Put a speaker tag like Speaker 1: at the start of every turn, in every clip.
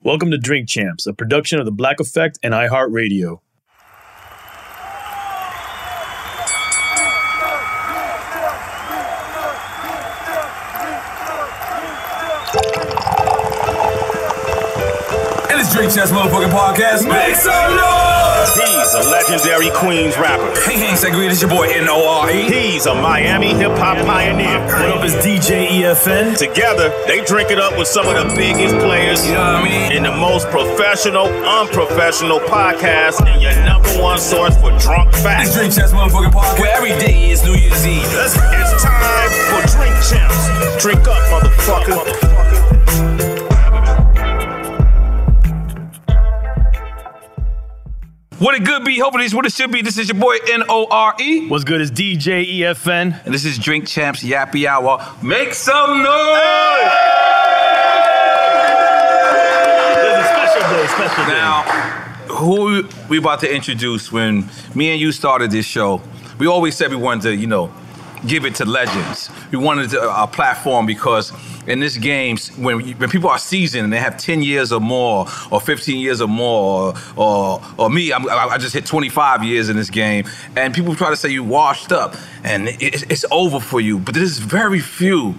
Speaker 1: Welcome to Drink Champs, a production of The Black Effect and iHeartRadio.
Speaker 2: And it's Drink Chess Motherfucking Podcast. Make some noise!
Speaker 3: He's a legendary Queens rapper.
Speaker 2: Hey, Hanks Agreed, it's your boy N-O-R-E.
Speaker 3: He's a Miami hip hop pioneer.
Speaker 2: What up, it's DJ EFN.
Speaker 3: Together, they drink it up with some of the biggest players
Speaker 2: You know what I mean?
Speaker 3: in the most professional, unprofessional podcast, and your number one source for drunk
Speaker 2: It's
Speaker 3: facts.
Speaker 2: Drink Chess Motherfucking Podcast, where every day is New Year's Eve.
Speaker 3: Let's- It's time for Drink Champs. Drink up, motherfucker.
Speaker 2: What it good be, hopefully it's what it should be. This is your boy N-O-R-E.
Speaker 1: What's good is DJ EFN.
Speaker 2: E. And this is Drink Champs Yappy Hour. Make some noise!
Speaker 1: There's a special day, special day.
Speaker 2: Now, who we about to introduce when me and you started this show? We always said we wanted to, you know, give it to legends. We wanted to, uh, a platform because in this game, when you- when people are seasoned and they have 10 years or more, or 15 years or more, or or, or me, I'm, I I just hit 25 years in this game, and people try to say you washed up and it, it's over for you. But there's very few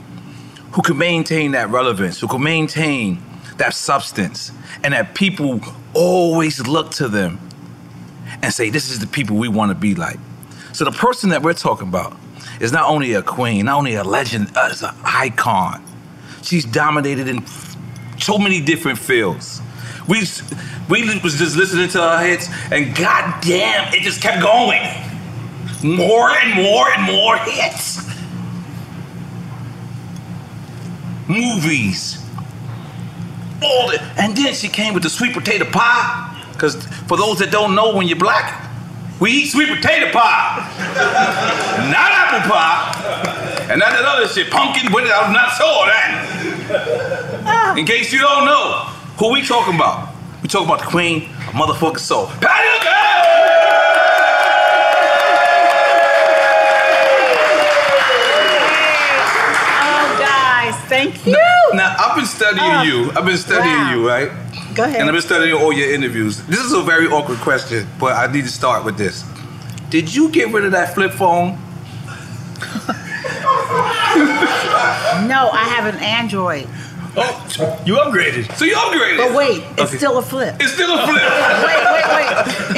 Speaker 2: who can maintain that relevance, who can maintain that substance, and that people always look to them and say, This is the people we want to be like. So the person that we're talking about is not only a queen, not only a legend, uh, is an icon. She's dominated in so many different fields. We, we was just listening to her hits, and goddamn, it just kept going. More and more and more hits. movies. All the, and then she came with the sweet potato pie. Because for those that don't know, when you're black, we eat sweet potato pie, not apple pie, and not that other shit, pumpkin. What I'm not sure that. In case you don't know, who we talking about? We talking about the queen, of motherfucking soul, Patty
Speaker 4: Oh, guys, thank you.
Speaker 2: Now I've been studying
Speaker 4: Oh,
Speaker 2: you. I've been studying
Speaker 4: wow.
Speaker 2: you, right?
Speaker 4: Go ahead.
Speaker 2: And I've been studying all your interviews. This is a very awkward question, but I need to start with this. Did you get rid of that flip phone?
Speaker 4: No, I have an Android.
Speaker 2: Oh, you upgraded. So you upgraded.
Speaker 4: But wait, it's
Speaker 2: Okay.
Speaker 4: still a flip.
Speaker 2: It's still a flip.
Speaker 4: wait, wait, wait.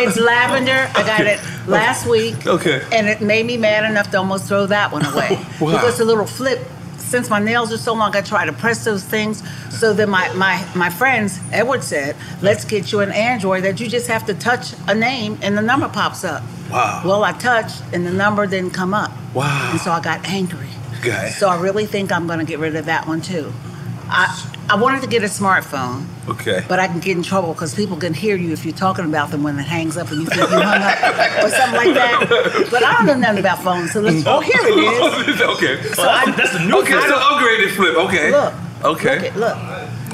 Speaker 4: It's lavender. I got it last week.
Speaker 2: Okay.
Speaker 4: And it made me mad enough to almost throw that one away.
Speaker 2: Wow.
Speaker 4: Because the little flip, since my nails are so long, I try to press those things. So then my, my, my friends, Edward said, let's get you an Android that you just have to touch a name and the number pops up.
Speaker 2: Wow.
Speaker 4: Well, I touched and the number didn't come up.
Speaker 2: Wow.
Speaker 4: And so I got angry.
Speaker 2: Okay.
Speaker 4: So I really think I'm going to get rid of that one too. I, I wanted to get a smartphone.
Speaker 2: Okay.
Speaker 4: But I can get in trouble because people can hear you if you're talking about them when it hangs up and you think you hung up or something like that. But I don't know nothing about phones, so let's. Oh, here it is.
Speaker 2: okay.
Speaker 4: So I- That's a new
Speaker 2: Okay,
Speaker 4: flip.
Speaker 2: so upgraded flip. Okay.
Speaker 4: Look,
Speaker 2: Okay.
Speaker 4: Look,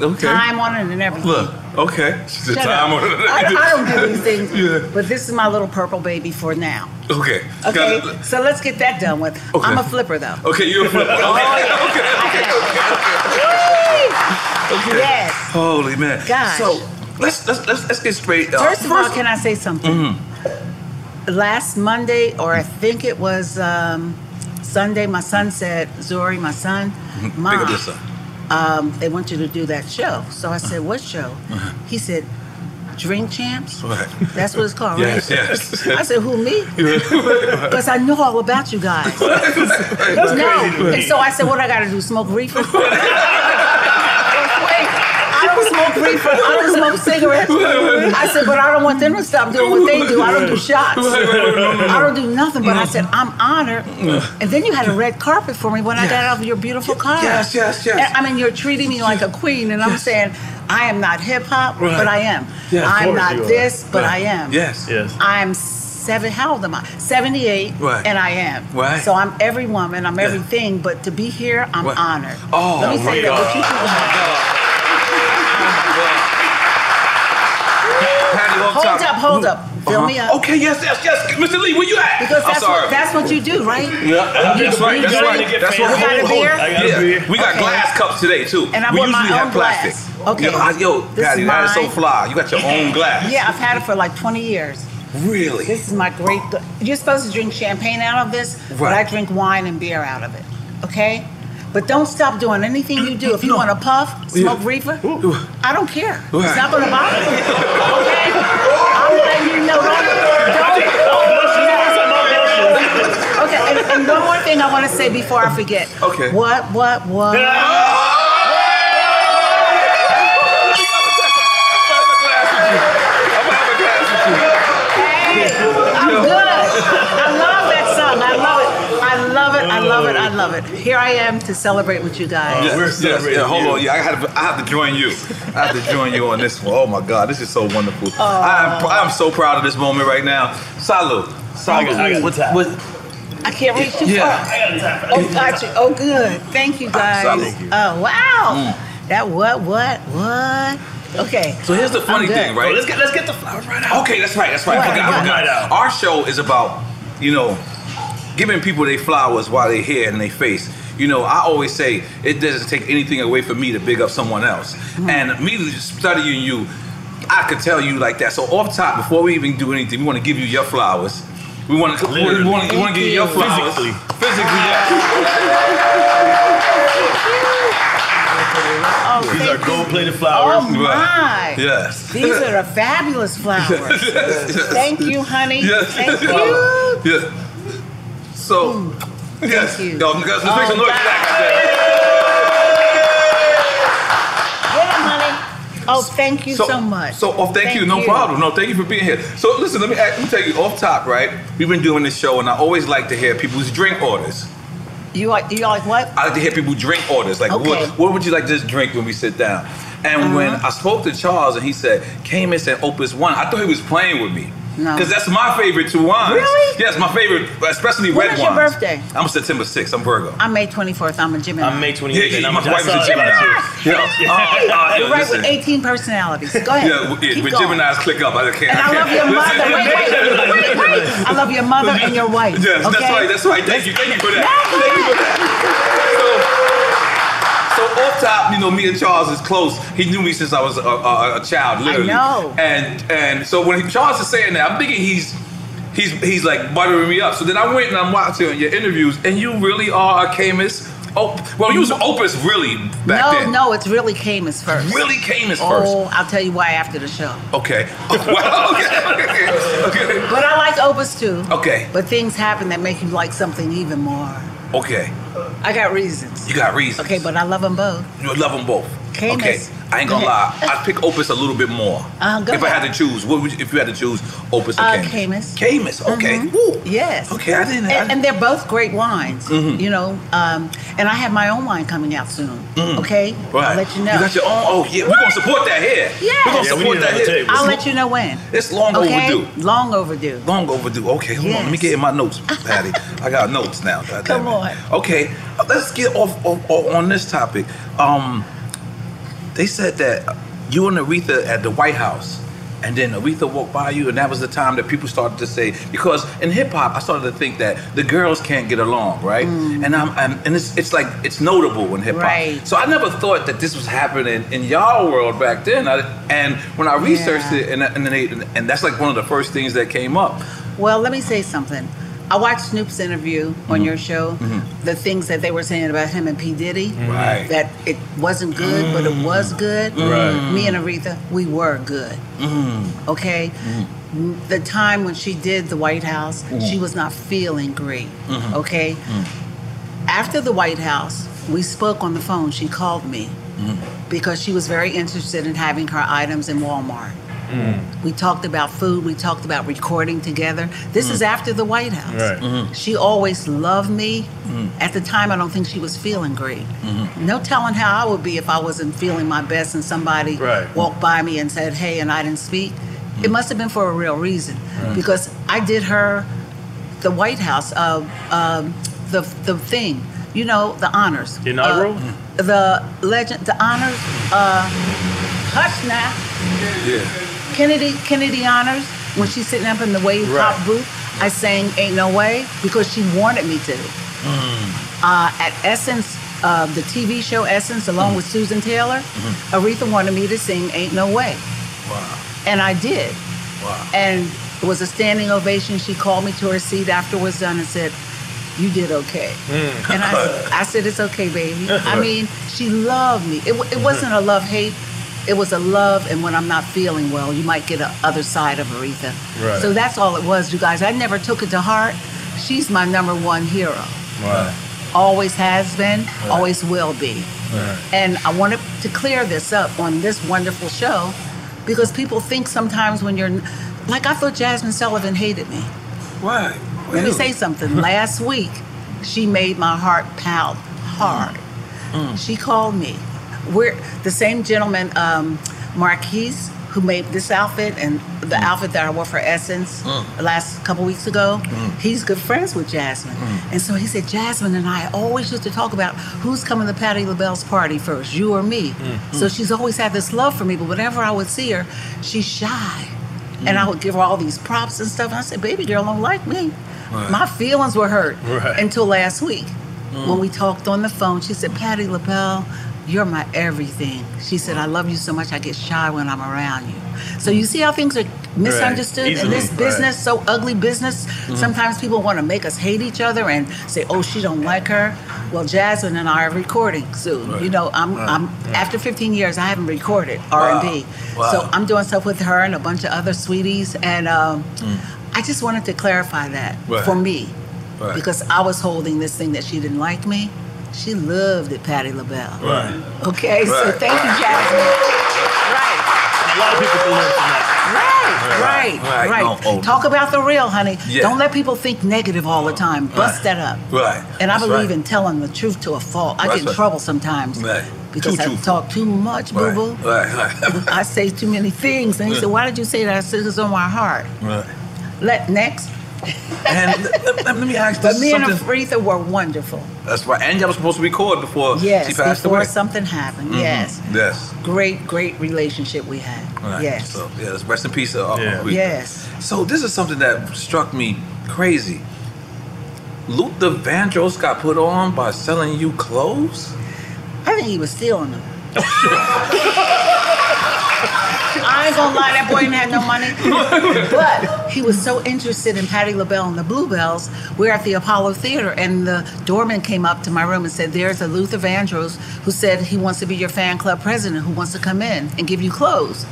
Speaker 2: Okay.
Speaker 4: time on it and everything.
Speaker 2: Look. Okay. She said
Speaker 4: Shut
Speaker 2: time
Speaker 4: up. Ah.
Speaker 2: on it.
Speaker 4: I, I don't do these things,
Speaker 2: Yeah.
Speaker 4: but this is my little purple baby for now.
Speaker 2: Okay.
Speaker 4: Okay,
Speaker 2: Got it.
Speaker 4: so let's get that done with.
Speaker 2: Okay.
Speaker 4: I'm a flipper though.
Speaker 2: Okay, you're a flip.
Speaker 4: Oh,
Speaker 2: Okay. okay. Okay.
Speaker 4: Yes.
Speaker 2: Holy man.
Speaker 4: Gosh.
Speaker 2: So let's let's let's, let's get straight. Uh,
Speaker 4: First of all, can I say something?
Speaker 2: Mhm.
Speaker 4: last Monday, or I think it was um, Sunday, my son said, Zori, my son,
Speaker 2: Mm-hmm. Pick up
Speaker 4: Mom,
Speaker 2: this up.
Speaker 4: um, they want you to do that show. So I said, What show?
Speaker 2: Uh-huh.
Speaker 4: He said, Drink Champs? That's what it's called,
Speaker 2: Yes,
Speaker 4: right?
Speaker 2: yes.
Speaker 4: I said, Who, me? Because I knew all about you guys.
Speaker 2: That's crazy to
Speaker 4: no.
Speaker 2: me.
Speaker 4: And so I said, What I got to do? Smoke reefer? Wait, I don't smoke reefer. I don't smoke cigarettes. I said, But I don't want them to stop doing what they do. I don't do shots.
Speaker 2: Right, right, right, right, right.
Speaker 4: I don't do nothing. But I said, I'm honored.
Speaker 2: Yeah.
Speaker 4: And then you had a red carpet for me when I got out of your beautiful car.
Speaker 2: Yes, yes, yes.
Speaker 4: And, I mean, you're treating me like a queen, and I'm saying, I am not hip hop,
Speaker 2: Right.
Speaker 4: but I am.
Speaker 2: Yeah, of
Speaker 4: I'm
Speaker 2: course
Speaker 4: not
Speaker 2: you are.
Speaker 4: this, but
Speaker 2: Right.
Speaker 4: I am.
Speaker 2: Yes. Yes.
Speaker 4: I'm seven. How old am I? Seventy-eight.
Speaker 2: Right.
Speaker 4: And I am.
Speaker 2: Right.
Speaker 4: So I'm every woman. I'm
Speaker 2: Yeah.
Speaker 4: everything. But to be here, I'm
Speaker 2: Right.
Speaker 4: honored.
Speaker 2: Oh,
Speaker 4: Let me
Speaker 2: my
Speaker 4: say
Speaker 2: God.
Speaker 4: that. What you
Speaker 2: Patty,
Speaker 4: Hold
Speaker 2: time.
Speaker 4: up, hold up. Fill me up.
Speaker 2: Uh-huh. Okay, yes, yes, yes. Mr. Lee, where you at?
Speaker 4: Because
Speaker 2: I'm
Speaker 4: that's
Speaker 2: sorry.
Speaker 4: what that's what you do, right?
Speaker 2: yeah, uh,
Speaker 4: You-
Speaker 2: that's right.
Speaker 4: you
Speaker 2: That's
Speaker 4: drink.
Speaker 2: right. That's
Speaker 4: You
Speaker 2: what
Speaker 4: got a beer?
Speaker 2: Yeah. We got glass cups today too.
Speaker 4: And I
Speaker 2: we
Speaker 4: bought
Speaker 2: usually
Speaker 4: my
Speaker 2: have
Speaker 4: own
Speaker 2: plastic.
Speaker 4: glass. Okay.
Speaker 2: Yo, I- yo
Speaker 4: This
Speaker 2: Patty,
Speaker 4: is
Speaker 2: that is so
Speaker 4: mine.
Speaker 2: fly. You got your own glass.
Speaker 4: Yeah, I've had it for like 20 years.
Speaker 2: Really?
Speaker 4: This is my great. You're supposed to drink champagne out of this, but I
Speaker 2: Right.
Speaker 4: drink wine and beer out of it. Okay? But don't stop doing anything you do. If you want to puff, smoke reefer, I don't care. It's not going to bother me. Okay? I'm letting you know. Don't. don't- Okay, and, and one more thing I want to say before I forget.
Speaker 2: Okay.
Speaker 4: What, what, what? I'm good. I love that song. I love it. I love it. I love it. I love it. Here I am to celebrate with you guys.
Speaker 2: Yes, yes, yeah, hold on. Yeah, I have, to, I have to join you. I have to join you on this one. Oh my God, this is so wonderful. I'm, pr- I'm so proud of this moment right now. Salud. Salud.
Speaker 1: I got
Speaker 2: What- what-
Speaker 4: I can't reach too
Speaker 2: Yeah. Ah,
Speaker 4: far. Oh, got you. Oh, good. Thank you, guys.
Speaker 2: Salud.
Speaker 4: Oh, wow.
Speaker 2: Mm.
Speaker 4: That what, what, what? Okay.
Speaker 2: So here's the funny
Speaker 4: I'm good.
Speaker 2: thing, right? Let's get-
Speaker 1: let's get the flowers right out.
Speaker 2: Okay, that's right. That's right.
Speaker 4: Right,
Speaker 2: I forgot. I
Speaker 4: right.
Speaker 2: forgot. Our show is about, you know, giving people their flowers while they're here in their face. You know, I always say it doesn't take anything away from me to big up someone else. And me just studying you, I could tell you like that. So off top, before we even do anything, we want to give you your flowers. We want to. We
Speaker 1: Literally.
Speaker 2: want to give you your flowers.
Speaker 1: Physically.
Speaker 2: Physically,
Speaker 4: Oh,
Speaker 1: These are
Speaker 4: thank you.
Speaker 1: gold plated flowers.
Speaker 4: Oh, my.
Speaker 2: Yes.
Speaker 4: These are the fabulous flowers.
Speaker 2: Yes, yes.
Speaker 4: Thank you, honey.
Speaker 2: Yes.
Speaker 4: Thank you.
Speaker 2: Yeah. So. Yes. Thank you. Yo, guys, let's make some
Speaker 4: Oh,
Speaker 2: noise. for that guy.
Speaker 4: Get 'em, honey. Oh, thank you so, much.
Speaker 2: So, oh, thank, you. No problem. No, thank you for being here. So, listen, let me ask- let me tell you off top, right? We've been doing this show, and I always like to hear people's drink orders.
Speaker 4: You like you like what?
Speaker 2: I like to hear people drink orders. Like,
Speaker 4: Okay. Uh-huh.
Speaker 2: what, what would you like this drink when we sit down? And when I spoke to Charles and he said, Camus and Opus One, I thought he was playing with me.
Speaker 4: No.
Speaker 2: Because that's my favorite two wines.
Speaker 4: Really?
Speaker 2: Yes, my favorite, especially
Speaker 4: When
Speaker 2: red
Speaker 4: is your
Speaker 2: wines.
Speaker 4: birthday?
Speaker 2: I'm September 6th. I'm Virgo.
Speaker 4: I'm May 24th. I'm a Gemini.
Speaker 2: I'm May
Speaker 1: 28th, and I'm
Speaker 2: my
Speaker 1: a
Speaker 2: wife is a
Speaker 1: Gemini.
Speaker 2: Gemini. Yeah. Uh, uh,
Speaker 4: You're
Speaker 2: yeah,
Speaker 4: right
Speaker 2: listen.
Speaker 4: with 18 personalities. Go ahead.
Speaker 2: Yeah, w- yeah
Speaker 4: Keep
Speaker 2: when
Speaker 4: going.
Speaker 2: Gemini's click up, I can't.
Speaker 4: And I love your mother.
Speaker 2: can't.
Speaker 4: Wait, wait, wait,
Speaker 2: Listen.
Speaker 4: wait. I love your mother and your wife.
Speaker 2: Yes,
Speaker 4: okay?
Speaker 2: that's right. That's right. Thank you. Thank you for that.
Speaker 4: No, go
Speaker 2: Thank you for
Speaker 4: ahead.
Speaker 2: that. So, so off top, you know, me and Charles is close. He knew me since I was a, a, a child, literally.
Speaker 4: know.
Speaker 2: And and so when Charles is saying that, I'm thinking he's he's he's like buttering me up. So then I went and I'm watching your interviews, and you really are a Camus. Oh, well, you was Opus really back
Speaker 4: no,
Speaker 2: then.
Speaker 4: no, it's really Camus first.
Speaker 2: Really Camus
Speaker 4: Oh,
Speaker 2: first.
Speaker 4: I'll tell you why after the show.
Speaker 2: Okay. well, okay. okay.
Speaker 4: But I like Opus too.
Speaker 2: Okay.
Speaker 4: But things happen that make you like something even more.
Speaker 2: Okay.
Speaker 4: I got reasons.
Speaker 2: You got reason.
Speaker 4: Okay, but I love them both.
Speaker 2: You love them both.
Speaker 4: Camus.
Speaker 2: Okay, I ain't gonna lie. I'd pick Opus a little bit more.
Speaker 4: Uh, go
Speaker 2: if I
Speaker 4: ahead.
Speaker 2: had to choose, what would you, if you had to choose Opus or
Speaker 4: Uh,
Speaker 2: Camus?
Speaker 4: Camus.
Speaker 2: Camus, okay.
Speaker 4: Mhm. Yes.
Speaker 2: Okay, I didn't- I
Speaker 4: And,
Speaker 2: didn't-
Speaker 4: and they're both great wines.
Speaker 2: Mhm.
Speaker 4: You know, um, and I have my own wine coming out soon.
Speaker 2: Mm.
Speaker 4: Okay.
Speaker 2: Right.
Speaker 4: I'll let you know.
Speaker 2: You got your own. Oh yeah, we're gonna support that here.
Speaker 4: Yes.
Speaker 2: We're gonna support that here.
Speaker 4: I'll let you know when.
Speaker 2: It's long
Speaker 4: okay?
Speaker 2: overdue.
Speaker 4: Long overdue.
Speaker 2: Long overdue. Okay, hold on. Let me
Speaker 4: Yes.
Speaker 2: get in my notes, Patty. I got notes now. God damn
Speaker 4: Come
Speaker 2: it.
Speaker 4: on.
Speaker 2: Okay, uh, let's get off, off, off on this topic. Um, they said that you and Aretha at the White House, and then Aretha walked by you, and that was the time that people started to say because in hip hop, I started to think that the girls can't get along, right? And I'm, I'm and it's it's like it's notable in hip hop.
Speaker 4: Mm. Right.
Speaker 2: So I never thought that this was happening in y'all world back then. I, and when I researched it, and and, then they, and that's like one of the first things that came up.
Speaker 4: Well, let me say something. I watched Snoop's interview
Speaker 2: Mm-hmm.
Speaker 4: on your show. The things that they were saying about him and P Diddy,
Speaker 5: Mm-hmm.
Speaker 2: Right.
Speaker 4: that it wasn't good, but it was good.
Speaker 2: Right.
Speaker 4: Me and Aretha, we were good. Okay. The time when she did the White House,
Speaker 5: Mhm.
Speaker 4: she was not feeling great.
Speaker 5: Mhm.
Speaker 4: Okay. After the White House, we spoke on the phone. She called me because she was very interested in having her items in Walmart. We talked about food. We talked about recording together. This is
Speaker 5: Mm.
Speaker 4: after the White House.
Speaker 5: Right. Mhm.
Speaker 4: She always loved me.
Speaker 5: Mm.
Speaker 4: At the time, I don't think she was feeling great. No telling how I would be if I wasn't feeling my best and somebody
Speaker 5: Right. Mm.
Speaker 4: walked by me and said, hey, and I didn't speak. It must have been for a real reason
Speaker 5: Right.
Speaker 4: because I did her the White House, uh, um, the, the thing, you know, the honors.
Speaker 1: The inaugural?
Speaker 4: Uh, the legend, the honors. Uh, hush now.
Speaker 2: Yeah.
Speaker 4: Kennedy Kennedy Honors when she's sitting up in the wave
Speaker 5: Right.
Speaker 4: pop booth. I sang "Ain't No Way" because she wanted me to. Uh, at Essence, uh, the TV show Essence, along with Susan Taylor,
Speaker 5: Mhm.
Speaker 4: Aretha wanted me to sing "Ain't No Way,"
Speaker 2: Wow.
Speaker 4: and I did.
Speaker 2: Wow.
Speaker 4: And it was a standing ovation. She called me to her seat after it was done and said, "You did okay." And I, said- I said, it's okay, baby. I mean, she loved me. It, wa- it wasn't a love hate. It was a love, and when I'm not feeling well, you might get a other side of Aretha.
Speaker 5: Right.
Speaker 4: So that's all it was, you guys. I never took it to heart. She's my number one hero. Always has been, always will be. And I wanted to clear this up on this wonderful show because people think sometimes when you're, like, I thought Jasmine Sullivan hated me.
Speaker 2: Why?
Speaker 4: Let me say something. Last week, she made my heart pound hard.
Speaker 5: Mm.
Speaker 4: She called me. We're the same gentleman, um, Marquise, who made this outfit and the outfit that I wore for Essence
Speaker 5: Mm.
Speaker 4: the last couple weeks ago.
Speaker 5: Mm.
Speaker 4: He's good friends with Jasmine,
Speaker 5: Mm.
Speaker 4: and so he said, "Jasmine and I always used to talk about who's coming to Patty LaBelle's party first, you or me."
Speaker 5: Mm.
Speaker 4: So
Speaker 5: Mm.
Speaker 4: she's always had this love for me. But whenever I would see her, she's shy, and I
Speaker 5: Mm-hmm.
Speaker 4: would give her all these props and stuff. And I said, "Baby girl, don't like me."
Speaker 5: Right.
Speaker 4: My feelings were hurt
Speaker 5: Right.
Speaker 4: until last week
Speaker 5: Mm.
Speaker 4: when we talked on the phone. She said, Patty LaBelle, you're my everything. She said, I love you so much, I get shy when I'm around you. So you see how things are misunderstood in
Speaker 5: Easily,
Speaker 4: this
Speaker 5: right.
Speaker 4: business, so ugly business.
Speaker 5: Mhm.
Speaker 4: Sometimes people want to make us hate each other and say, oh, she don't like her. Well, Jasmine and I are recording soon.
Speaker 5: Right.
Speaker 4: You know, I'm,
Speaker 5: Right.
Speaker 4: I'm after 15 years, I haven't recorded R&B.
Speaker 5: Wow.
Speaker 4: So I'm doing stuff with her and a bunch of other sweeties. And um, I just wanted to clarify that
Speaker 5: Right.
Speaker 4: for me
Speaker 5: Right.
Speaker 4: because I was holding this thing that she didn't like me. She loved it, Patty LaBelle.
Speaker 1: Right.
Speaker 4: Okay, so
Speaker 1: Right.
Speaker 4: thank you, Jasmine. Right.
Speaker 1: A lot of people can learn from that.
Speaker 4: Right. right,
Speaker 2: Right,
Speaker 4: right.
Speaker 2: no, oh.
Speaker 4: Talk about the real, honey.
Speaker 2: Yeah.
Speaker 4: Don't let people think negative all the time. Bust
Speaker 2: Right.
Speaker 4: that up.
Speaker 2: Right.
Speaker 4: And I
Speaker 2: That's
Speaker 4: believe
Speaker 2: right.
Speaker 4: in telling the truth to a fault. I
Speaker 2: That's
Speaker 4: get in
Speaker 2: right.
Speaker 4: trouble sometimes
Speaker 2: Right.
Speaker 4: because
Speaker 2: Too
Speaker 4: I
Speaker 2: truthful.
Speaker 4: talk too much, boo
Speaker 2: Right,
Speaker 4: boo.
Speaker 2: right, right.
Speaker 4: I say too many things, and he
Speaker 2: Yeah.
Speaker 4: said, "Why did you say that?" I said, "It's on my heart."
Speaker 2: Right.
Speaker 4: Let next.
Speaker 2: And let, me ask
Speaker 4: But
Speaker 2: this
Speaker 4: me and
Speaker 2: something-
Speaker 4: Aretha were wonderful.
Speaker 2: That's right. And y'all was supposed to record before
Speaker 4: Yes,
Speaker 2: she passed
Speaker 4: before
Speaker 2: away.
Speaker 4: something happened.
Speaker 2: Mhm.
Speaker 4: Yes,
Speaker 2: Yes.
Speaker 4: great, great relationship we had.
Speaker 2: Right.
Speaker 4: Yes.
Speaker 2: So yeah, let's rest in peace. Uh, uh,
Speaker 4: Yeah.
Speaker 2: we-
Speaker 4: Yes.
Speaker 2: So this is something that struck me crazy. Luther Vandross got put on by selling you clothes.
Speaker 4: I think he was stealing them. I ain't gonna lie, that boy didn't have no money. But he was so interested in Patti LaBelle and the Bluebells. We're at the Apollo Theater, and the doorman came up to my room and said, There's a Luther Vandross who said he wants to be your fan club president, who wants to come in and give you clothes.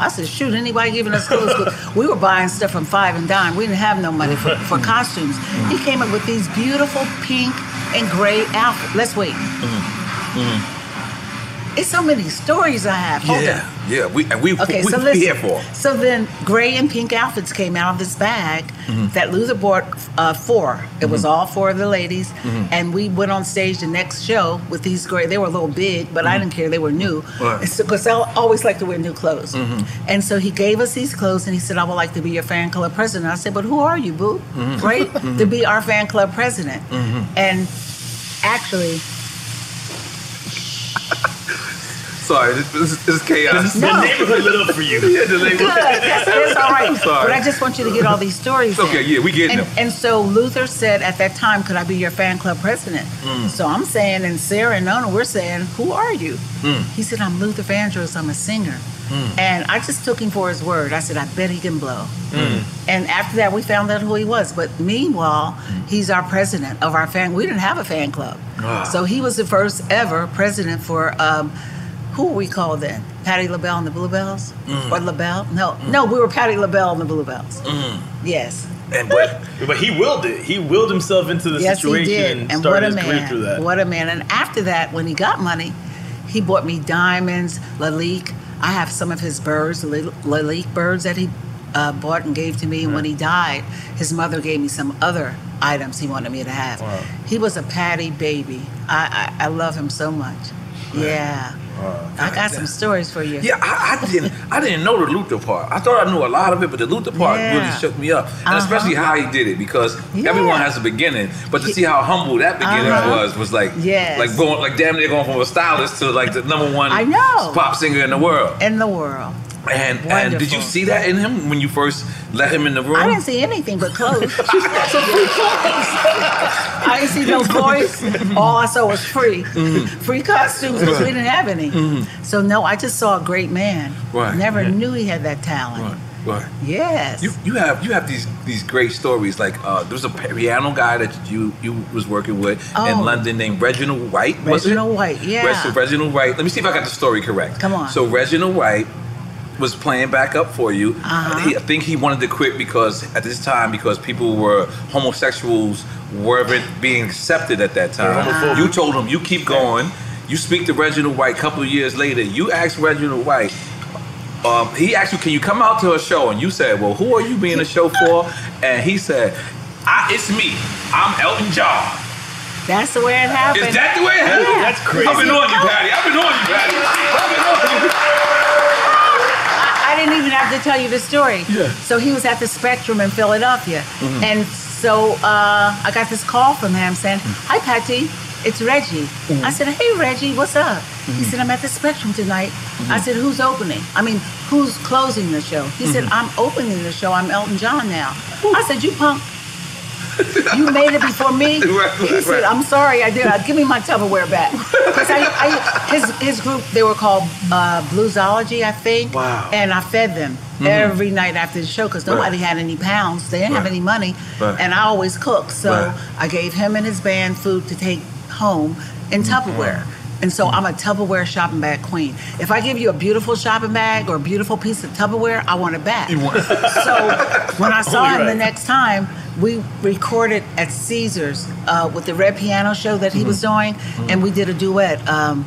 Speaker 4: I said, shoot, anybody giving us clothes? 'Cause we were buying stuff from Five and Dime. We didn't have no money for, for costumes. He came up with these beautiful pink and gray outfits. Let's wait. Mm-hmm. It's so many stories I have. Hold on.
Speaker 2: yeah. Yeah. We and we
Speaker 4: Okay,
Speaker 2: we,
Speaker 4: so
Speaker 2: we
Speaker 4: listen.
Speaker 2: here for. 'em.
Speaker 4: So then, gray and pink outfits came out of this bag
Speaker 2: Mhm.
Speaker 4: that Luther bought uh, four. It was
Speaker 2: Mhm.
Speaker 4: all four of the ladies,
Speaker 2: Mhm.
Speaker 4: and we went on stage the next show with these gray. They were a little big, but I
Speaker 2: Mhm.
Speaker 4: didn't care. They were new
Speaker 2: Right. Mm-hmm.
Speaker 4: because I always like to wear new clothes. And so he gave us these clothes, and he said, "I would like to be your fan club president." I said, "But who are you, Boo?
Speaker 2: Mhm.
Speaker 4: Right
Speaker 2: Mhm.
Speaker 4: to be our fan club president?"
Speaker 2: Mhm.
Speaker 4: And actually,
Speaker 2: Sorry, this, this, this is chaos.
Speaker 4: This is- the No. neighborhood
Speaker 1: lit up for you.
Speaker 2: yeah, the
Speaker 4: Good.
Speaker 2: neighborhood.
Speaker 4: That's, that's all right.
Speaker 2: Sorry.
Speaker 4: But I just want you to get all these stories.
Speaker 2: Okay,
Speaker 4: in.
Speaker 2: yeah, we getting
Speaker 4: and,
Speaker 2: them.
Speaker 4: And so Luther said at that time, "Could I be your fan club president?"
Speaker 2: Mm.
Speaker 4: So I'm saying, and Sarah and Nona, we're saying, "Who are you?"
Speaker 2: Mm.
Speaker 4: He said, "I'm Luther Vandross. I'm a singer."
Speaker 2: Mm.
Speaker 4: And I just took him for his word. I said, "I bet he can blow."
Speaker 2: Mm.
Speaker 4: And after that, we found out who he was. But meanwhile,
Speaker 2: Mm.
Speaker 4: he's our president of our fan. We didn't have a fan club,
Speaker 2: Ah.
Speaker 4: so he was the first ever president for. Um, who were we called then? Patty LaBelle and the Bluebells,
Speaker 2: Mm.
Speaker 4: or LaBelle? No, no, we were Patty LaBelle and the Bluebells.
Speaker 1: Mm.
Speaker 4: Yes,
Speaker 1: And but but he willed it. He willed himself into the
Speaker 4: yes, he
Speaker 1: situation
Speaker 4: did.
Speaker 1: and,
Speaker 4: And what
Speaker 1: started
Speaker 4: a
Speaker 1: his career through that.
Speaker 4: man! What a man! And after that, when he got money, he bought me diamonds, Lalique. I have some of his birds, Lal- Lalique birds that he uh, bought and gave to me. And when he died, his mother gave me some other items he wanted me to have. He was a Patty baby. I I, I love him so much. Yeah,
Speaker 2: Uh,
Speaker 4: I got some stories for you.
Speaker 2: Yeah, I, I didn't. I didn't know the Luther part. I thought I knew a lot of it, but the Luther part
Speaker 4: Yeah. Uh-huh.
Speaker 2: really shook me up, and especially how he did it because everyone has a beginning. But to see how humble that beginning
Speaker 4: Uh-huh.
Speaker 2: was was like,
Speaker 4: Yes.
Speaker 2: like going, like damn near going from a stylist to like the number one
Speaker 4: I know.
Speaker 2: pop singer in the world.
Speaker 4: in the world.
Speaker 2: And and did you see that in him when you first let him in the room?
Speaker 4: I didn't see anything but clothes. I didn't see no voice. All I saw was free,
Speaker 2: Mhm.
Speaker 4: free costumes because we
Speaker 2: Right.
Speaker 4: didn't have any.
Speaker 2: Mhm.
Speaker 4: So no, I just saw a great man.
Speaker 2: Right.
Speaker 4: Never
Speaker 2: Yeah.
Speaker 4: knew he had that talent.
Speaker 2: Right, right.
Speaker 4: Yes.
Speaker 2: You, you have you have these these great stories. Like uh, there was a piano guy that you you was working with in
Speaker 4: Oh.
Speaker 2: London named Reginald White. Was it?
Speaker 4: Reginald White. Yeah.
Speaker 2: Reg- so Reginald Wright. Let me see if I got the story correct.
Speaker 4: Come on.
Speaker 2: So Reginald Wright was playing back up for you.
Speaker 4: Uh-huh.
Speaker 2: He- I think he wanted to quit because at this time, because people were homosexuals weren't being accepted at that time.
Speaker 1: They're homophobic.
Speaker 2: You told him you keep going. You speak to Reginald White. A couple of years later, you asked Reginald White. Um, he asked you, "Can you come out to a show?" And you said, "Well, who are you being a show for?" And he said, I, "It's me. I'm Elton John."
Speaker 4: That's the way it happened.
Speaker 2: Is that the way it happened?
Speaker 4: Yeah.
Speaker 2: I've been on you, Patty. I've been on you, Patty. I've been on you.
Speaker 4: I didn't even have to tell you the story. So he was at the Spectrum in Philadelphia.
Speaker 2: Mhm.
Speaker 4: And so uh, I got this call from him saying, Hi, Patty, it's Reggie.
Speaker 2: Mm-hmm.
Speaker 5: Mhm.
Speaker 4: I said, Hey, Reggie, what's up? He
Speaker 5: Mhm.
Speaker 4: said, I'm at the Spectrum tonight. I
Speaker 2: Mm-hmm.
Speaker 5: Mhm.
Speaker 4: said, Who's opening? I mean, who's closing the show? He said,
Speaker 2: Mm-hmm.
Speaker 5: Mhm.
Speaker 4: I'm opening the show. I'm Elton John now. I said, You punk. You made it before me.
Speaker 5: Right,
Speaker 4: he
Speaker 5: right,
Speaker 4: said,
Speaker 5: right.
Speaker 4: "I'm sorry, I did. Uh, Give me my Tupperware back." 'Cause I- I- his his group they were called uh, Bluesology, I think.
Speaker 5: Wow.
Speaker 4: And I fed them
Speaker 5: Mhm.
Speaker 4: every night after the show because nobody
Speaker 5: Right.
Speaker 4: had any pounds. They didn't have
Speaker 5: Right.
Speaker 4: any money,
Speaker 5: Right.
Speaker 4: and I always cooked. So
Speaker 5: Right.
Speaker 4: I gave him and his band food to take home in
Speaker 5: Mm-hmm.
Speaker 4: Tupperware. And so I'm a Tupperware shopping bag queen. If I give you a beautiful shopping bag or a beautiful piece of Tupperware, I want it back. so when I saw
Speaker 5: Only
Speaker 4: him the
Speaker 5: Oh, right.
Speaker 4: next time, we recorded at Caesars uh, with the Red
Speaker 2: Mm-hmm.
Speaker 4: Piano Show that he was doing, and we did a duet. Um,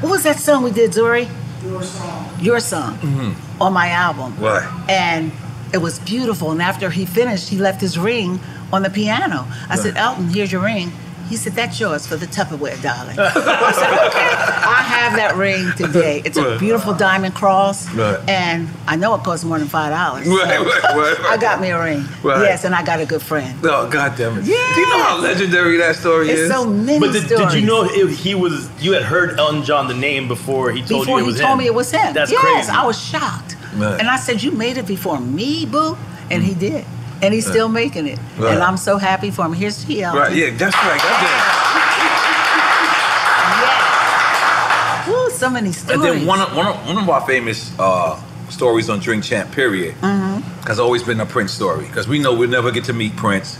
Speaker 4: what was that song we did, Zori? your song, your song on my album.
Speaker 2: Mm-hmm. Right.
Speaker 4: And it was beautiful. And after he finished, he left his ring on the piano. I said, Elton, here's your ring. He said, That's yours for the Tupperware, darling. I said, Okay, I have that ring today. It's a
Speaker 2: Right.
Speaker 4: beautiful diamond cross.
Speaker 2: Right.
Speaker 4: And I know it costs more than $5. so
Speaker 2: Right, right, right, right.
Speaker 4: I got me a ring.
Speaker 2: Right.
Speaker 4: Yes, and I got a good friend.
Speaker 2: Oh, God damn it. Do you know how legendary that story
Speaker 4: It's
Speaker 2: is?
Speaker 4: so many
Speaker 1: But did, did
Speaker 4: stories.
Speaker 1: you know if he was? You had heard Elton John the name before he told
Speaker 4: before
Speaker 1: you it
Speaker 4: he
Speaker 1: was
Speaker 4: told
Speaker 1: him.
Speaker 4: me it was him.
Speaker 1: That's
Speaker 4: yes,
Speaker 1: crazy.
Speaker 4: I was shocked.
Speaker 1: Right.
Speaker 4: And I said, You made it before me, boo. And he did. And he's
Speaker 2: Mm. Right.
Speaker 4: still making it.
Speaker 2: Right.
Speaker 4: And I'm so happy for him. Here's to you, Elton.
Speaker 2: Right, yeah, that's right. That's
Speaker 4: Woo, so many
Speaker 2: it. And
Speaker 4: stories.
Speaker 2: then one of, one of, one of our famous uh, stories on Drink Champ, period,
Speaker 4: Mhm.
Speaker 2: has always been a Prince story because we know we'll never get to meet Prince.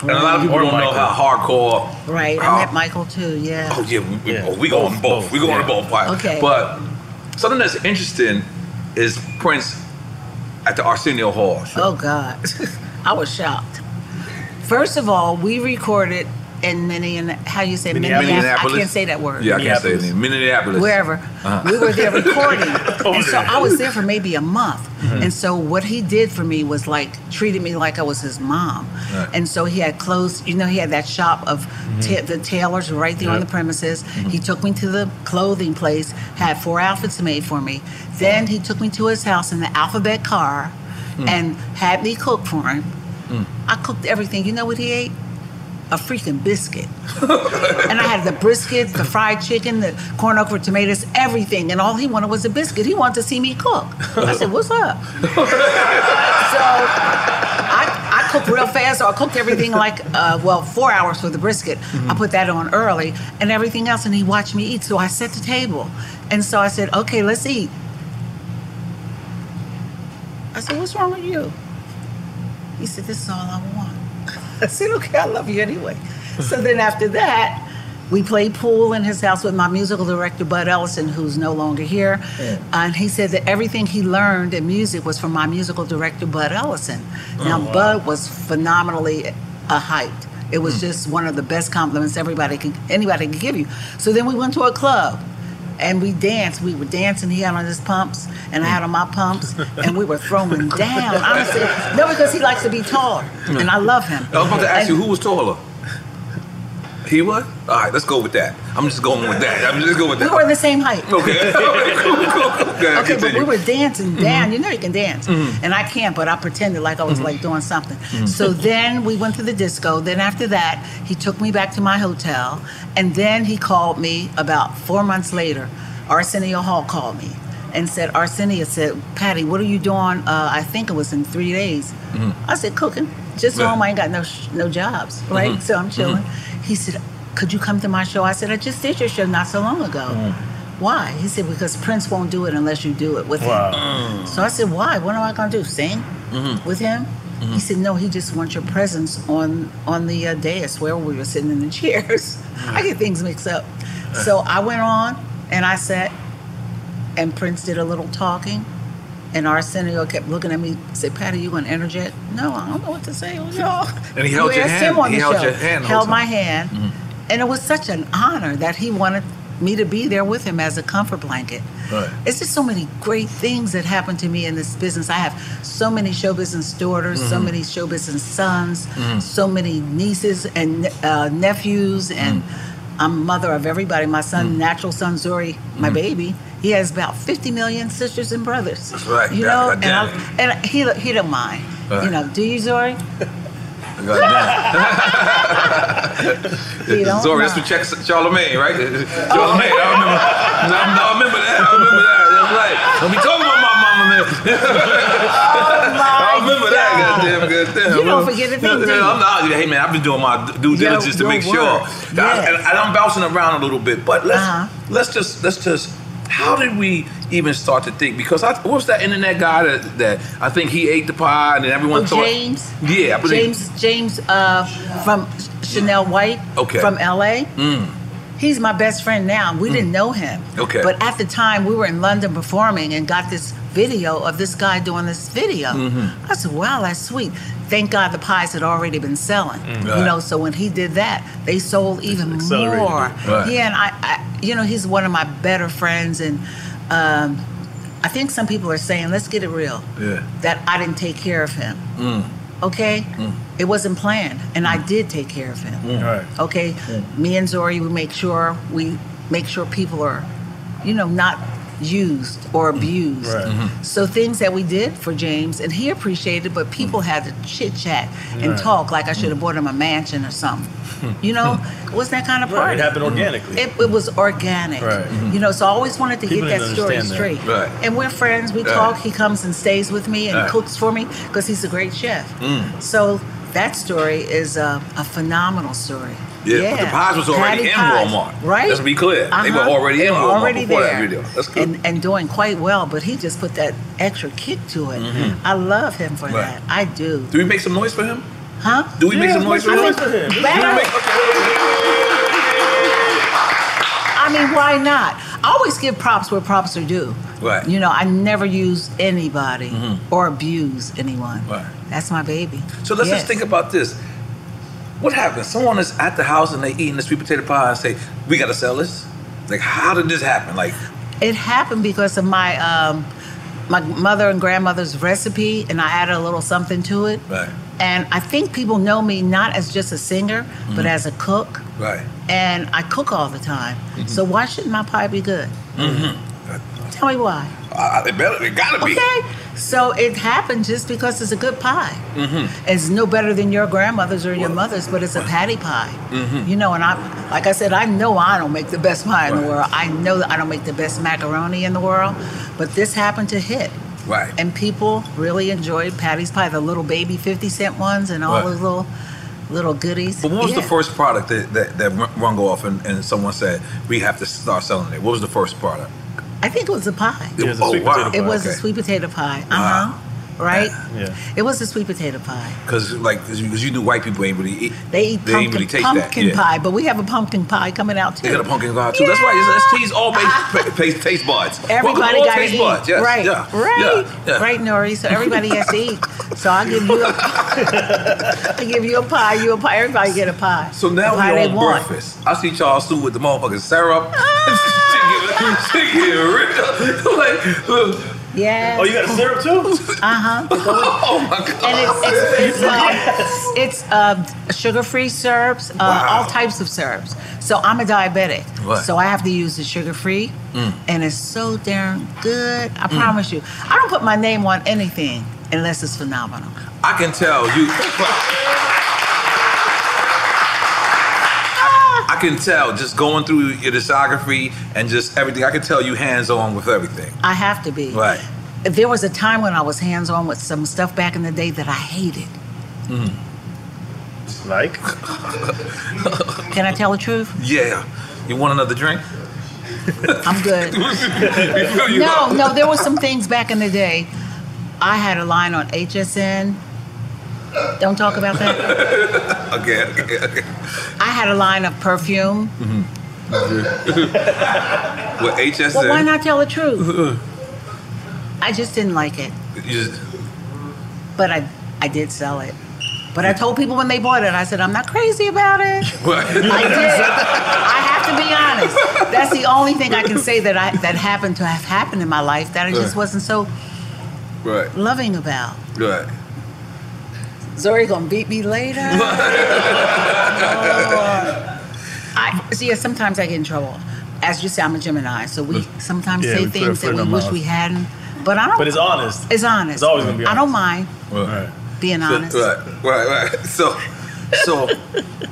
Speaker 2: And a lot of people
Speaker 1: Or
Speaker 2: don't know
Speaker 1: Michael.
Speaker 2: how hardcore.
Speaker 4: Right.
Speaker 2: how-
Speaker 4: I met Michael too, yeah.
Speaker 2: Oh yeah, we, we, oh, we go on both. We go on both. Right.
Speaker 4: Okay.
Speaker 2: But something that's interesting is Prince at the Arsenio Hall. show.
Speaker 4: Oh God, I was shocked. First of all, we recorded in Minneapolis. How you say Minneapolis? I can't say that word.
Speaker 2: Yeah, I can't say it. Minneapolis.
Speaker 4: Wherever
Speaker 2: Uh-huh.
Speaker 4: we were there recording, and so
Speaker 2: there.
Speaker 4: I was there for maybe a month.
Speaker 2: Mhm.
Speaker 4: And so what he did for me was like treated me like I was his mom.
Speaker 5: Right.
Speaker 4: And so he had clothes. You know, he had that shop of ta-
Speaker 2: Mm-hmm.
Speaker 5: Mhm.
Speaker 4: the tailors right there on
Speaker 5: Yeah.
Speaker 4: the premises. He took me to the clothing place, had four outfits made for me. Then he took me to his house in the alphabet car,
Speaker 2: Mm.
Speaker 5: Mhm.
Speaker 4: and had me cook for him. I cooked everything. You know what he ate? A freaking biscuit. and I had the brisket, the fried chicken, the corn okra tomatoes, everything. And all he wanted was a biscuit. He wanted to see me cook. I said, What's up? I cooked real fast, so I cooked everything like, uh, well, four hours for the brisket. I put that on early and everything else, and he watched me eat. So I set the table. And so I said, okay, let's eat. I said, what's wrong with you? He said, this is all I want. I said, okay, I love you anyway. So then after that, we played pool in his house with my musical director, Bud Ellison, who's no longer here. And he said that everything he learned in music was from my musical director, Bud Ellison.
Speaker 5: Oh,
Speaker 4: Now,
Speaker 5: wow.
Speaker 4: Bud was phenomenally a height. It was
Speaker 2: Hmm.
Speaker 4: just one of the best compliments everybody can anybody can give you. So then we went to a club and we danced. We were dancing. He had on his pumps, and I had on my pumps, and we were throwing down. Honestly, no, because he likes to be taller, and I love him.
Speaker 2: Hmm. I was about to ask
Speaker 4: And-
Speaker 2: you who was taller. He was. All right, let's go with that. I'm just going with that. I'm just going with
Speaker 4: We
Speaker 2: that.
Speaker 4: were the same height.
Speaker 2: Okay. cool, cool, cool. Okay,
Speaker 4: okay, but
Speaker 2: continue. Mm-hmm.
Speaker 4: we were dancing down. You know you can dance,
Speaker 2: Mhm.
Speaker 4: and I can't. But I pretended like I was
Speaker 2: Mhm.
Speaker 4: like doing something.
Speaker 5: Mhm.
Speaker 4: So then we went to the disco. Then after that, he took me back to my hotel, and then he called me about four months later. Arsenio Hall called me and said, Arsenio said, Patty, what are you doing? Uh, I think it was in three days.
Speaker 2: Mm-hmm.
Speaker 4: I said, cooking. Just
Speaker 5: Yeah.
Speaker 4: home. I ain't got no sh- no jobs, right?
Speaker 5: Mhm.
Speaker 4: So I'm chilling.
Speaker 5: Mhm.
Speaker 4: He said, could you come to my show? I said, I just did your show not so long ago.
Speaker 5: Mm.
Speaker 4: Why? He said, because Prince won't do it unless you do it with
Speaker 5: Wow.
Speaker 4: him.
Speaker 5: Mm.
Speaker 4: So I said, why? What am I going to do? Sing
Speaker 2: Mm-hmm.
Speaker 4: with him? He said, no, he just wants your presence on on the uh, dais where we were sitting in the chairs.
Speaker 2: Mm-hmm.
Speaker 4: I get things mixed up.
Speaker 2: Uh.
Speaker 4: So I went on and I sat, and Prince did a little talking. And Arsenio kept looking at me, said, Patty, you going to interject? No, I don't know what to say. Y'all.
Speaker 2: And he held
Speaker 4: You
Speaker 2: your
Speaker 4: asked
Speaker 2: hand.
Speaker 4: him on
Speaker 2: He
Speaker 4: the
Speaker 2: held
Speaker 4: show.
Speaker 2: your hand the whole
Speaker 4: Held my
Speaker 2: time.
Speaker 4: hand.
Speaker 2: Mhm.
Speaker 4: And it was such an honor that he wanted me to be there with him as a comfort blanket.
Speaker 2: Right.
Speaker 4: It's just so many great things that happened to me in this business. I have so many show business daughters, so
Speaker 2: Mm-hmm.
Speaker 5: Mhm.
Speaker 4: many show business sons,
Speaker 5: Mhm.
Speaker 4: so many nieces and uh, nephews, and
Speaker 2: Mm-hmm.
Speaker 4: I'm mother of everybody. My son, natural son Zuri,
Speaker 2: Mm-hmm.
Speaker 4: my
Speaker 5: Mhm.
Speaker 4: baby, he has about 50 million sisters and brothers.
Speaker 2: That's right.
Speaker 4: You
Speaker 2: God-
Speaker 4: know,
Speaker 2: God
Speaker 4: and,
Speaker 2: damn
Speaker 4: I, and he he don't mind. You
Speaker 2: Right.
Speaker 4: know, do you Zori? You don't
Speaker 2: Zori, that's from
Speaker 4: know.
Speaker 2: Czech- Charlemagne, right?
Speaker 4: Oh.
Speaker 2: Charlemagne. I remember. I remember that. I remember that. That's right. Don't be talking about my mama, man.
Speaker 4: Oh,
Speaker 2: I remember that.
Speaker 4: God.
Speaker 2: Goddamn, goddamn.
Speaker 4: You don't forget a thing, do you?
Speaker 2: I'm not. Hey man, I've been doing my due
Speaker 4: Yo,
Speaker 2: diligence to
Speaker 4: your
Speaker 2: make
Speaker 4: work.
Speaker 2: sure.
Speaker 4: Yes. Uh-huh.
Speaker 2: I, and I'm bouncing around a little bit, but let's let's just let's just. How did we even start to think? Because I, what was that internet guy that, that I think he ate the pie and then everyone
Speaker 4: Oh,
Speaker 2: thought
Speaker 4: James.
Speaker 2: Yeah, I believe-
Speaker 4: James James uh, from Chanel White.
Speaker 2: Okay.
Speaker 4: From L.A.
Speaker 2: Mm.
Speaker 4: He's
Speaker 5: Hmm.
Speaker 4: my best friend now. We didn't know him.
Speaker 2: Okay.
Speaker 4: But at the time, we were in London performing and got this video of this guy doing this video.
Speaker 2: Mm-hmm.
Speaker 5: Mhm.
Speaker 4: I said, wow, that's sweet. Thank God the pies had already been selling.
Speaker 5: Mm.
Speaker 4: You
Speaker 5: Right.
Speaker 4: know, so when he did that, they sold even
Speaker 5: accelerated it.
Speaker 4: more.
Speaker 5: Right.
Speaker 4: Yeah, and I, I, you know, he's one of my better friends. And um, I think some people are saying, let's get it real,
Speaker 2: Yeah.
Speaker 4: that I didn't take care of him.
Speaker 2: Mm.
Speaker 4: Okay?
Speaker 2: Mm.
Speaker 4: It wasn't planned, and
Speaker 5: Mm.
Speaker 4: I did take care of him.
Speaker 2: Mm. Right.
Speaker 4: Okay, me and Zori, we make sure we make sure people are, you know, not used or abused.
Speaker 5: Right. Mhm.
Speaker 4: So things that we did for James, and he appreciated, but people had to chit chat and
Speaker 1: Right.
Speaker 4: talk like I should have bought him a mansion or something. You know, it was that kind of
Speaker 1: Right,
Speaker 4: party.
Speaker 1: it happened organically.
Speaker 4: It, it was organic.
Speaker 1: Right. Mhm.
Speaker 4: You know, so I always wanted to
Speaker 1: People
Speaker 4: get that
Speaker 1: didn't
Speaker 4: story
Speaker 1: understand
Speaker 4: straight.
Speaker 1: that. Right.
Speaker 4: And we're friends. We
Speaker 1: Right.
Speaker 4: talk. He comes and stays with me and
Speaker 1: Right.
Speaker 4: cooks for me because he's a great chef.
Speaker 2: Mm.
Speaker 4: So that story is a, a phenomenal story.
Speaker 2: Yeah, but the pies was already
Speaker 4: Patty
Speaker 2: in
Speaker 4: pies,
Speaker 2: Walmart.
Speaker 4: Right?
Speaker 2: Let's be clear. They were
Speaker 4: Uh-huh.
Speaker 2: already
Speaker 4: They
Speaker 2: in
Speaker 4: were
Speaker 2: Walmart
Speaker 4: already
Speaker 2: before that
Speaker 4: there.
Speaker 2: video. That's cool.
Speaker 4: and, and doing quite well, but he just put that extra kick to it.
Speaker 2: Mhm.
Speaker 4: I love him for
Speaker 2: Right.
Speaker 4: that. I do.
Speaker 2: Do we make some noise for him?
Speaker 4: Huh?
Speaker 2: Do we make some noise for him?
Speaker 4: Better. I mean, why not? I always give props where props are due.
Speaker 2: Right. Mm-hmm.
Speaker 4: You know, I never use anybody or abuse anyone.
Speaker 2: Right.
Speaker 4: That's my baby.
Speaker 2: So let's
Speaker 4: Yes.
Speaker 2: just think about this. What happens? Someone is at the house and they eating the sweet potato pie and say, "We got to sell this." Like, how did this happen? Like,
Speaker 4: It happened because of my um, my mother and grandmother's recipe, and I added a little something to it.
Speaker 2: right,
Speaker 4: And I think people know me not as just a singer, but
Speaker 2: Mhm.
Speaker 4: as a cook.
Speaker 2: right.
Speaker 4: And I cook all the time. So why shouldn't my pie be good?
Speaker 2: Mm-hmm.
Speaker 4: Tell me why.
Speaker 2: Uh, it better. It gotta be.
Speaker 4: Okay. So it happened just because it's a good pie.
Speaker 2: Mm-hmm.
Speaker 4: It's no better than your grandmother's or your mother's, but it's a patty pie.
Speaker 2: Mhm.
Speaker 4: You know, and I, like I said, I know I don't make the best pie in the
Speaker 2: Right.
Speaker 4: world. I know that I don't make the best macaroni in the world, but this happened to hit.
Speaker 2: Right.
Speaker 4: And people really enjoyed Patty's pie, the little baby 50 cent ones and all
Speaker 2: Right.
Speaker 4: those little little goodies.
Speaker 2: But what was the
Speaker 4: Yeah.
Speaker 2: first product that that, that rung- rung off and, and someone said we have to start selling it? What was the first product?
Speaker 4: I think it was a pie.
Speaker 2: It was a Oh, sweet wow. potato
Speaker 4: It
Speaker 2: pie,
Speaker 4: was a
Speaker 2: okay.
Speaker 4: sweet potato pie. Uh huh. Right?
Speaker 2: Yeah.
Speaker 4: It was a sweet potato pie.
Speaker 2: Because like, because you knew white people ain't really eat.
Speaker 4: They eat
Speaker 2: They ain't
Speaker 4: pumpkin,
Speaker 2: really taste that,
Speaker 4: pumpkin
Speaker 2: yeah.
Speaker 4: pie, but we have a pumpkin pie coming out too.
Speaker 2: They got a pumpkin guard too. That's why it's, it's tease all base, taste, taste buds. Welcome
Speaker 4: Everybody
Speaker 2: all
Speaker 4: got to
Speaker 2: taste
Speaker 4: eat.
Speaker 2: buds. Yes.
Speaker 4: Right.
Speaker 2: Yeah.
Speaker 4: Right.
Speaker 2: Yeah. Yeah.
Speaker 4: Right, Nori. So everybody has to eat. So I give you a I give you a pie, you a pie, everybody get a pie.
Speaker 2: So now
Speaker 4: the pie
Speaker 2: we
Speaker 4: they
Speaker 2: on
Speaker 4: want.
Speaker 2: breakfast. I see Charles Sue with the motherfucking syrup. she getting, she getting ripped up. like, look.
Speaker 4: Yeah.
Speaker 2: Oh, you got a syrup
Speaker 4: too? Uh huh.
Speaker 2: oh my god.
Speaker 4: And it's it's, it's, uh, it's uh, sugar-free syrups, uh,
Speaker 5: Wow.
Speaker 4: all types of syrups. So I'm a diabetic,
Speaker 5: Right.
Speaker 4: so I have to use the sugar-free,
Speaker 5: Mm.
Speaker 4: and it's so darn good. I
Speaker 2: Mm.
Speaker 4: promise you. I don't put my name on anything unless it's phenomenal.
Speaker 2: I can tell you. I can tell just going through your discography and just everything. I can tell you hands on with everything.
Speaker 4: I have to be.
Speaker 2: Right.
Speaker 4: There was a time when I was hands-on with some stuff back in the day that I hated.
Speaker 2: Mm-hmm. Like?
Speaker 4: Can I tell the truth?
Speaker 2: yeah. You want another drink?
Speaker 4: I'm good.
Speaker 2: We fill you
Speaker 4: no,
Speaker 2: up.
Speaker 4: no, there were some things back in the day. I had a line on HSN. Don't talk about that.
Speaker 2: okay, okay, okay.
Speaker 4: I had a line of perfume.
Speaker 2: Mm-hmm. With HSN.
Speaker 4: Well, why not tell the truth? I just didn't like it,
Speaker 2: You just-
Speaker 4: but I, I did sell it. But I told people when they bought it, I said, I'm not crazy about it.
Speaker 2: What?
Speaker 4: I did. I have to be honest. That's the only thing I can say that I that happened to have happened in my life that I just
Speaker 2: Right.
Speaker 4: wasn't so
Speaker 2: Right,
Speaker 4: loving about.
Speaker 2: right.
Speaker 4: Zori gonna beat me later. I see. Yeah, sometimes I get in trouble. As you say, I'm a Gemini, so we sometimes
Speaker 1: Yeah,
Speaker 4: say
Speaker 1: we put
Speaker 4: things
Speaker 1: our foot
Speaker 4: that
Speaker 1: in our
Speaker 4: we wish
Speaker 1: mouth.
Speaker 4: we hadn't. But I don't.
Speaker 1: But it's honest.
Speaker 4: It's honest.
Speaker 1: It's always gonna be
Speaker 4: I don't mind
Speaker 2: Right.
Speaker 4: being honest.
Speaker 2: So, right, right, right. So, so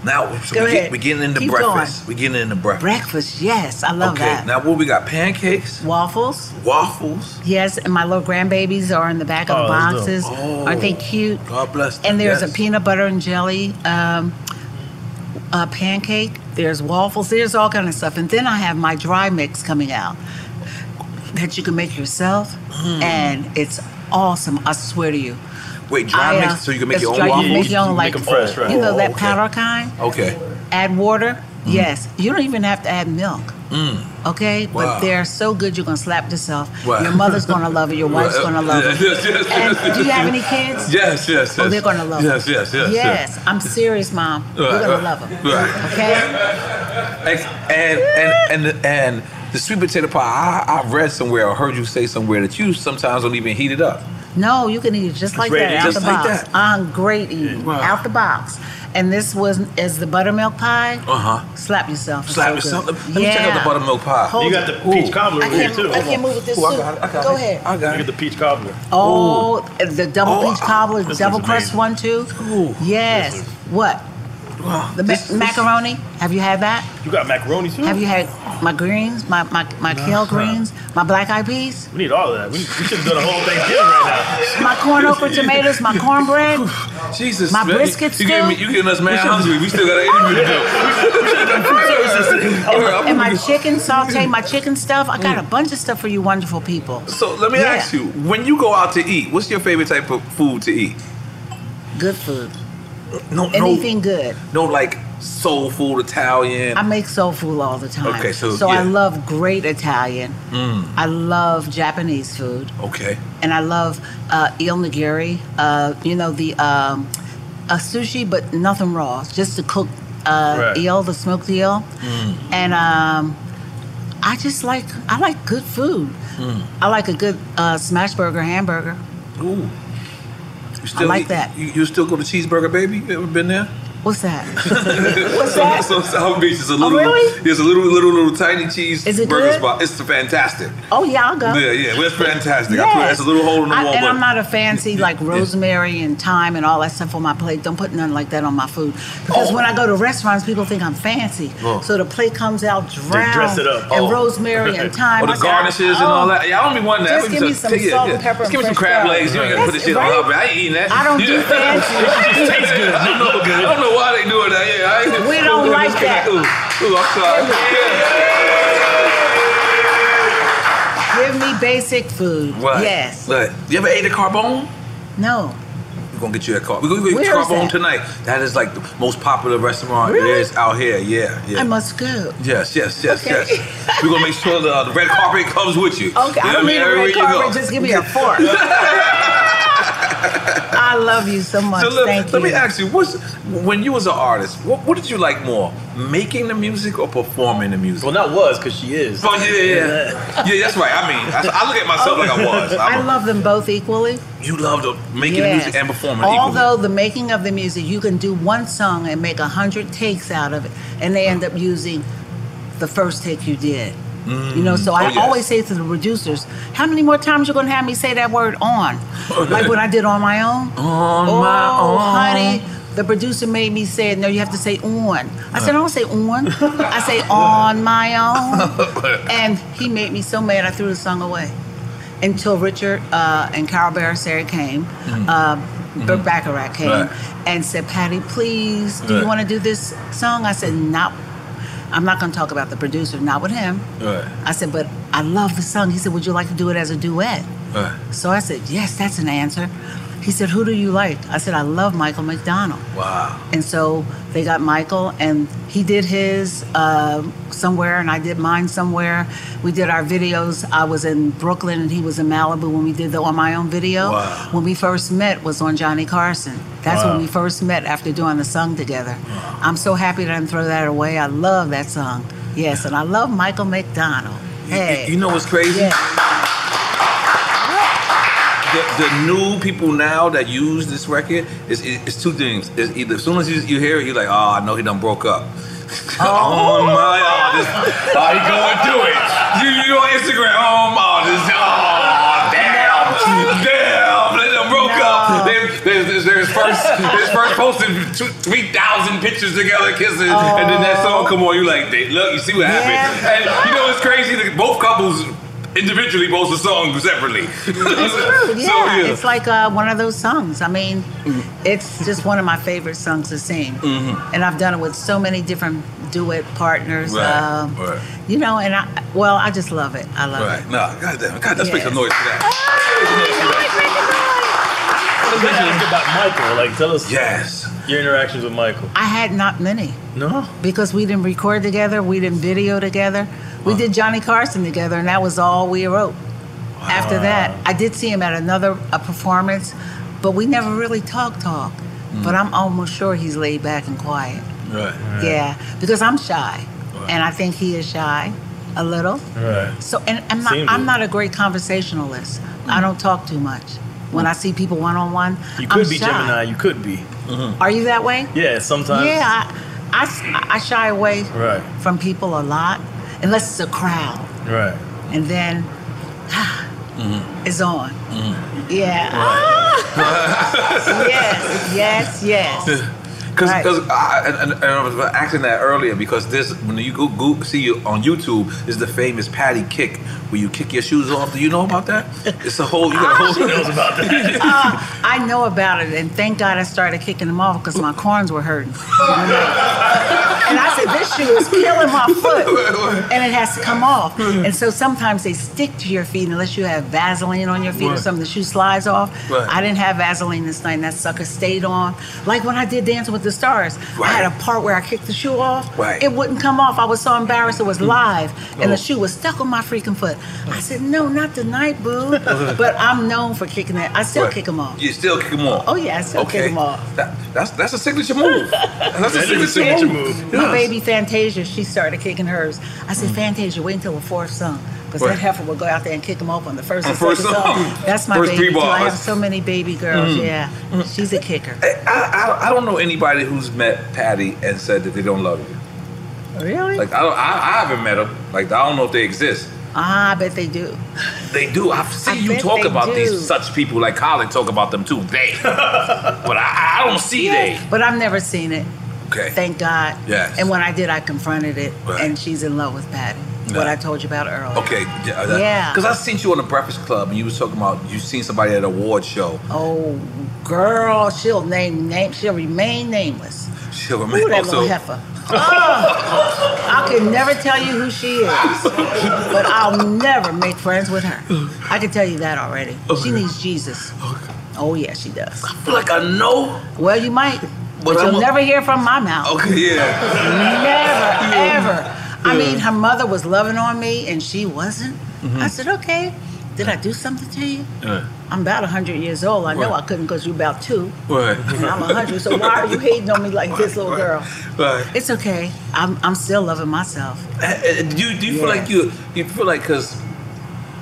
Speaker 2: now so
Speaker 4: Go
Speaker 2: we
Speaker 4: ahead.
Speaker 2: get, we're getting into
Speaker 4: Keep
Speaker 2: breakfast. We're getting into breakfast.
Speaker 4: Breakfast, yes, I love
Speaker 2: okay,
Speaker 4: that.
Speaker 2: now what we got? Pancakes,
Speaker 4: waffles,
Speaker 2: waffles.
Speaker 4: Yes, and my little grandbabies are in the back of the
Speaker 2: Oh, that's
Speaker 4: boxes.
Speaker 2: dope.
Speaker 4: Aren't they
Speaker 2: Oh.
Speaker 4: cute?
Speaker 2: God bless. them,
Speaker 4: And there's
Speaker 2: yes.
Speaker 4: a peanut butter and jelly um, uh pancake. There's waffles. There's all kind of stuff. And then I have my dry mix coming out that you can make yourself,
Speaker 2: Hmm.
Speaker 4: and it's awesome. I swear to you.
Speaker 2: Wait, dry
Speaker 4: I, uh,
Speaker 2: mix so you can make
Speaker 4: it's
Speaker 2: your own
Speaker 4: dry-
Speaker 2: waffles. Oh,
Speaker 4: You make your own like you know that powder kind.
Speaker 2: Okay. Hmm.
Speaker 4: Add water. Yes, you don't even have to add milk.
Speaker 2: Mm.
Speaker 4: Okay,
Speaker 2: Wow.
Speaker 4: but they're so good you're gonna slap yourself.
Speaker 2: Wow.
Speaker 4: Your mother's gonna love it. Your wife's
Speaker 2: Well, uh,
Speaker 4: gonna love
Speaker 2: yes,
Speaker 4: it.
Speaker 2: yes, yes,
Speaker 4: and
Speaker 2: yes,
Speaker 4: do you have any
Speaker 2: yes.
Speaker 4: kids?
Speaker 2: Yes, yes, yes.
Speaker 4: Oh, they're gonna love
Speaker 2: yes,
Speaker 4: it.
Speaker 2: Yes, yes,
Speaker 4: yes.
Speaker 2: yes.
Speaker 4: I'm serious, mom. You're
Speaker 2: Right,
Speaker 4: gonna
Speaker 2: right,
Speaker 4: love them.
Speaker 2: right.
Speaker 4: Okay.
Speaker 2: Ex- And and and and the sweet potato pie. I, I read somewhere or heard you say somewhere that you sometimes don't even heat it up.
Speaker 4: No, you can eat it just like
Speaker 2: ready,
Speaker 4: that out
Speaker 2: just
Speaker 4: the
Speaker 2: like
Speaker 4: box.
Speaker 2: that.
Speaker 4: On great eating, out the box. And this was as the buttermilk pie.
Speaker 2: Uh huh.
Speaker 4: Slap yourself. It's
Speaker 2: Slap
Speaker 4: so
Speaker 2: yourself.
Speaker 4: good.
Speaker 2: Let me check out the buttermilk pie.
Speaker 4: Hold You got it. the peach
Speaker 1: cobbler
Speaker 4: I can't, move, I can't move with this soup. Go ahead.
Speaker 2: I got
Speaker 1: Look at the peach cobbler.
Speaker 4: Oh, the double peach cobbler, double
Speaker 1: is
Speaker 4: crust one too. Yes. What? the ma- macaroni. Have you had that?
Speaker 1: You got macaroni too.
Speaker 4: Have you had my greens, my my, my kale greens, my black eyed peas,
Speaker 1: We need all of that. We, we should have done a whole Thanksgiving right now.
Speaker 4: my corn okra tomatoes, my cornbread?
Speaker 2: Jesus,
Speaker 4: My
Speaker 2: man,
Speaker 4: briskets
Speaker 2: You, you getting
Speaker 4: too?
Speaker 2: me- you getting us mad
Speaker 4: We should-
Speaker 2: hungry. We still got an interview to do. We should have done food services today. All right, I'm
Speaker 4: and
Speaker 2: gonna
Speaker 4: my
Speaker 2: do-
Speaker 4: chicken saute, my chicken stuff. I got a bunch of stuff for you, wonderful people.
Speaker 2: So let me
Speaker 4: Yeah.
Speaker 2: ask you: When you go out to eat, what's your favorite type of food to eat?
Speaker 4: Good food.
Speaker 2: No,
Speaker 4: Anything good.
Speaker 2: no, no, like soul food, Italian.
Speaker 4: I make soul food all the time.
Speaker 2: Okay, so,
Speaker 4: I
Speaker 2: yeah.
Speaker 4: love great Italian.
Speaker 2: Mm,
Speaker 4: I love Japanese food.
Speaker 2: okay.
Speaker 4: and I love uh, eel nigiri. Uh, you know the um, a sushi, but nothing raw. Just to cook uh,
Speaker 5: Right.
Speaker 4: eel, the smoked eel, and um, I just like I like good food. I like a good uh, smash burger, hamburger.
Speaker 2: Ooh. You still
Speaker 4: like
Speaker 2: eat-
Speaker 4: that.
Speaker 2: You, you still go to Cheeseburger Baby? You ever been there?
Speaker 4: What's that?
Speaker 2: What's so,
Speaker 4: that? Oh,
Speaker 2: So South Beach is a little,
Speaker 4: really?
Speaker 2: it's a little, little, little tiny cheese
Speaker 4: Is it
Speaker 2: burger
Speaker 4: good?
Speaker 2: spot. It's fantastic.
Speaker 4: Oh yeah, I'll go.
Speaker 2: Yeah, yeah, well, it's fantastic. I put, it's a little hole in the
Speaker 4: I-
Speaker 2: wall.
Speaker 4: and
Speaker 2: but-
Speaker 4: I'm not a fancy like rosemary and thyme and all that stuff on my plate. Don't put nothing like that on my food because when I go to restaurants, people think I'm fancy.
Speaker 2: Oh.
Speaker 4: So the plate comes out drowned
Speaker 2: dress it up.
Speaker 4: and
Speaker 2: Oh.
Speaker 4: rosemary and thyme.
Speaker 2: Or the
Speaker 4: I said,
Speaker 2: garnishes and
Speaker 4: oh,
Speaker 2: all that. Yeah, I don't be wanting that.
Speaker 4: Just
Speaker 2: I
Speaker 4: give me some
Speaker 2: yeah,
Speaker 4: salt
Speaker 2: yeah.
Speaker 4: and pepper
Speaker 2: Just give me
Speaker 4: and
Speaker 2: some
Speaker 4: fresh
Speaker 2: crab
Speaker 4: crab.
Speaker 2: legs. You ain't gotta put this shit
Speaker 4: That's right.
Speaker 2: on up. I ain't eating that.
Speaker 4: I don't do
Speaker 2: Yeah.
Speaker 4: fancy.
Speaker 2: It tastes good. I don't know. I don't know why they doing that. Yeah, I ain't,
Speaker 4: We don't
Speaker 2: Ooh,
Speaker 4: like
Speaker 2: this kinda-
Speaker 4: that.
Speaker 2: Ooh, ooh, I'm sorry.
Speaker 4: Give me basic food.
Speaker 2: Right.
Speaker 4: Yes.
Speaker 2: Right. You ever ate a carbone?
Speaker 4: No.
Speaker 2: We're gonna get you a car. We're gonna get you a
Speaker 4: Where is
Speaker 2: carbone
Speaker 4: that?
Speaker 2: tonight. That is like the most popular restaurant there
Speaker 4: Really?
Speaker 2: is out here. Yeah, yeah.
Speaker 4: I must go.
Speaker 2: Yes, yes, yes,
Speaker 4: Okay.
Speaker 2: yes. We're gonna make sure the, the red carpet comes with you.
Speaker 4: Okay, I
Speaker 2: You know what
Speaker 4: don't need a
Speaker 2: Everywhere
Speaker 4: red
Speaker 2: you go.
Speaker 4: carpet. Just give me a fork. I love you so much.
Speaker 2: So look,
Speaker 4: Thank
Speaker 2: let
Speaker 4: you.
Speaker 2: me ask you, what's when you was an artist, what, what did you like more, making the music or performing the music? Well,
Speaker 1: not was because she is.
Speaker 2: Oh yeah, yeah, yeah. yeah, that's right. I mean, I, I look at myself like I was.
Speaker 4: I
Speaker 2: I'm a,
Speaker 4: love them both equally.
Speaker 2: you loved uh, making the
Speaker 4: Yes.
Speaker 2: music and performing.
Speaker 4: Although the making of the music, you can do one song and make a hundred takes out of it, and they end up using the first take you did.
Speaker 2: equally.
Speaker 4: You know, so
Speaker 2: Mm.
Speaker 4: I
Speaker 2: Oh, yes.
Speaker 4: always say to the producers, "How many more times you gonna have me say that word on?" like when I did on my own.
Speaker 2: On
Speaker 4: oh,
Speaker 2: my own.
Speaker 4: honey. The producer made me say, "No, you have to say on." I said, "I don't say on. I say on my own." and he made me so mad, I threw the song away. Until Richard uh, and Carol Barrisseri came,
Speaker 2: Mm-hmm.
Speaker 4: uh, Burt Bacharach came,
Speaker 5: Right.
Speaker 4: and said, "Patty, please, do
Speaker 5: Right.
Speaker 4: you want to do this song?" I said, "Not. I'm not going to talk about the producer. Not with him."
Speaker 2: Right,
Speaker 4: I said, but I love the song. He said, would you like to do it as a duet?
Speaker 2: right.
Speaker 4: So I said, yes, that's an answer. He said, who do you like? I said, I love Michael McDonald.
Speaker 2: Wow.
Speaker 4: And so they got Michael, and he did his uh, somewhere, and I did mine somewhere. We did our videos. I was in Brooklyn, and he was in Malibu when we did the On My Own video.
Speaker 5: Wow.
Speaker 4: When we first met was on Johnny Carson. That's
Speaker 5: Wow.
Speaker 4: when we first met after doing the song together. I'm so happy that I didn't throw that away. I love that song. Yes, and I love Michael McDonald. Hey.
Speaker 2: You know what's crazy? The, the new people now that use this record is it's two things. It's either as soon as you, you hear it, you're like, oh, I know he done broke up. Oh, my, oh, this, oh, he going through it. You, you on Instagram, oh my, this, oh damn, damn, they done broke up. They, they, they, there's first, there's first posted two, three thousand pictures together kissing, and then that
Speaker 4: Oh.
Speaker 2: song come on. You like, they, look, you see what happened. And you know it's crazy that both couples individually post the song separately.
Speaker 4: It's true,
Speaker 2: So,
Speaker 4: yeah.
Speaker 2: yeah.
Speaker 4: It's like uh, one of those songs. I mean, it's just one of my favorite songs to sing.
Speaker 2: Mhm.
Speaker 4: And I've done it with so many different duet partners.
Speaker 2: Right,
Speaker 4: um,
Speaker 2: right.
Speaker 4: You know, and I, well, I just love it. I love
Speaker 2: Right. No, goddamn. God, let's make some
Speaker 4: Yeah.
Speaker 2: noise for that.
Speaker 1: about Michael. Like, tell us.
Speaker 2: Yes.
Speaker 1: Your interactions with Michael.
Speaker 4: it. I had not many.
Speaker 1: No.
Speaker 4: Because we didn't record together, we didn't video together. We did Johnny Carson together, and that was all we wrote. After that, I did see him at another a performance, but we never really talked talk. But
Speaker 2: Mm.
Speaker 4: I'm almost sure he's laid back and quiet.
Speaker 2: Right.
Speaker 4: Yeah, because I'm shy, and I think he is shy, a little.
Speaker 2: Right.
Speaker 4: So, and, and my,
Speaker 5: Seems
Speaker 4: I'm
Speaker 5: it.
Speaker 4: not a great conversationalist. I don't talk too much. When I see people one on one,
Speaker 5: Mm-hmm. You could
Speaker 4: I'm
Speaker 5: be
Speaker 4: shy.
Speaker 5: Gemini. You could be.
Speaker 2: Mm-hmm.
Speaker 4: Are you that way?
Speaker 5: Yeah, sometimes.
Speaker 4: Yeah, I, I s- I shy away
Speaker 5: Right.
Speaker 4: from people a lot, unless it's a crowd,
Speaker 5: Right.
Speaker 4: and then it's on.
Speaker 2: Mm-hmm.
Speaker 4: Yeah. yes, yes, yes.
Speaker 2: Because I, and, and I was asking that earlier because this when you go, go see you on YouTube is the famous patty kick where you kick your shoes off. Do you know about that? It's a whole. You got a whole.
Speaker 4: She knows
Speaker 2: about
Speaker 4: Oh, I know about it, and thank God I started kicking them off because my corns were hurting. and I said, This shoe is killing my foot, and it has to come off. And so sometimes they stick to your feet unless you have Vaseline on your feet or
Speaker 6: Right.
Speaker 4: something, the shoe slides off.
Speaker 6: Right.
Speaker 4: I didn't have Vaseline this night, and that sucker stayed on. Like when I did Dancing with the Stars, I had a part where I kicked the shoe off,
Speaker 6: Right.
Speaker 4: it wouldn't come off. I was so embarrassed, it was live, and
Speaker 6: Oh.
Speaker 4: the shoe was stuck on my freaking foot. I said, No, not tonight, boo. but I'm known for kicking it. I still
Speaker 2: Right.
Speaker 4: kick them off.
Speaker 2: You still kick them off.
Speaker 4: Oh yeah, I still kick 'em kick them off.
Speaker 2: That, that's that's a signature move. That's
Speaker 5: That
Speaker 2: a
Speaker 5: is
Speaker 2: signature,
Speaker 5: a signature
Speaker 2: move.
Speaker 5: move.
Speaker 4: My
Speaker 2: Yes.
Speaker 4: baby Fantasia, she started kicking hers. I said, Fantasia, wait until the fourth song. Because
Speaker 2: Right.
Speaker 4: that heifer would go out there and kick them off on the first
Speaker 2: On
Speaker 4: and
Speaker 2: first
Speaker 4: second
Speaker 2: song.
Speaker 4: song. That's my
Speaker 2: First three
Speaker 4: baby. Too. I
Speaker 2: bars.
Speaker 4: have so many baby girls.
Speaker 2: Mm.
Speaker 4: Yeah, she's a kicker.
Speaker 2: I, I, I don't know anybody who's met Patty and said that they don't love you.
Speaker 4: Really?
Speaker 2: Like I don't, I, I haven't met them. Like I don't know if they exist.
Speaker 4: Ah, I bet they do.
Speaker 2: They do. I've seen you
Speaker 4: bet
Speaker 2: talk
Speaker 4: they
Speaker 2: about
Speaker 4: do.
Speaker 2: these such people. Like Colin talk about them too. They, but I, I don't see
Speaker 4: Yeah,
Speaker 2: they.
Speaker 4: But I've never seen it.
Speaker 2: Okay.
Speaker 4: Thank God.
Speaker 2: Yes.
Speaker 4: And when I did, I confronted it,
Speaker 2: Right.
Speaker 4: and she's in love with Patty. What
Speaker 2: Yeah.
Speaker 4: I told you about earlier.
Speaker 2: Okay.
Speaker 4: Yeah.
Speaker 2: Because I seen you on the Breakfast Club and you was talking about you seen somebody at an award show.
Speaker 4: Oh, girl, she'll name name. She'll remain nameless.
Speaker 2: She'll
Speaker 4: Ooh, that little heifer. Oh, I can never tell you who she is, but I'll never make friends with her. I can tell you that already. She needs Jesus. Oh yeah, she does. I
Speaker 2: feel like I know.
Speaker 4: Well, you might,
Speaker 2: But
Speaker 4: but,
Speaker 2: I'm
Speaker 4: you'll
Speaker 2: a-
Speaker 4: never hear from my mouth.
Speaker 2: Okay, yeah.
Speaker 4: Never, ever. I
Speaker 2: Yeah.
Speaker 4: mean, her mother was loving on me, and she wasn't.
Speaker 2: Mhm.
Speaker 4: I said, okay. Did I do something to you?
Speaker 2: Right.
Speaker 4: I'm about 100 years old. I know
Speaker 2: Right.
Speaker 4: I couldn't because you're about two.
Speaker 2: Right.
Speaker 4: And I'm 100, so why are you hating on me like this, little girl?
Speaker 2: Right.
Speaker 4: It's okay. I'm, I'm still loving myself.
Speaker 2: Uh, uh, Do you, do you feel
Speaker 4: Yeah.
Speaker 2: like you you feel like because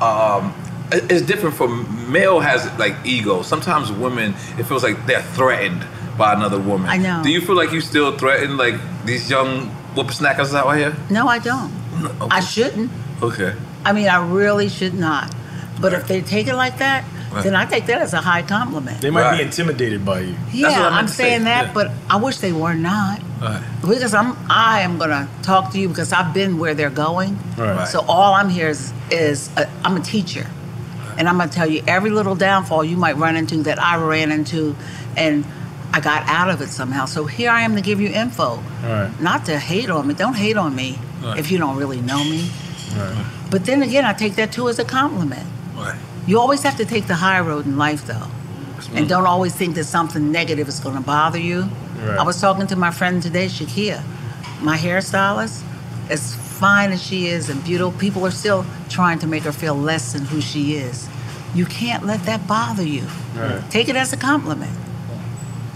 Speaker 2: um, it- it's different from male has like ego. Sometimes women it feels like they're threatened by another woman.
Speaker 4: I know.
Speaker 2: Do you feel like you still threaten like these young whippersnackers out here?
Speaker 4: No, I don't. I shouldn't.
Speaker 2: Okay.
Speaker 4: I mean, I really should not. But if they take it like that,
Speaker 5: Right.
Speaker 4: then I take that as a high compliment.
Speaker 5: They might be intimidated by you.
Speaker 4: Yeah, I'm, saying that, but I wish they were not. Because I'm, I am gonna talk to you because I've been where they're going.
Speaker 5: Right.
Speaker 4: So all I'm here is, is a, I'm a teacher, and I'm gonna tell you every little downfall you might run into that I ran into, and I got out of it somehow. So here I am to give you info,
Speaker 5: Right.
Speaker 4: not to hate on me. Don't hate on me
Speaker 5: Right.
Speaker 4: if you don't really know me.
Speaker 5: Right.
Speaker 4: But then again, I take that too as a compliment.
Speaker 2: Right.
Speaker 4: You always have to take the high road in life, though, and don't always think that something negative is going to bother you.
Speaker 6: Right.
Speaker 4: I was talking to my friend today, Shakia, my hairstylist. As fine as she is and beautiful, people are still trying to make her feel less than who she is. You can't let that bother you.
Speaker 6: Right.
Speaker 4: Take it as a compliment.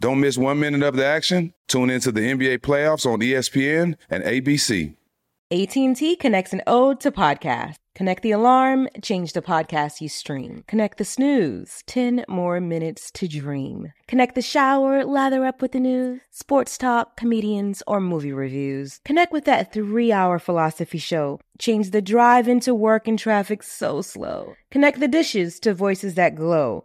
Speaker 7: Don't miss one minute of the action. Tune into the NBA E playoffs on ESPN and ABC.
Speaker 8: AT&T connects an ode to podcast. Connect the alarm, change the podcast you stream. Connect the snooze, 10 more minutes to dream. Connect the shower, lather up with the news, sports talk, comedians, or movie reviews. Connect with that three hour philosophy show. Change the drive into work and traffic so slow. Connect the dishes to voices that glow.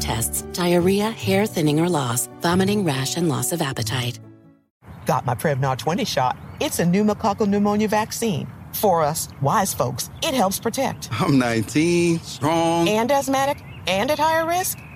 Speaker 9: tests, diarrhea, hair thinning or loss, vomiting, rash, and loss of appetite.
Speaker 10: Got my Prevnar 20 shot. It's a pneumococcal pneumonia vaccine. For us, wise folks, it helps protect.
Speaker 11: I'm 19, strong.
Speaker 10: And asthmatic and at higher risk?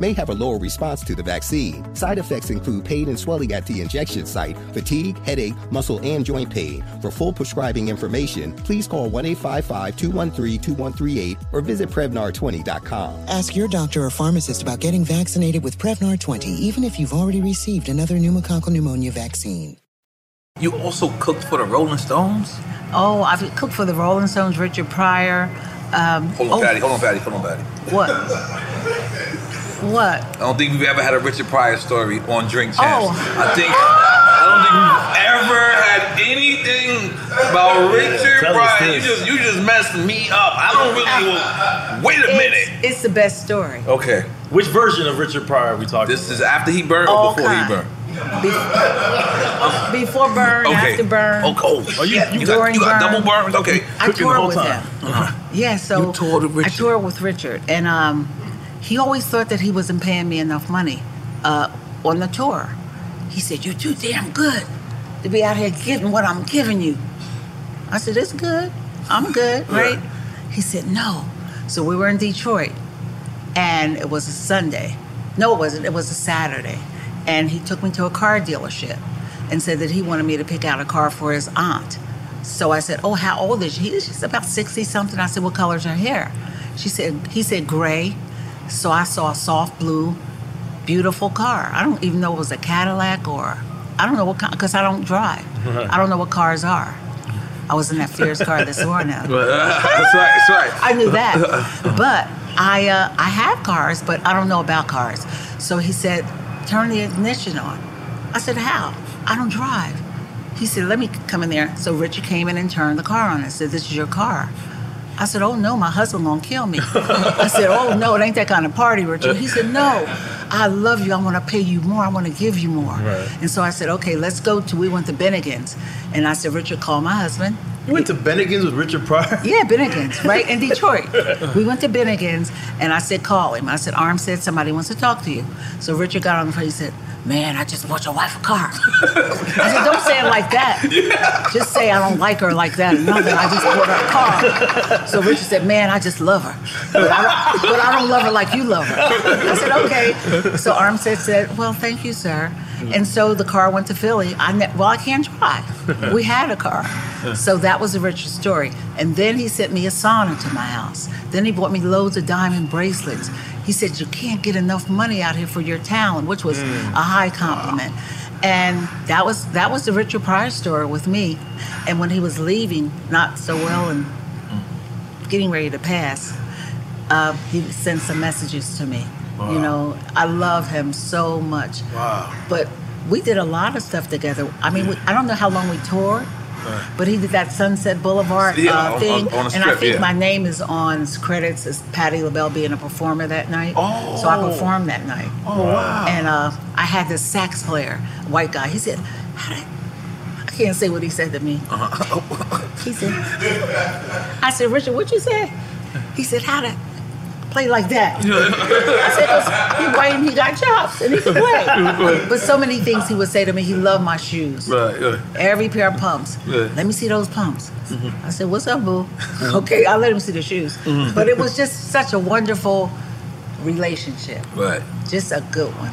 Speaker 12: may have a lower response to the vaccine. Side effects include pain and swelling at the injection site, fatigue, headache, muscle, and joint pain. For full prescribing information, please call 1 855 213 2138 or visit Prevnar20.com.
Speaker 13: Ask your doctor or pharmacist about getting vaccinated with Prevnar 20, even if you've already received another pneumococcal pneumonia vaccine.
Speaker 2: You also cooked for the Rolling Stones?
Speaker 4: Oh, I've cooked for the Rolling Stones, Richard Pryor. Um,
Speaker 2: Hold on,
Speaker 4: oh,
Speaker 2: Patty. Hold on, Patty. Hold on, Patty.
Speaker 4: What? What?
Speaker 2: I don't think we've ever had a Richard Pryor story on Drink Champs.
Speaker 4: Oh.
Speaker 2: I think I don't think we've ever had anything about
Speaker 4: Yeah,
Speaker 2: Richard
Speaker 4: tell us
Speaker 2: Pryor. You
Speaker 4: this.
Speaker 2: just you just messed me up. I don't really. Wait a minute.
Speaker 4: It's the best story.
Speaker 2: Okay.
Speaker 1: Which version of Richard Pryor are we talking
Speaker 2: This is after he burned or
Speaker 4: All
Speaker 2: before
Speaker 4: kind.
Speaker 2: he burned?
Speaker 4: Before burn,
Speaker 2: Okay.
Speaker 4: after burn.
Speaker 2: Oh, oh shit. You, got,
Speaker 4: During
Speaker 2: you got
Speaker 4: burn.
Speaker 2: double burned? Okay.
Speaker 4: I Cooking the toured whole with time. Yeah, so
Speaker 2: You toured with Richard.
Speaker 4: I toured with Richard, and um, he always thought that he wasn't paying me enough money uh, on the tour. He said, "You're too damn good to be out here getting what I'm giving you." I said, "It's good. I'm good,
Speaker 6: Yeah.
Speaker 4: right?" He said, "No." So we were in Detroit, and it was a Sunday. No, it wasn't. It was a Saturday, and he took me to a car dealership and said that he wanted me to pick out a car for his aunt. So I said, "Oh, how old is she?" He- She's about sixty something. I said, "What color is her hair?" She said, "He said gray." So I saw a soft blue, beautiful car. I don't even know it was a Cadillac or I don't know what kind because I don't drive. I don't know what cars are. I was in that Fierce car this morning.
Speaker 2: That's right. uh, That's right.
Speaker 4: I knew that. But I uh, I have cars, but I don't know about cars. So he said, turn the ignition on. I said, how? I don't drive. He said, let me come in there. So Richard came in and turned the car on and said, this is your car. I said, oh no, my husband gonna kill me. I said, oh no, it ain't that kind of party, Richard. He said, no, I love you. I want to pay you more. I want to give you more.
Speaker 1: Right.
Speaker 4: And so I said, okay, let's go to, we went to Bennigan's. And I said, Richard, call my husband.
Speaker 1: You went to Bennigan's with Richard Pryor?
Speaker 4: Yeah, Bennigan's, right in Detroit. We went to Bennigan's, and I said, call him. I said, Arm said somebody wants to talk to you. So Richard got on the phone. He said, man, I just bought your wife a car. I said, don't say it like that. Just say I don't like her like that. No, that I just bought her a car. So Richard said, man, I just love her. But I don't, but I don't love her like you love her. I said, okay. So Armstead said, well, thank you, sir. And so the car went to Philly. I ne- well, I can't drive. We had a car. So that was the Richard story. And then he sent me a sauna to my house. Then he bought me loads of diamond bracelets.
Speaker 6: Mm.
Speaker 4: He said, You can't get enough money out here for your talent, which was a high compliment. And that was that was the Richard Pryor story with me. And when he was leaving, not so well, and getting ready to pass, uh, he sent some messages to me. You
Speaker 6: Wow.
Speaker 4: know, I love him so much.
Speaker 6: Wow.
Speaker 4: But we did a lot of stuff together. I mean, we, I don't know how long we toured, but he did that Sunset Boulevard
Speaker 2: Yeah,
Speaker 4: uh,
Speaker 2: on-
Speaker 4: thing,
Speaker 2: on- on the
Speaker 4: and I
Speaker 2: strip,
Speaker 4: think
Speaker 2: yeah.
Speaker 4: my name is on his credits as Patty LaBelle being a performer that night. Oh. So I performed that night.
Speaker 6: Oh, wow.
Speaker 4: And uh, I had this sax player, a white guy. He said, How did, I can't say what he said to me.
Speaker 2: Uh-huh.
Speaker 4: he said, I said, Richard, what you say? He said, How to play like that? I said, "'Cause he white and he got chops and he can play. but so many things he would say to me. He loved my shoes.
Speaker 2: Right, right.
Speaker 4: Every pair of pumps.
Speaker 2: Yeah. Mm-hmm.
Speaker 4: Let me see those pumps. I said, "What's up, boo?" okay, I let him see the shoes.
Speaker 2: Mhm.
Speaker 4: But it was just such a wonderful relationship,
Speaker 2: Right.
Speaker 4: just a good one.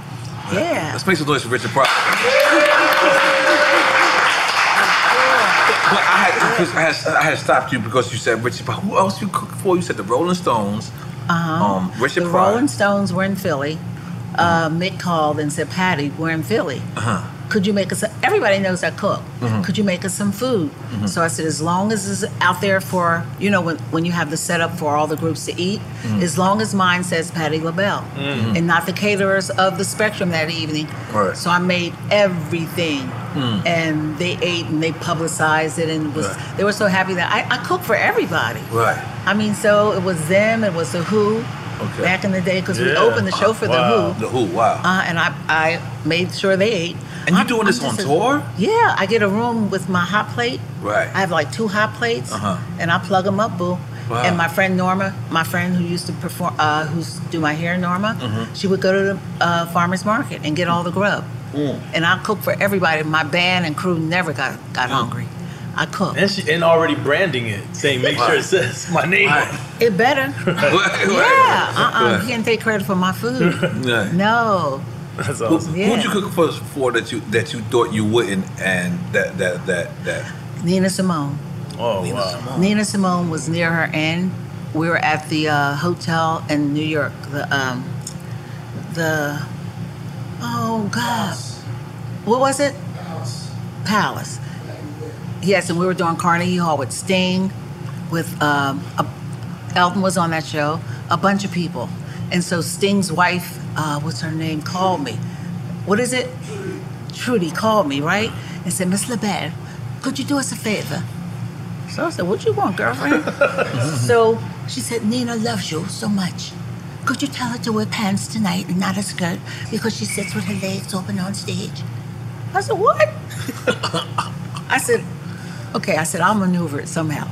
Speaker 4: Yeah.
Speaker 2: Let's make some noise for Richard Pryor. But I had, because I had, I had stopped you because you said Richard Pryor. Who else you cook for? You said the Rolling Stones.
Speaker 4: Uh-huh.
Speaker 2: Um, Richard
Speaker 4: the
Speaker 2: Pryor.
Speaker 4: Rolling Stones were in Philly. Uh, Mick called and said, "Patty, we're in Philly.
Speaker 2: Uh-huh.
Speaker 4: Could you make us? A, everybody knows I cook.
Speaker 2: Mhm.
Speaker 4: Could you make us some food?"
Speaker 2: Mhm.
Speaker 4: So I said, "As long as it's out there for you know when, when you have the setup for all the groups to eat,
Speaker 2: Mhm.
Speaker 4: as long as mine says Patty LaBelle
Speaker 2: Mhm.
Speaker 4: and not the caterers of the Spectrum that evening."
Speaker 2: Right.
Speaker 4: So I made everything.
Speaker 2: Mm.
Speaker 4: And they ate and they publicized it and was
Speaker 2: Right.
Speaker 4: they were so happy that I, I cooked for everybody.
Speaker 2: Right.
Speaker 4: I mean, so it was them, it was the Who
Speaker 2: Okay.
Speaker 4: back in the day because we opened the show for the Who.
Speaker 2: The Who, wow.
Speaker 4: Uh, and I, I made sure they ate.
Speaker 2: And you doing this on
Speaker 4: just a-
Speaker 2: tour?
Speaker 4: Yeah, I get a room with my hot plate.
Speaker 2: Right.
Speaker 4: I have like two hot plates,
Speaker 2: Uh-huh.
Speaker 4: and I plug them up, boo.
Speaker 2: Wow.
Speaker 4: And my friend Norma, my friend who used to perform, uh, who's do my hair, Norma,
Speaker 2: Mhm.
Speaker 4: she would go to the uh, farmers market and get all the grub.
Speaker 2: Mm.
Speaker 4: And I cook for everybody. My band and crew never got got hungry. I cook.
Speaker 1: And, she, and already branding it, saying make sure it says my name. on it.
Speaker 4: It better. yeah. Uh-uh.
Speaker 2: Right.
Speaker 4: You can't take credit for my food.
Speaker 2: Yeah.
Speaker 4: no.
Speaker 1: That's
Speaker 2: Who,
Speaker 4: awesome.
Speaker 2: Who'd
Speaker 4: Yeah.
Speaker 2: you cook for, for that you that you thought you wouldn't and that that that that?
Speaker 4: Nina Simone.
Speaker 1: Oh
Speaker 2: wow. Simone.
Speaker 4: Nina Simone was near her end. We were at the uh, hotel in New York. The um, the oh god, what was it? Palace. Palace. Yes, and we were doing Carnegie Hall with Sting, with um, a, Elton was on that show. A bunch of people, and so Sting's wife, uh, what's her name, called me. What is it? Trudy called me right and said, Miss LeBelle, could you do us a favor? So I said, What you want, girlfriend? so she said, Nina loves you so much. Could you tell her to wear pants tonight and not a skirt because she sits with her legs open on stage? I said, What? I said, Okay, I said, I'll maneuver it somehow.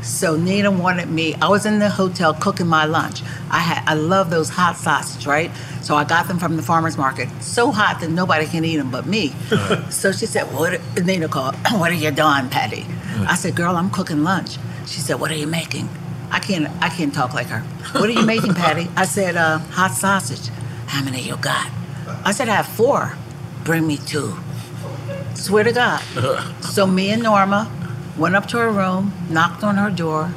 Speaker 4: So Nina wanted me, I was in the hotel cooking my lunch. I had I love those hot sausage, right? So I got them from the farmer's market. So hot that nobody can eat them but me. So she said, "What?" Nina called. What are you doing, Patty? I said, "Girl, I'm cooking lunch." She said, "What are you making?" I can't. I can't talk like her. What are you making, Patty? I said, uh, "Hot sausage." How many you got? I said, "I have four. Bring me two. Swear to God. So me and Norma went up to her room, knocked on her door,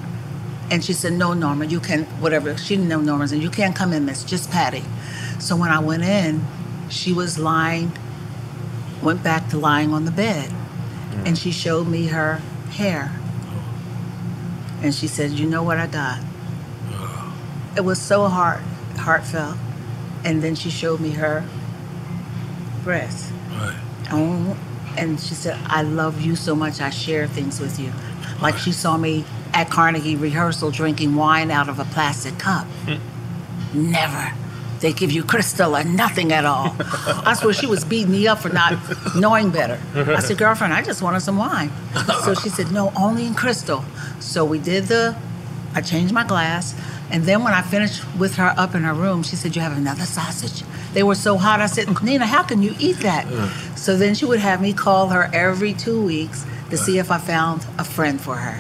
Speaker 4: and she said, "No, Norma, you can whatever." She didn't know Norma, and you can't come in, Miss. Just Patty. So when I went in, she was lying went back to lying on the bed and she showed me her hair and she said you know what i got it was so heart heartfelt and then she showed me her breast Oh, and she said i love you so much i share things with you like she saw me at carnegie rehearsal drinking wine out of a plastic cup
Speaker 1: Hmm.
Speaker 4: Never. They give you crystal and nothing at all. I swear she was beating me up for not knowing better. I said, girlfriend, I just wanted some wine. So she said, no, only in crystal. So we did the, I changed my glass. And then when I finished with her up in her room, she said, you have another sausage? They were so hot. I said, Nina, how can you eat that? So then she would have me call her every two weeks to see if I found a friend for her.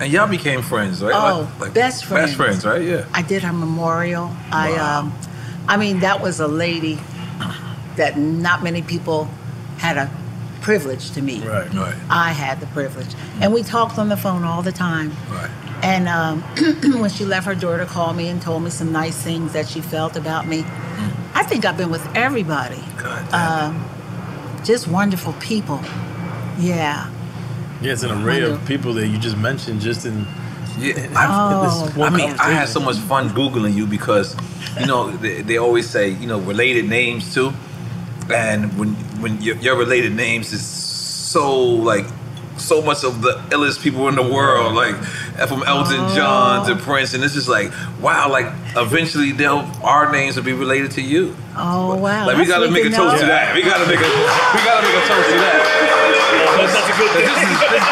Speaker 2: And y'all became friends, right?
Speaker 4: Oh, best
Speaker 2: Best
Speaker 4: friends.
Speaker 2: friends, right? Yeah.
Speaker 4: I did her memorial. I,
Speaker 2: Wow.
Speaker 4: um, I mean, that was a lady that not many people had a privilege to meet.
Speaker 2: Right, right.
Speaker 4: I had the privilege, and we talked on the phone all the time.
Speaker 2: Right.
Speaker 4: And um, when she left her door to call me and told me some nice things
Speaker 2: Hmm.
Speaker 4: that she felt about me, I think I've been with everybody. Um, just wonderful people. Yeah.
Speaker 5: Yeah, it's an array of people that you just mentioned just in.
Speaker 2: Yeah,
Speaker 4: Oh,
Speaker 2: I, I mean, I had so much fun googling you because, you know, they, they always say you know related names too, and when when your, your related names is so like so much of the illest people in the world, like from Elton
Speaker 4: Oh.
Speaker 2: John to Prince, and it's just like wow, like eventually they'll our names will be related to you.
Speaker 4: Oh wow.
Speaker 2: Like we
Speaker 4: that's
Speaker 2: gotta
Speaker 4: good
Speaker 2: make a
Speaker 4: know.
Speaker 2: toast to that. We gotta make a we gotta make a toast to that.
Speaker 4: that's
Speaker 2: a good thing.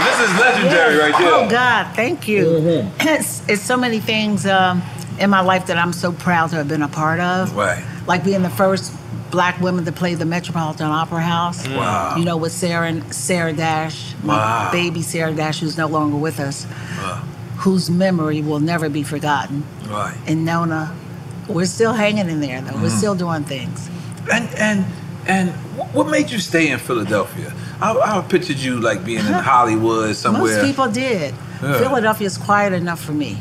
Speaker 2: This is legendary
Speaker 4: Yes.
Speaker 2: right there.
Speaker 4: Oh God, thank you. It's, it's so many things um, in my life that I'm so proud to have been a part of.
Speaker 2: Right.
Speaker 4: Like being the first black woman to play the Metropolitan Opera House.
Speaker 2: Mm. Wow.
Speaker 4: You know, with Sarah and Sarah Dash,
Speaker 2: Wow.
Speaker 4: my baby Sarah Dash, who's no longer with us,
Speaker 2: Wow.
Speaker 4: whose memory will never be forgotten.
Speaker 2: Right.
Speaker 4: And Nona, we're still hanging in there though. We're
Speaker 2: Mhm.
Speaker 4: still doing things.
Speaker 2: And and and wh- what made you stay in Philadelphia? I, I pictured you like being in Hollywood somewhere.
Speaker 4: Most people did.
Speaker 2: Yeah.
Speaker 4: Philadelphia's quiet enough for me.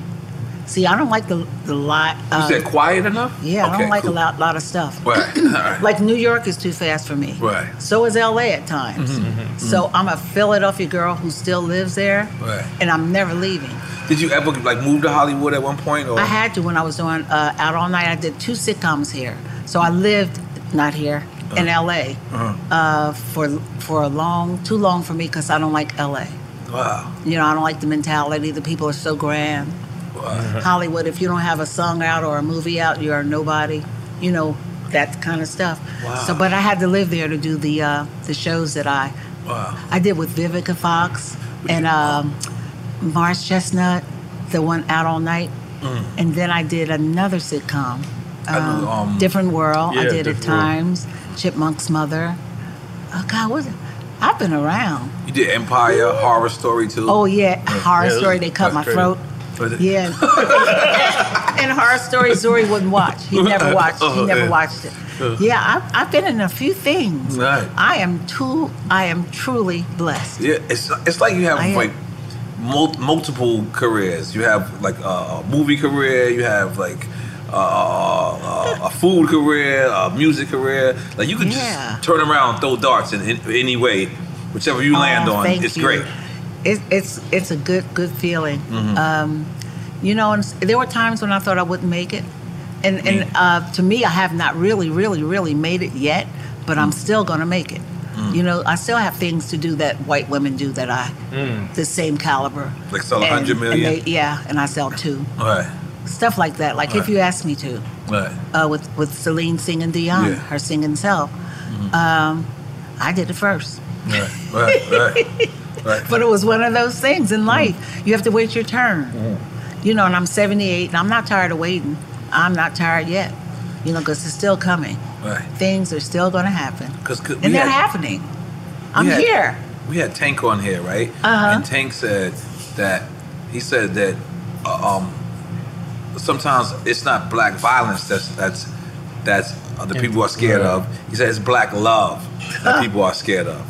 Speaker 4: See, I don't like the the lot.
Speaker 2: you said quiet enough.
Speaker 4: Yeah, I
Speaker 2: Okay,
Speaker 4: don't like
Speaker 2: cool.
Speaker 4: a lot, lot of stuff.
Speaker 2: Right. All right.
Speaker 4: Like New York is too fast for me.
Speaker 2: Right.
Speaker 4: So is LA at times.
Speaker 2: Mhm, mhm,
Speaker 4: So I'm a Philadelphia girl who still lives there,
Speaker 2: Right.
Speaker 4: and I'm never leaving.
Speaker 2: Did you ever like move to Hollywood at one point? Or
Speaker 4: I had to when I was doing uh, Out All Night. I did two sitcoms here, so I lived not here in LA
Speaker 2: Uh-huh.
Speaker 4: uh, for for a long, too long for me because I don't like LA.
Speaker 2: Wow.
Speaker 4: You know, I don't like the mentality. The people are so grand.
Speaker 2: Uh-huh.
Speaker 4: Hollywood, if you don't have a song out or a movie out, you're a nobody. You know that kind of stuff.
Speaker 2: Wow.
Speaker 4: So, but I had to live there to do the uh, the shows that I
Speaker 2: Wow.
Speaker 4: I did with Vivica Fox and um, Mars Chestnut, the one out all night,
Speaker 2: Mm.
Speaker 4: and then I did another sitcom,
Speaker 2: I know, um,
Speaker 4: Different World. I
Speaker 2: yeah,
Speaker 4: did at
Speaker 2: Different World.
Speaker 4: times Chipmunk's Mother. Oh God, what? I've been around.
Speaker 2: You did Empire, Horror Story too.
Speaker 4: Oh yeah, horror
Speaker 2: Yeah,
Speaker 4: story. They cut
Speaker 2: that's
Speaker 4: my
Speaker 2: crazy.
Speaker 4: throat.
Speaker 2: But-
Speaker 4: Yeah. and horror story, Zori wouldn't watch. He never watched. He
Speaker 2: Oh,
Speaker 4: never
Speaker 2: yeah.
Speaker 4: watched it.
Speaker 2: Uh.
Speaker 4: Yeah, I've, I've been in a few things.
Speaker 2: Right.
Speaker 4: I am too. I am truly blessed.
Speaker 2: Yeah, it's it's like you have
Speaker 4: I am.
Speaker 2: like mul- multiple careers. You have like a movie career. You have like uh, a, a food career, a music career. Like you can
Speaker 4: Yeah.
Speaker 2: just turn around, throw darts in, in any way, whichever you
Speaker 4: Oh,
Speaker 2: land on.
Speaker 4: thank
Speaker 2: It's
Speaker 4: you.
Speaker 2: great.
Speaker 4: It, it's it's a good good feeling.
Speaker 2: Mhm.
Speaker 4: Um, you know, and s- there were times when I thought I wouldn't make it, and
Speaker 2: Mm.
Speaker 4: and uh, to me, I have not really, really, really made it yet. But I'm still gonna make it.
Speaker 2: Mm.
Speaker 4: You know, I still have things to do that white women do that I the same caliber.
Speaker 2: Like sell a
Speaker 4: And-
Speaker 2: hundred
Speaker 4: and
Speaker 2: million.
Speaker 4: they- yeah, and I sell two.
Speaker 2: All right,
Speaker 4: Stuff like that. Like if
Speaker 2: Right.
Speaker 4: you ask me to,
Speaker 2: all right.
Speaker 4: uh, with with Celine singing Dion,
Speaker 2: Yeah. Mm-hmm.
Speaker 4: her singing self, um, I did it first.
Speaker 2: Right, right, right. right. Mm-hmm.
Speaker 4: But it was one of those things in life. You have to wait your turn. You know, and I'm 78, and I'm not tired of waiting. I'm not tired yet. You know, because it's still coming.
Speaker 2: Right.
Speaker 4: Things are still going to happen,
Speaker 2: Because
Speaker 4: and they're happening. I'm
Speaker 2: had-
Speaker 4: here.
Speaker 2: We had Tank on here, right?
Speaker 4: Uh-huh.
Speaker 2: And Tank said that he said that uh, um, sometimes it's not black violence that's that's that's uh, the people are scared of. He said it's black love that people are scared of.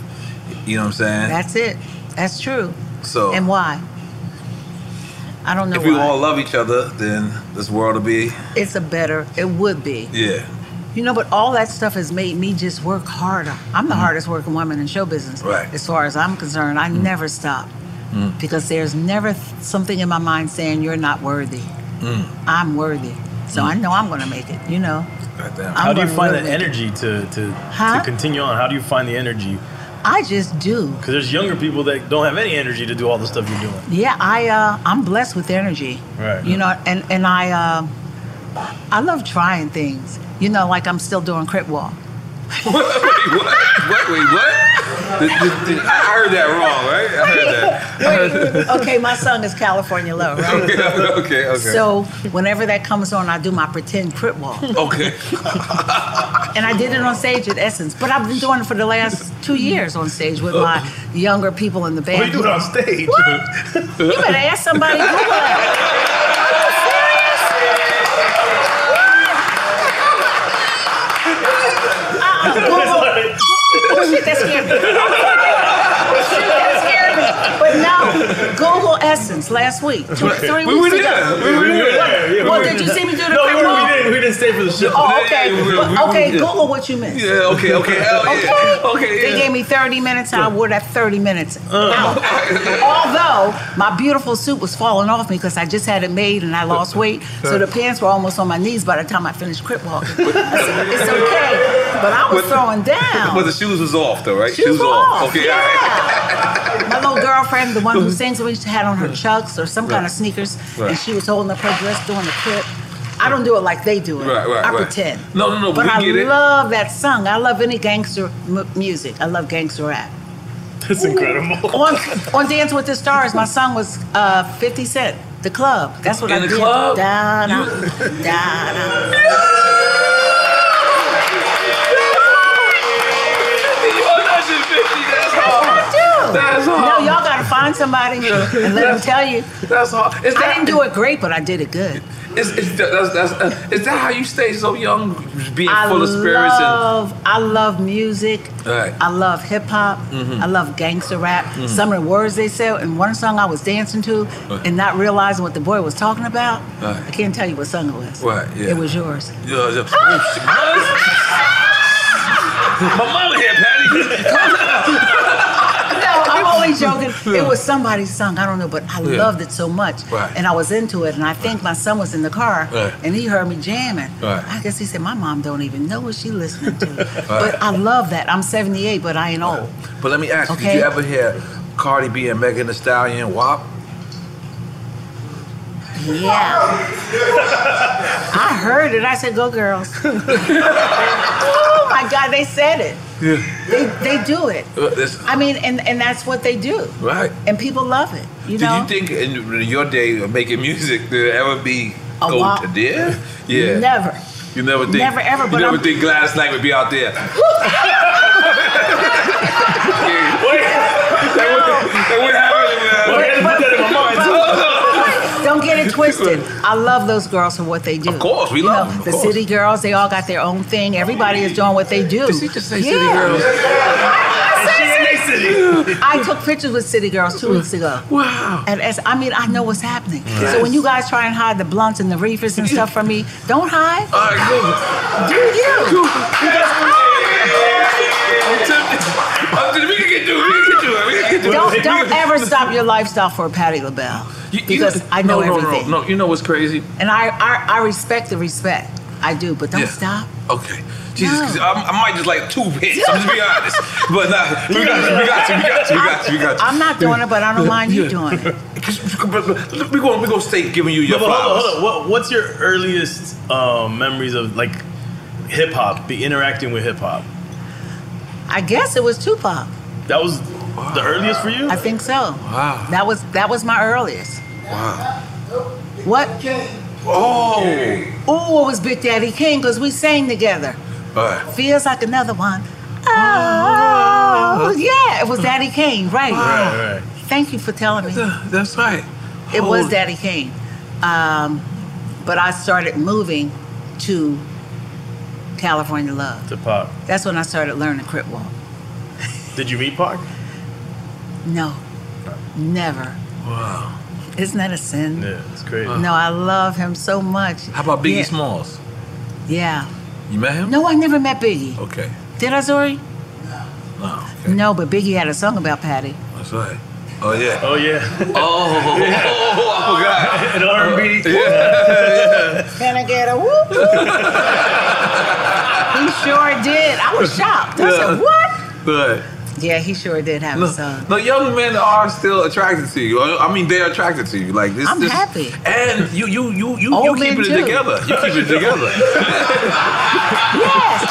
Speaker 2: You know what I'm saying?
Speaker 4: That's it. That's true.
Speaker 2: so
Speaker 4: and why? I don't know.
Speaker 2: if we
Speaker 4: why.
Speaker 2: all love each other, then this world will be
Speaker 4: it's a better. It would be.
Speaker 2: yeah.
Speaker 4: You know, but all that stuff has made me just work harder. I'm
Speaker 1: Mm.
Speaker 4: the hardest working woman in show business,
Speaker 2: Right.
Speaker 4: as far as I'm concerned.
Speaker 1: Mm.
Speaker 4: I never stop
Speaker 2: Hmm.
Speaker 4: because there's never th- something in my mind saying you're not worthy.
Speaker 2: Hmm.
Speaker 4: I'm worthy, so I know I'm going to make it. You know, I'm
Speaker 1: Mm. How do you
Speaker 4: gonna
Speaker 1: find
Speaker 4: live
Speaker 1: the
Speaker 4: it.
Speaker 1: energy to to,
Speaker 4: Huh?
Speaker 1: to continue on? How do you find the energy?
Speaker 4: I just do.
Speaker 1: Because there's younger people that don't have any energy to do all the stuff you're doing.
Speaker 4: Yeah, I uh, I'm blessed with energy.
Speaker 1: Right.
Speaker 4: You know, and and I uh, I love trying things. You know, like I'm still doing crip walk.
Speaker 2: what? Wait, what? What? Wait, what? Did- did- did- I heard that wrong, right? I heard that. I heard that.
Speaker 4: okay, my song is California Love, right?
Speaker 2: okay, okay, okay.
Speaker 4: So whenever that comes on, I do my pretend crip walk,
Speaker 2: okay.
Speaker 4: and I did it on stage at Essence. But I've been doing it for the last two years on stage with my younger people in the band.
Speaker 1: What you doing on stage?
Speaker 4: You better ask somebody. Google it. Uh-uh, Google. Oh shit, that scared me. Shit, that scared me. But no, Google S Simpsons last week. Two,
Speaker 5: Okay.
Speaker 4: three
Speaker 5: We
Speaker 4: weeks
Speaker 5: were there.
Speaker 4: ago.
Speaker 5: We were there. Yeah, yeah, we
Speaker 4: well,
Speaker 5: were
Speaker 4: did you
Speaker 5: there.
Speaker 4: see me do the
Speaker 5: No, we-
Speaker 4: crib
Speaker 5: we
Speaker 4: walk?
Speaker 5: didn't- we didn't stay for the show.
Speaker 4: Oh, okay.
Speaker 5: Yeah, yeah, we-
Speaker 4: But-
Speaker 5: we-
Speaker 4: okay,
Speaker 5: yeah.
Speaker 4: Google what you missed.
Speaker 5: Yeah, okay, okay, hell yeah.
Speaker 4: okay.
Speaker 5: Okay,
Speaker 4: They
Speaker 5: yeah. Uh.
Speaker 4: gave me 30 minutes, and I wore that 30 minutes. out. Although my beautiful suit was falling off me because I just had it made and I lost weight, so the pants were almost on my knees by the time I finished crip walking. I said, it's okay, but I was throwing down.
Speaker 2: But the shoes was off though, right?
Speaker 4: Shoes were off,
Speaker 2: Okay.
Speaker 4: yeah.
Speaker 2: all right.
Speaker 4: My little girlfriend, the one who sings with me, she had on her chucks or some kind of
Speaker 2: Right.
Speaker 4: sneakers,
Speaker 2: Right.
Speaker 4: and she was holding up her dress doing the clip. I don't do it like they do it.
Speaker 2: Right, right,
Speaker 4: I
Speaker 2: right.
Speaker 4: pretend.
Speaker 2: No, no, no,
Speaker 4: But
Speaker 2: we
Speaker 4: I
Speaker 2: get it.
Speaker 4: love that song. I love any gangster m- music. I love gangster rap.
Speaker 5: That's incredible.
Speaker 4: on, on Dance with the Stars, my song was uh, 50 Cent, The Club. That's what
Speaker 5: In
Speaker 4: I
Speaker 5: the
Speaker 4: did.
Speaker 5: club?
Speaker 4: Da, da, da, da.
Speaker 2: That's
Speaker 4: hard.
Speaker 2: That's
Speaker 4: No,
Speaker 2: hard.
Speaker 4: y'all gotta find somebody and let them
Speaker 2: That's-
Speaker 4: tell you.
Speaker 2: That's hard.
Speaker 4: I didn't do it great, but I did it good.
Speaker 2: Is, is, that, that's, that's, uh, is that how you stay so young, being
Speaker 4: I
Speaker 2: full of spirits?
Speaker 4: love, I love music.
Speaker 2: and, all right.
Speaker 4: I love hip hop.
Speaker 2: Mhm.
Speaker 4: I love gangster rap.
Speaker 2: Mhm.
Speaker 4: Some of the words they say, and one song I was dancing to and not realizing what the boy was talking about.
Speaker 2: Right.
Speaker 4: I can't tell you what song it was.
Speaker 2: Right, yeah.
Speaker 4: It was yours.
Speaker 2: Yeah, yeah. Oh,
Speaker 4: Ah!
Speaker 2: shit. What? My mama here, Patty.
Speaker 4: No, I'm only joking. It was somebody's song. I don't know, but I
Speaker 2: Yeah.
Speaker 4: loved it so much.
Speaker 2: Right.
Speaker 4: And I was into it. And I think my son was in the car
Speaker 2: Right.
Speaker 4: and he heard me jamming.
Speaker 2: Right.
Speaker 4: I guess he said, My mom don't even know what she listening to. But I love that. I'm 78, but I ain't old.
Speaker 2: but let me ask you,
Speaker 4: Okay.
Speaker 2: did you ever hear Cardi B and Megan Thee Stallion WAP?
Speaker 4: Yeah. I heard it. I said, Go girls. oh my God, they said it.
Speaker 2: Yeah.
Speaker 4: They, they do it.
Speaker 2: Uh, that's-
Speaker 4: I mean, and, and that's what they do.
Speaker 2: right.
Speaker 4: And people love it. You
Speaker 2: Did
Speaker 4: know?
Speaker 2: you think in your day of making music there ever be
Speaker 4: A
Speaker 2: go
Speaker 4: WAP?
Speaker 2: to there? Yeah.
Speaker 4: Never.
Speaker 2: You never think
Speaker 4: Never ever,
Speaker 2: you
Speaker 4: but
Speaker 2: never
Speaker 4: I'm-
Speaker 2: think Gladys Knight would be out there.
Speaker 4: Don't get it twisted. I love those girls for what they do. Of
Speaker 2: course, we love them, of
Speaker 4: the
Speaker 2: course.
Speaker 4: city girls. They all got their own thing. Everybody is doing what they do. Did she just say
Speaker 2: city girls?
Speaker 4: I took pictures with city girls two weeks ago. Wow. And as I mean, I know what's happening.
Speaker 2: Yes.
Speaker 4: So when you guys try and hide the blunts and the reefers and stuff from me, don't hide.
Speaker 2: All right, good.
Speaker 4: Do you? Because
Speaker 2: I'm t- we can get through. We can get through. We can get through.
Speaker 4: Don't, don't ever stop your lifestyle for Patty LaBelle.
Speaker 2: You- you-
Speaker 4: Because I know
Speaker 2: no, no,
Speaker 4: everything.
Speaker 2: No, no, you know what's crazy?
Speaker 4: And I, I, I respect the respect. I do, but don't
Speaker 2: Yeah.
Speaker 4: stop.
Speaker 2: Okay. Jesus,
Speaker 4: No.
Speaker 2: 'cause I'm- I might just like two hits. I'm just being honest. But nah, we got you, we got you, we got you, we got you, we got you.
Speaker 4: I'm not doing it, but I don't mind you doing it.
Speaker 2: We're going, we going to stay giving you your
Speaker 5: but, but hold on,
Speaker 2: flowers.
Speaker 5: hold on. What, what's your earliest um, memories of like hip hop? Be interacting with hip hop.
Speaker 4: I guess it was Tupac.
Speaker 5: That was the earliest for you.
Speaker 4: I think so. Wow. That was that was my earliest.
Speaker 5: Wow.
Speaker 4: What?
Speaker 2: Oh.
Speaker 4: Oh, it was Big Daddy King because we sang together.
Speaker 2: All right.
Speaker 4: Feels like another one. Oh, yeah. It was Daddy Kane, right?
Speaker 2: Right, right.
Speaker 4: Thank you for telling me.
Speaker 2: That's right.
Speaker 4: It
Speaker 2: Oh.
Speaker 4: was Daddy Kane. Um, but I started moving to California Love.
Speaker 5: To pop.
Speaker 4: That's when I started learning Crip Walk.
Speaker 5: Did you meet Park?
Speaker 4: No, never.
Speaker 2: Wow.
Speaker 4: Isn't that a sin?
Speaker 5: Yeah, it's crazy.
Speaker 4: No, I love him so much.
Speaker 2: How about Biggie
Speaker 4: yeah.
Speaker 2: Smalls?
Speaker 4: Yeah.
Speaker 2: You met him?
Speaker 4: No, I never met Biggie.
Speaker 2: Okay.
Speaker 4: Did I, Zori?
Speaker 2: No.
Speaker 4: No, but Biggie had a song about Patty.
Speaker 2: That's right. Oh, yeah.
Speaker 5: Oh, yeah.
Speaker 2: Oh, oh,
Speaker 5: Yeah.
Speaker 2: I forgot.
Speaker 5: An R&B.
Speaker 2: Uh, yeah.
Speaker 4: Can I get a whoop? he sure did. I was shocked. I said,
Speaker 2: Yeah.
Speaker 4: what?
Speaker 2: Right.
Speaker 4: Yeah, he sure did have a
Speaker 2: No,
Speaker 4: song.
Speaker 2: no, young men are still attracted to you. I mean, they're attracted to you. Like this.
Speaker 4: I'm
Speaker 2: this-
Speaker 4: happy.
Speaker 2: And you, you, you, you, you
Speaker 4: Old
Speaker 2: keeping
Speaker 4: men
Speaker 2: it
Speaker 4: too.
Speaker 2: together. You keeping it together.
Speaker 4: Yes.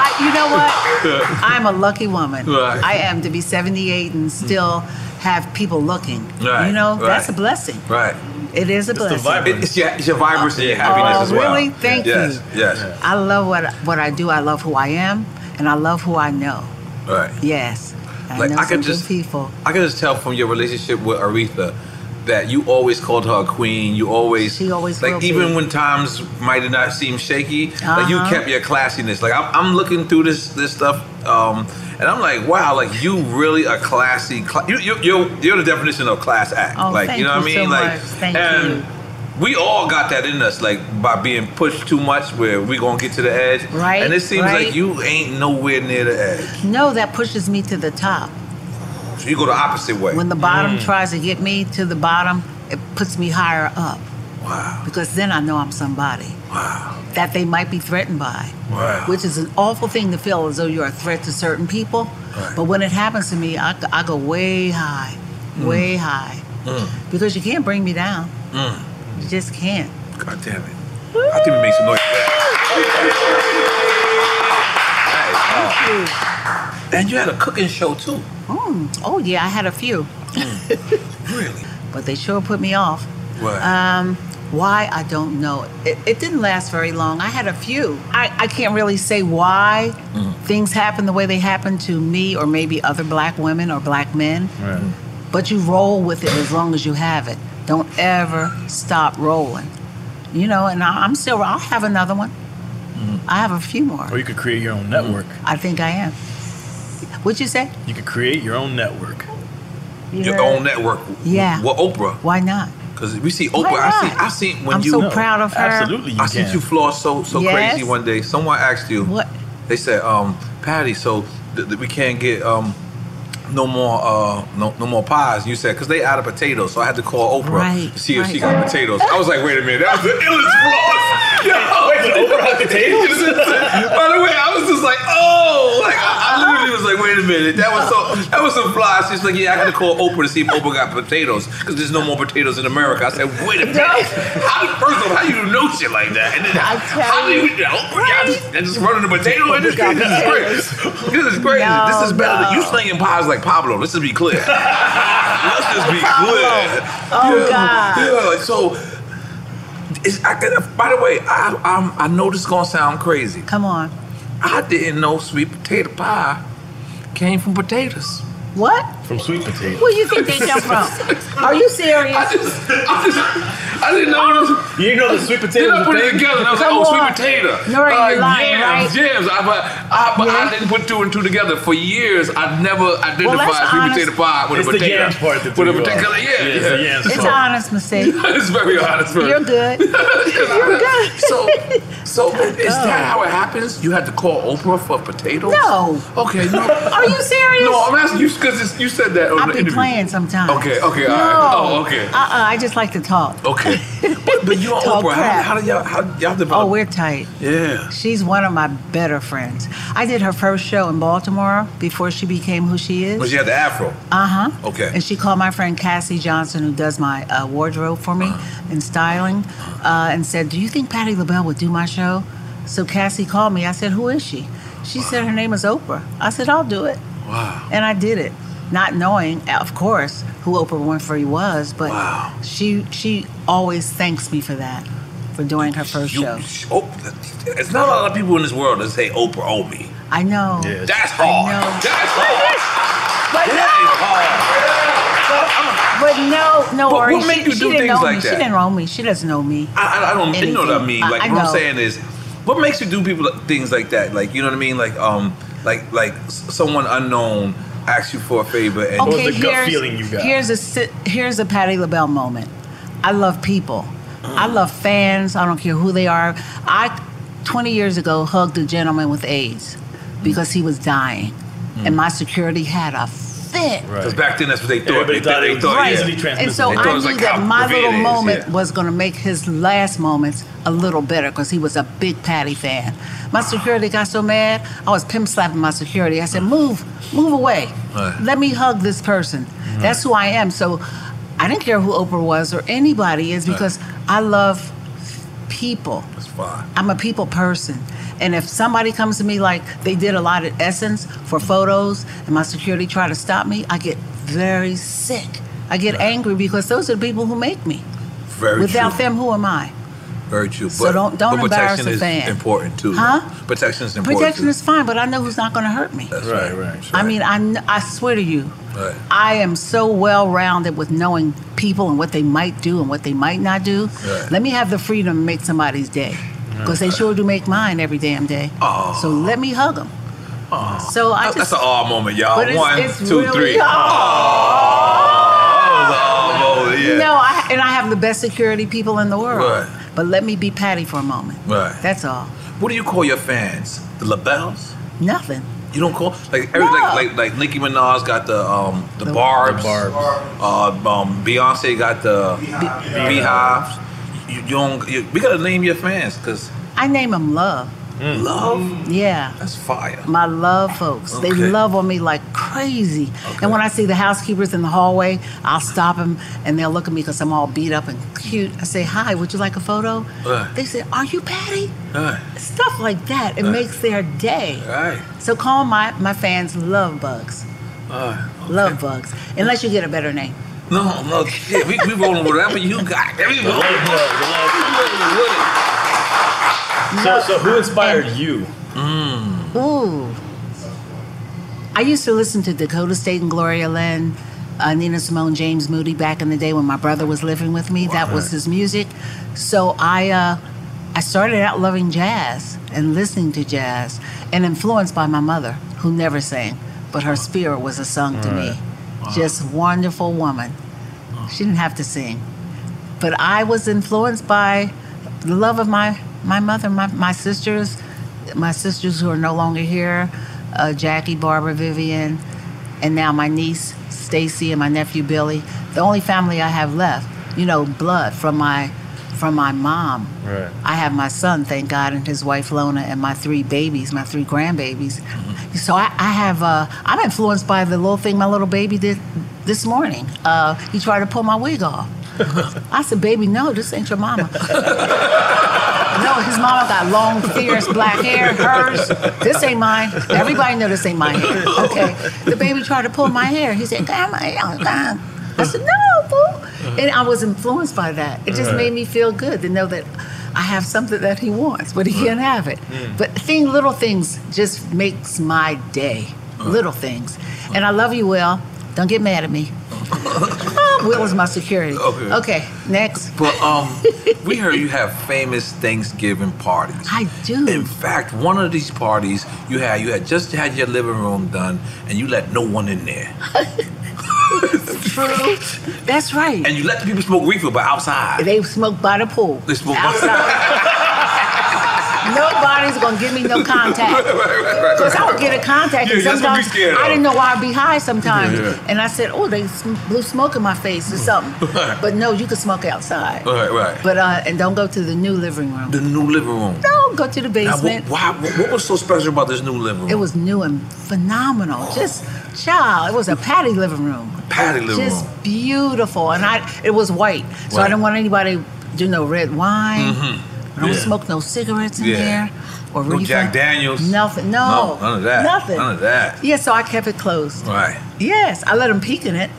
Speaker 4: I, you know what? I'm a lucky woman.
Speaker 2: Right.
Speaker 4: I am to be 78 and still have people looking.
Speaker 2: Right,
Speaker 4: You know, that's a
Speaker 2: right.
Speaker 4: blessing.
Speaker 2: right.
Speaker 4: It is a blessing.
Speaker 2: It- It's your, it's your vibrancy and your happiness
Speaker 4: Oh,
Speaker 2: as well.
Speaker 4: really? Thank
Speaker 2: yes,
Speaker 4: you.
Speaker 2: Yes.
Speaker 4: I love what what I do. I love who I am, and I love who I know.
Speaker 2: Right.
Speaker 4: Yes. I
Speaker 2: Like,
Speaker 4: know
Speaker 2: I
Speaker 4: some
Speaker 2: could
Speaker 4: good
Speaker 2: just-
Speaker 4: people.
Speaker 2: I can just tell from your relationship with Aretha that you always called her a queen. You always,
Speaker 4: She always will
Speaker 2: like
Speaker 4: be.
Speaker 2: even when times might have not seem shaky, like you
Speaker 4: Uh-huh.
Speaker 2: kept your classiness. Like I'm, I'm looking through this this stuff, um, and I'm like, wow, like you really a classy. Cl- you, you, you're you're the definition of class act.
Speaker 4: Oh,
Speaker 2: like
Speaker 4: thank
Speaker 2: you know what I
Speaker 4: you
Speaker 2: mean?
Speaker 4: so
Speaker 2: like
Speaker 4: much. Thank
Speaker 2: and
Speaker 4: you.
Speaker 2: we all got that in us, like by being pushed too much, where we gonna get to the edge.
Speaker 4: Right,
Speaker 2: And it seems
Speaker 4: right.
Speaker 2: like you ain't nowhere near the edge.
Speaker 4: No, that pushes me to the top.
Speaker 2: So you go the opposite way.
Speaker 4: When the bottom
Speaker 2: Mm.
Speaker 4: tries to get me to the bottom, it puts me higher up. Wow. Because then I know I'm somebody. Wow. That they might be threatened by.
Speaker 6: Wow.
Speaker 4: Which is an awful thing to feel as though you're a threat to certain people.
Speaker 6: Right.
Speaker 4: But when it happens to me, I, I go way high,
Speaker 6: Mm.
Speaker 4: way high. Because you can't bring me down.
Speaker 2: Mm.
Speaker 4: You just can't.
Speaker 2: God damn it. I think we make some noise. And you had a cooking show too.
Speaker 4: Mm. Oh, yeah, I had a few.
Speaker 2: Mm. really?
Speaker 4: But they sure put me off.
Speaker 2: What?
Speaker 4: Um, why I don't know. It, it didn't last very long. I had a few. I, I can't really say why
Speaker 2: Mm-hmm.
Speaker 4: things happen the way they happen to me or maybe other black women or black men, but you roll with it as long as you have it. Don't ever stop rolling. You know, and I, I'm still, I'll have another one.
Speaker 2: Mm-hmm.
Speaker 4: I have a few more.
Speaker 5: Or you could create your own network.
Speaker 4: I think I am. What'd you say?
Speaker 5: You could create your own network.
Speaker 4: You
Speaker 2: Your
Speaker 4: heard?
Speaker 2: own network.
Speaker 4: Yeah.
Speaker 2: With Oprah.
Speaker 4: Why not?
Speaker 2: Because we see
Speaker 4: Why
Speaker 2: Oprah. I see.
Speaker 4: not?
Speaker 2: I see when
Speaker 4: I'm
Speaker 2: you.
Speaker 4: so No, proud of her. absolutely you
Speaker 2: I see
Speaker 4: can.
Speaker 2: you floss so so
Speaker 4: Yes.
Speaker 2: crazy one day. Someone asked you.
Speaker 4: What?
Speaker 2: They said, um, Patty. So th- th- we can't get um, no more uh, no no more pies. You said because they out of potatoes. So I had to call Oprah
Speaker 4: Right,
Speaker 2: to see if she
Speaker 4: right.
Speaker 2: got potatoes. I was like, wait a minute. That was the illest floss. Yo,
Speaker 5: Wait, did Oprah have potatoes?
Speaker 2: By the way, I was just like, oh, like
Speaker 4: Uh-huh.
Speaker 2: I, I literally was like, wait a minute. That was so that was some fly. She's like, yeah, I got to call Oprah to see if Oprah got potatoes because there's no more potatoes in America. I said, wait a minute. How, first of all, how you know shit like that? And then
Speaker 4: I tell
Speaker 2: how do
Speaker 4: you.
Speaker 2: you know? Oprah, y'all just, they're just running a potato in this
Speaker 4: Got
Speaker 2: This is crazy. This is crazy.
Speaker 4: No,
Speaker 2: this is better than you
Speaker 4: no.
Speaker 2: slinging pies like Pablo. Let's just be clear. Let's just be clear.
Speaker 4: Oh,
Speaker 2: yeah,
Speaker 4: God.
Speaker 2: Yeah. So, it's, I, could- by the way, I I'm, I know this is gonna sound crazy.
Speaker 4: Come on.
Speaker 2: I didn't know sweet potato pie came from potatoes.
Speaker 4: What?
Speaker 2: From sweet potatoes.
Speaker 4: Where you think they come from? Are you serious? I
Speaker 2: just, I just, I didn't know what was.
Speaker 5: You didn't know the sweet
Speaker 2: Then
Speaker 5: potatoes.
Speaker 2: I put
Speaker 5: were
Speaker 2: it
Speaker 5: big?
Speaker 2: together and I was like,
Speaker 5: Come
Speaker 2: oh, sweet
Speaker 5: on.
Speaker 2: potato.
Speaker 5: Nora, you're lying,
Speaker 2: yams,
Speaker 5: right?
Speaker 2: yams. I, but I, but I didn't put two and two together. For years, I never identified sweet
Speaker 4: honest.
Speaker 2: potato pie with
Speaker 5: It's
Speaker 2: a
Speaker 5: the
Speaker 2: potato.
Speaker 5: yams part
Speaker 2: with a
Speaker 5: that threw you off.
Speaker 2: particular, yeah,
Speaker 5: Yeah, it's the yams
Speaker 4: It's an honest mistake.
Speaker 2: it's very honest. very-
Speaker 4: You're good. You're good.
Speaker 2: So, so is that how it happens? You had to call Oprah for potatoes?
Speaker 4: No.
Speaker 2: Okay. No.
Speaker 4: Are you serious?
Speaker 2: No, I'm asking you because you said that on
Speaker 4: I
Speaker 2: the
Speaker 4: be
Speaker 2: interview.
Speaker 4: playing sometimes.
Speaker 2: Okay, okay,
Speaker 4: no.
Speaker 2: all right. Oh, okay.
Speaker 4: Uh, uh I just like to talk.
Speaker 2: Okay. But, but you on
Speaker 4: Talk
Speaker 2: Oprah? How,
Speaker 4: crap.
Speaker 2: how do y'all how y'all develop?
Speaker 4: Oh, we're tight.
Speaker 2: yeah.
Speaker 4: She's one of my better friends. I did her first show in Baltimore before she became who she is.
Speaker 2: But she had the afro.
Speaker 4: Uh huh.
Speaker 2: Okay.
Speaker 4: And she called my friend Cassie Johnson, who does my uh, wardrobe for me
Speaker 2: Uh-huh.
Speaker 4: and styling, uh, and said, "Do you think Patty LaBelle would do my show?" So Cassie called me. I said, "Who is she?" She said, "Her name is Oprah." I said, "I'll do it."
Speaker 2: Wow.
Speaker 4: And I did it, not knowing, uh, of course, who Oprah Winfrey was, but she she always thanks me for that, for doing her first
Speaker 2: You, Oh.
Speaker 4: show.
Speaker 2: Oprah, it's not a lot of people in this world that say Oprah owe me.
Speaker 4: I know.
Speaker 2: That's hard.
Speaker 4: Oh. I know.
Speaker 2: That's hard.
Speaker 4: But
Speaker 2: That
Speaker 4: no.
Speaker 2: is hard.
Speaker 4: But no, no
Speaker 2: But what
Speaker 4: worries.
Speaker 2: make
Speaker 4: she,
Speaker 2: you
Speaker 4: she
Speaker 2: do
Speaker 4: didn't
Speaker 2: things
Speaker 4: know
Speaker 2: like
Speaker 4: me.
Speaker 2: that?
Speaker 4: She didn't know me. She doesn't know me.
Speaker 2: I, I don't you know what I
Speaker 4: anything.
Speaker 2: mean. Like
Speaker 4: I
Speaker 2: what I'm
Speaker 4: know.
Speaker 2: saying is, what makes you do people things like that? Like you know what I mean? Like um, like like s- someone unknown asks you for a favor and
Speaker 4: okay, here's, Here's a si- here's a Patty LaBelle moment. I love people. I love fans. I don't care who they are. I 20 years ago hugged a gentleman with AIDS because he was dying, and my security had a fit.
Speaker 2: Because back then that's what they thought.
Speaker 5: Everybody
Speaker 2: They thought,
Speaker 5: thought it
Speaker 2: they
Speaker 5: was
Speaker 2: thought
Speaker 5: right.
Speaker 2: yeah.
Speaker 5: Easily
Speaker 4: And so
Speaker 2: They thought it
Speaker 4: I
Speaker 2: was
Speaker 4: knew
Speaker 2: like
Speaker 4: that
Speaker 2: how
Speaker 4: my
Speaker 2: convenient it
Speaker 4: little
Speaker 2: is,
Speaker 4: moment
Speaker 2: yeah.
Speaker 4: was going to make his last moments a little better because he was a big Patty fan. My security got so mad, I was pimp slapping my security. I said, "Move, move away.
Speaker 6: Right.
Speaker 4: Let me hug this person. That's who I am." So I didn't care who Oprah was or anybody is because I love people. That's
Speaker 2: fine.
Speaker 4: I'm a people person. And if somebody comes to me like they did a lot at Essence for photos and my security try to stop me, I get very sick. I get angry because those are the people who make me.
Speaker 2: Very
Speaker 4: Without
Speaker 2: true.
Speaker 4: them, who am I?
Speaker 2: Very true.
Speaker 4: So don't- don't
Speaker 2: but
Speaker 4: embarrass
Speaker 2: protection
Speaker 4: a
Speaker 2: is
Speaker 4: fan.
Speaker 2: important too.
Speaker 4: Huh?
Speaker 2: Protection is important.
Speaker 4: Protection
Speaker 2: too.
Speaker 4: is fine, but I know who's not going to hurt me.
Speaker 2: That's right, right.
Speaker 4: I mean, I, kn- I swear to you,
Speaker 2: Right.
Speaker 4: I am so well rounded with knowing people and what they might do and what they might not do.
Speaker 2: Right.
Speaker 4: Let me have the freedom to make somebody's day because they
Speaker 2: Right.
Speaker 4: sure do make mine every damn day. So let me hug them. So
Speaker 2: That-
Speaker 4: I just
Speaker 2: That's an awe moment, y'all.
Speaker 4: But it's-
Speaker 2: One,
Speaker 4: it's
Speaker 2: two,
Speaker 4: really-
Speaker 2: three.
Speaker 4: Aw.
Speaker 2: That was an awe moment, Oh, yeah.
Speaker 4: no, I, and I have the best security people in the world.
Speaker 2: Right.
Speaker 4: But let me be Patty for a moment.
Speaker 2: Right.
Speaker 4: That's all.
Speaker 2: What do you call your fans? The labels?
Speaker 4: Nothing.
Speaker 2: You don't call like every like, like like Nicki Minaj got the um the,
Speaker 4: The-
Speaker 2: barbs,
Speaker 4: The barbs.
Speaker 2: Uh, um Beyonce got the beehives. You, you don't. You, we gotta name your fans because
Speaker 4: I name them love.
Speaker 2: Mm. love.
Speaker 4: Yeah.
Speaker 2: That's fire.
Speaker 4: My love folks. They
Speaker 2: Okay.
Speaker 4: love on me like crazy. And when I see the housekeepers in the hallway, I'll stop them and they'll look at me because I'm all beat up and cute. I say, Hi, would you like a photo?
Speaker 2: Right.
Speaker 4: They say, Are you Patty?
Speaker 2: Right.
Speaker 4: Stuff like that. It
Speaker 2: Right.
Speaker 4: makes their day.
Speaker 2: Right.
Speaker 4: So call my, my fans love bugs.
Speaker 2: Uh,
Speaker 4: Love bugs. Unless you get a better name.
Speaker 2: no, no, yeah, we, we rolling with whatever you got. We rolling with it.
Speaker 5: So, so who inspired you? Mm.
Speaker 4: Ooh. I used to listen to Dakota State and Gloria Lynn, uh, Nina Simone, James Moody back in the day when my brother was living with me. That was his music. So I, uh, I started out loving jazz and listening to jazz and influenced by my mother, who never sang, but her spirit was a song to me.
Speaker 6: Right.
Speaker 4: Just wonderful woman. She didn't have to sing. But I was influenced by the love of my, my mother, my, my sisters, my sisters who are no longer here, uh, Jackie, Barbara, Vivian, and now my niece, Stacy, and my nephew, Billy. The only family I have left, you know, blood from my, from my mom.
Speaker 5: Right.
Speaker 4: I have my son, thank God, and his wife Lona, and my three babies, my three grandbabies. So I, I have, uh, I'm influenced by the little thing my little baby did this morning. Uh, he tried to pull my wig off. I said, "Baby, no, this ain't your mama." no, his mama got long, fierce black hair. Hers, this ain't mine. Everybody know this ain't my hair. Okay, the baby tried to pull my hair. He said, "Grandma, young, young." I said, "No, boo," and I was influenced by that. It just
Speaker 6: Right.
Speaker 4: made me feel good to know that I have something that he wants, but he can't have it.
Speaker 6: Mm.
Speaker 4: But thing, little things just makes my day. Little things, and I love you, Will. Don't get mad at me. Ah, Will is my security.
Speaker 2: Okay.
Speaker 4: Okay, next.
Speaker 2: But um, we heard you have famous Thanksgiving parties.
Speaker 4: I do.
Speaker 2: In fact, one of these parties you had, you had just had your living room done, and you let no one in there,
Speaker 4: True. That's right.
Speaker 2: and you let the people smoke reefer, but outside.
Speaker 4: They smoke by the pool.
Speaker 2: They smoke
Speaker 4: Nobody's gonna give me no contact.
Speaker 2: Right, right, right, right,
Speaker 4: Cause I
Speaker 2: right.
Speaker 4: would get a contact. and
Speaker 2: Yeah, that's what we
Speaker 4: sometimes
Speaker 2: scared
Speaker 4: I
Speaker 2: of.
Speaker 4: didn't know why I'd be high sometimes.
Speaker 2: Yeah, yeah.
Speaker 4: And I said, oh, they sm- blew smoke in my face or something.
Speaker 2: Right.
Speaker 4: But no, you can smoke outside.
Speaker 2: Right, right.
Speaker 4: But uh, and don't go to the new living room.
Speaker 2: The new living room.
Speaker 4: Don't go to the
Speaker 2: Now, what-
Speaker 4: basement.
Speaker 2: why- what, what was so special about this new living room?
Speaker 4: It was new and phenomenal. Just child, it was a patty living room.
Speaker 2: Patty living
Speaker 4: Just
Speaker 2: room.
Speaker 4: beautiful, and I it was white, so I
Speaker 2: White.
Speaker 4: didn't want anybody to do no red
Speaker 2: Mm-hmm.
Speaker 4: wine. I don't
Speaker 2: Yeah.
Speaker 4: smoke no cigarettes in
Speaker 2: Yeah.
Speaker 4: there or
Speaker 2: No
Speaker 4: reefer.
Speaker 2: Jack Daniels.
Speaker 4: Nothing. No.
Speaker 2: No, none of that.
Speaker 4: Nothing.
Speaker 2: None of that.
Speaker 4: Yeah, so I kept it closed.
Speaker 2: Right.
Speaker 4: Yes, I let them peek in it,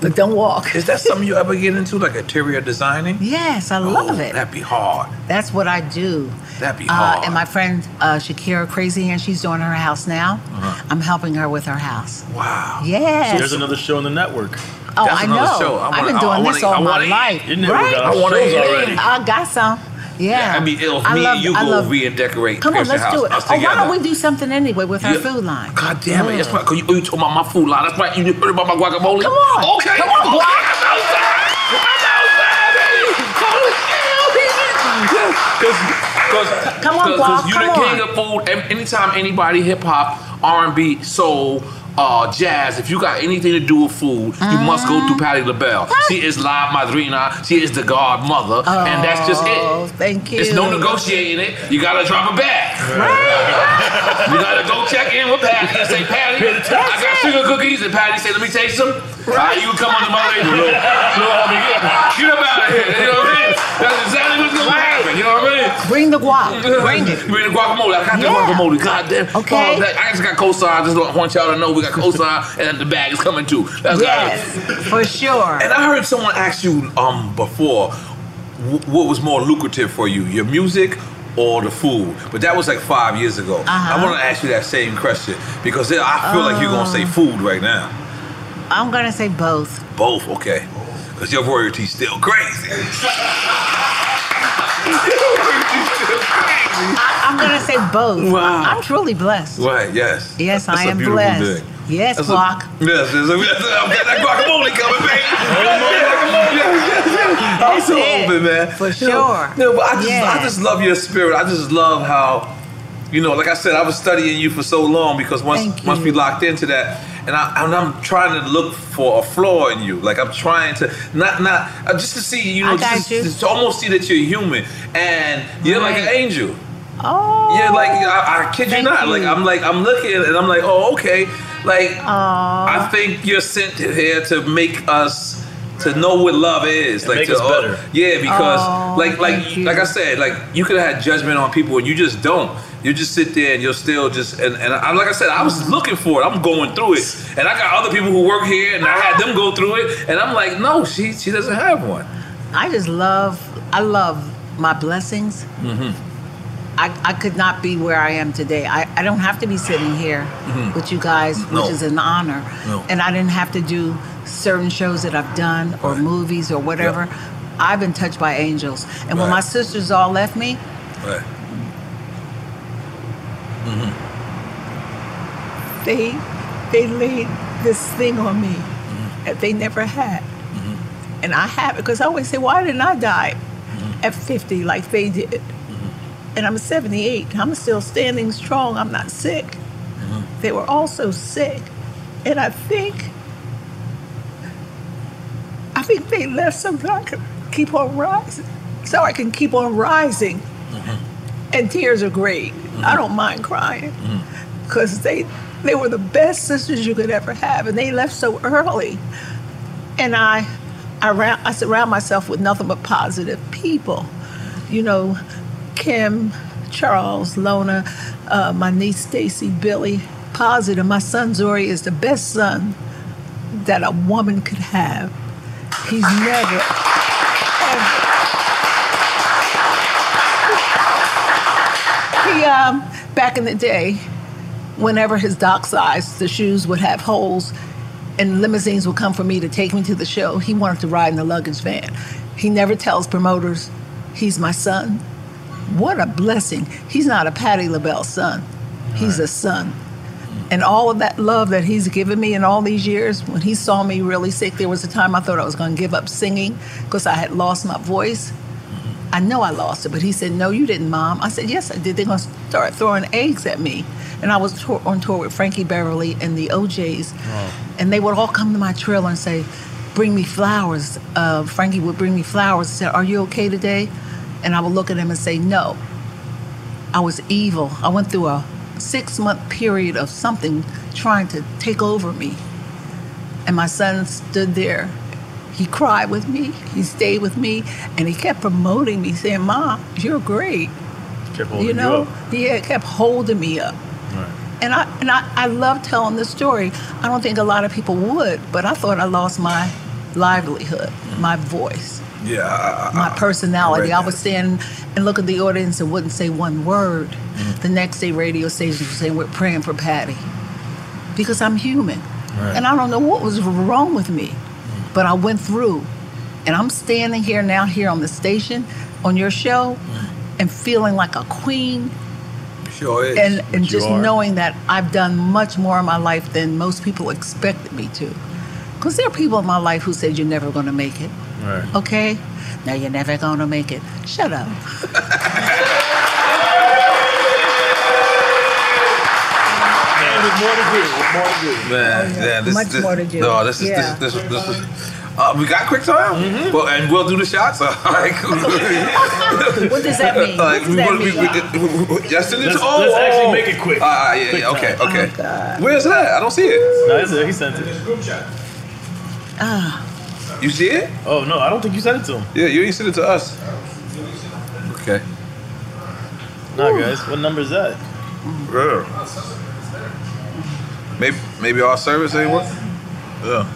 Speaker 4: but don't walk.
Speaker 2: Is that something you ever get into, like interior designing? Oh,
Speaker 4: Yes, I love it.
Speaker 2: That'd be hard.
Speaker 4: That's what I do.
Speaker 2: That'd be
Speaker 4: Uh,
Speaker 2: hard.
Speaker 4: and my friend uh, Shakira Crazy Hand, she's doing her house now.
Speaker 5: Uh-huh.
Speaker 4: I'm helping her with her house.
Speaker 2: Wow.
Speaker 4: Yes.
Speaker 5: there's another show on the network.
Speaker 4: Oh, I know. I've been doing this all my life.
Speaker 5: You never
Speaker 4: right?
Speaker 5: got I wanna shows eat. already.
Speaker 4: I got some. Yeah.
Speaker 2: I mean, if
Speaker 4: I
Speaker 2: me
Speaker 4: love-
Speaker 2: and you
Speaker 4: I
Speaker 2: go
Speaker 4: love-
Speaker 2: over here and decorate.
Speaker 4: Come on,
Speaker 2: Pearson
Speaker 4: let's
Speaker 2: house,
Speaker 4: do it.
Speaker 2: Us
Speaker 4: Oh, why
Speaker 2: together.
Speaker 4: don't we do something anyway with our
Speaker 2: Yeah.
Speaker 4: food line?
Speaker 2: God damn it! That's
Speaker 4: Mm.
Speaker 2: right. Cause you, you told me about my food line. That's right. You heard about my guacamole.
Speaker 4: Come on.
Speaker 2: Okay.
Speaker 4: Come on,
Speaker 2: okay.
Speaker 4: boy.
Speaker 2: I'm outside. I'm outside. baby. Holy shit. Cause,
Speaker 4: Come on,
Speaker 2: cause,
Speaker 4: Guac.
Speaker 2: you
Speaker 4: Come
Speaker 2: the
Speaker 4: on.
Speaker 2: king of food. And anytime anybody hip hop, R and B, soul. Uh, jazz. If you got anything to do with food, you must go through
Speaker 4: Uh-huh.
Speaker 2: Patty LaBelle. She is la madrina. She is the godmother, and that's just
Speaker 4: Oh,
Speaker 2: it.
Speaker 4: Thank you.
Speaker 2: It's no negotiating it. You gotta drop a bag.
Speaker 4: Right.
Speaker 2: you gotta go check in with Patty and say, Patty, I got sugar cookies. And Patty say, let me taste them. Right. you can come on to my radio. Look, look, I mean, get, get up out of here. You know what I mean? That's exactly what's gonna happen. You know what I mean?
Speaker 4: Bring the guac. Bring it.
Speaker 2: Bring the guacamole. I got the guacamole. God damn.
Speaker 4: Okay.
Speaker 2: Oh, that- I just got cosign. I just want y'all to know we got cosign and the bag is coming too. That's
Speaker 4: Yes, for sure.
Speaker 2: And I heard someone ask you um before, wh- what was more lucrative for you, your music or the food? But that was like five years ago.
Speaker 4: Uh-huh.
Speaker 2: I want to ask you that same question because then I feel like you're gonna
Speaker 4: Oh.
Speaker 2: say food right now.
Speaker 4: I'm gonna say both.
Speaker 2: Both, okay? Because your royalty's still crazy.
Speaker 4: I, I'm gonna say both. Wow. I'm truly blessed.
Speaker 2: Right? Yes.
Speaker 4: Yes,
Speaker 2: That's
Speaker 4: I
Speaker 2: a
Speaker 4: am
Speaker 2: beautiful
Speaker 4: blessed.
Speaker 2: thing.
Speaker 4: Yes,
Speaker 2: That's a-
Speaker 4: Glock.
Speaker 2: Yes, yes, yes, yes. That guacamole coming, baby. Yes, yes, yes. I'm
Speaker 4: That's
Speaker 2: so
Speaker 4: it.
Speaker 2: open, man.
Speaker 4: For
Speaker 2: You know,
Speaker 4: sure.
Speaker 2: No, but I just, I
Speaker 4: Yeah.
Speaker 2: just love your spirit. I just love how, you know, like I said, I was studying you for so long because once, once we locked into that, and I, and I'm trying to look for a flaw in you. Like I'm trying to not, not uh, just to see, you know,
Speaker 4: I got
Speaker 2: just,
Speaker 4: you.
Speaker 2: just to almost see that you're human and you're like an angel.
Speaker 4: Oh.
Speaker 2: Yeah, like I, I kid you not. Like I'm like I'm looking and I'm like, oh okay. Like I think you're sent here to make us to know what love is.
Speaker 5: And
Speaker 2: like
Speaker 5: make
Speaker 2: to
Speaker 5: us
Speaker 2: oh,
Speaker 5: better.
Speaker 2: Yeah, because
Speaker 5: Aw,
Speaker 4: Oh,
Speaker 2: like like like I said, like you could have had judgment on people and you just don't. You just sit there and you're still just and, and I, like I said, I was looking for it. I'm going through it, and I got other people who work here, and I had them go through it, and I'm like, no, she she doesn't have one.
Speaker 4: I just love. I love my blessings.
Speaker 2: Mm-hmm.
Speaker 4: I, I could not be where I am today. I, I don't have to be sitting here
Speaker 2: Mm-hmm.
Speaker 6: Mhm.
Speaker 4: with you guys,
Speaker 6: No.
Speaker 4: which is an honor.
Speaker 6: No.
Speaker 4: And I didn't have to do certain shows that I've done or movies or whatever. I've been touched by angels. And when
Speaker 6: Right.
Speaker 4: my sisters all left me,
Speaker 2: Right. Mm-hmm.
Speaker 4: they they laid this thing on me that they never had. And I have it because I always say, why didn't I die at 50 like they did? And I'm 78. I'm still standing strong. I'm not sick. They were also sick. And I think, I think they left so that I could keep on rising. So I can keep on rising. And tears are great. I don't mind crying because they they were the best sisters you could ever have, and they left so early. And I, I, round, I surround myself with nothing but positive people. You know, Kim, Charles, Lona, uh, my niece Stacy, Billy, positive. My son Zori is the best son that a woman could have. He's never. He, um, back in the day, whenever his dock size, the shoes would have holes, and limousines would come for me to take me to the show. He wanted to ride in the luggage van. He never tells promoters he's my son. What a blessing. He's not a Patty LaBelle son, he's a son. And all of that love that he's given me in all these years, when he saw me really sick, there was a time I thought I was going to give up singing because I had lost my voice. I know I lost it, but he said, No, you didn't, Mom. I said, Yes, I did. They're going to start throwing eggs at me. And I was tour- on tour with Frankie Beverly and the OJs,
Speaker 5: Oh,
Speaker 4: and they would all come to my trailer and say, Bring me flowers. Uh, Frankie would bring me flowers and say, Are you okay today? And I would look at him and say, No. I was evil. I went through a six month period of something trying to take over me. And my son stood there he cried with me, he stayed with me, and he kept promoting me, saying, Mom, you're great.
Speaker 5: Kept holding
Speaker 4: You know?
Speaker 5: up.
Speaker 4: yeah, it kept holding me up. And I and I, I love telling this story. I don't think a lot of people would, but I thought I lost my livelihood, my voice,
Speaker 2: Yeah. I- I-
Speaker 4: my personality.
Speaker 2: read
Speaker 4: I
Speaker 2: that.
Speaker 4: would stand and look at the audience and wouldn't say one word. The next day radio stations would say, We're praying for Patty. Because I'm human.
Speaker 6: Right.
Speaker 4: And I don't know what was wrong with me, but I went through. And I'm standing here now, here on the station, on your show, and feeling like a queen.
Speaker 2: Sure is.
Speaker 4: And, and
Speaker 2: But you
Speaker 4: just
Speaker 2: are.
Speaker 4: knowing that I've done much more in my life than most people expected me to. Because there are people in my life who said, You're never going to make it.
Speaker 6: Right.
Speaker 4: Okay? Now you're never going to make it. Shut up.
Speaker 5: more to do. More to do.
Speaker 2: Man,
Speaker 5: Oh, yeah.
Speaker 2: yeah, this,
Speaker 5: Much
Speaker 2: this,
Speaker 5: more to do.
Speaker 2: No, this is
Speaker 5: Yeah.
Speaker 2: this is this, is- this is. Uh, we got quick time.
Speaker 5: Mm-hmm.
Speaker 2: Well, and we'll do the shots. All right.
Speaker 4: what does that mean?
Speaker 2: Like, we-
Speaker 4: What does that
Speaker 2: we-
Speaker 4: mean,
Speaker 2: we- we- we- we- Yes, it is.
Speaker 5: Let's-
Speaker 2: oh,
Speaker 5: let's actually
Speaker 2: oh.
Speaker 5: make it quick.
Speaker 2: Ah, yeah,
Speaker 5: Quick
Speaker 2: yeah. Okay,
Speaker 5: time.
Speaker 2: okay. Where's that? I don't see it.
Speaker 5: No, it's there. He sent it.
Speaker 4: Ah,
Speaker 2: You see it?
Speaker 5: Oh no, I don't think you sent it to him.
Speaker 2: Yeah, you ain't sent it to us. Okay.
Speaker 5: Nah, guys, what number is that?
Speaker 2: Yeah. Maybe maybe our service ain't working. Yeah.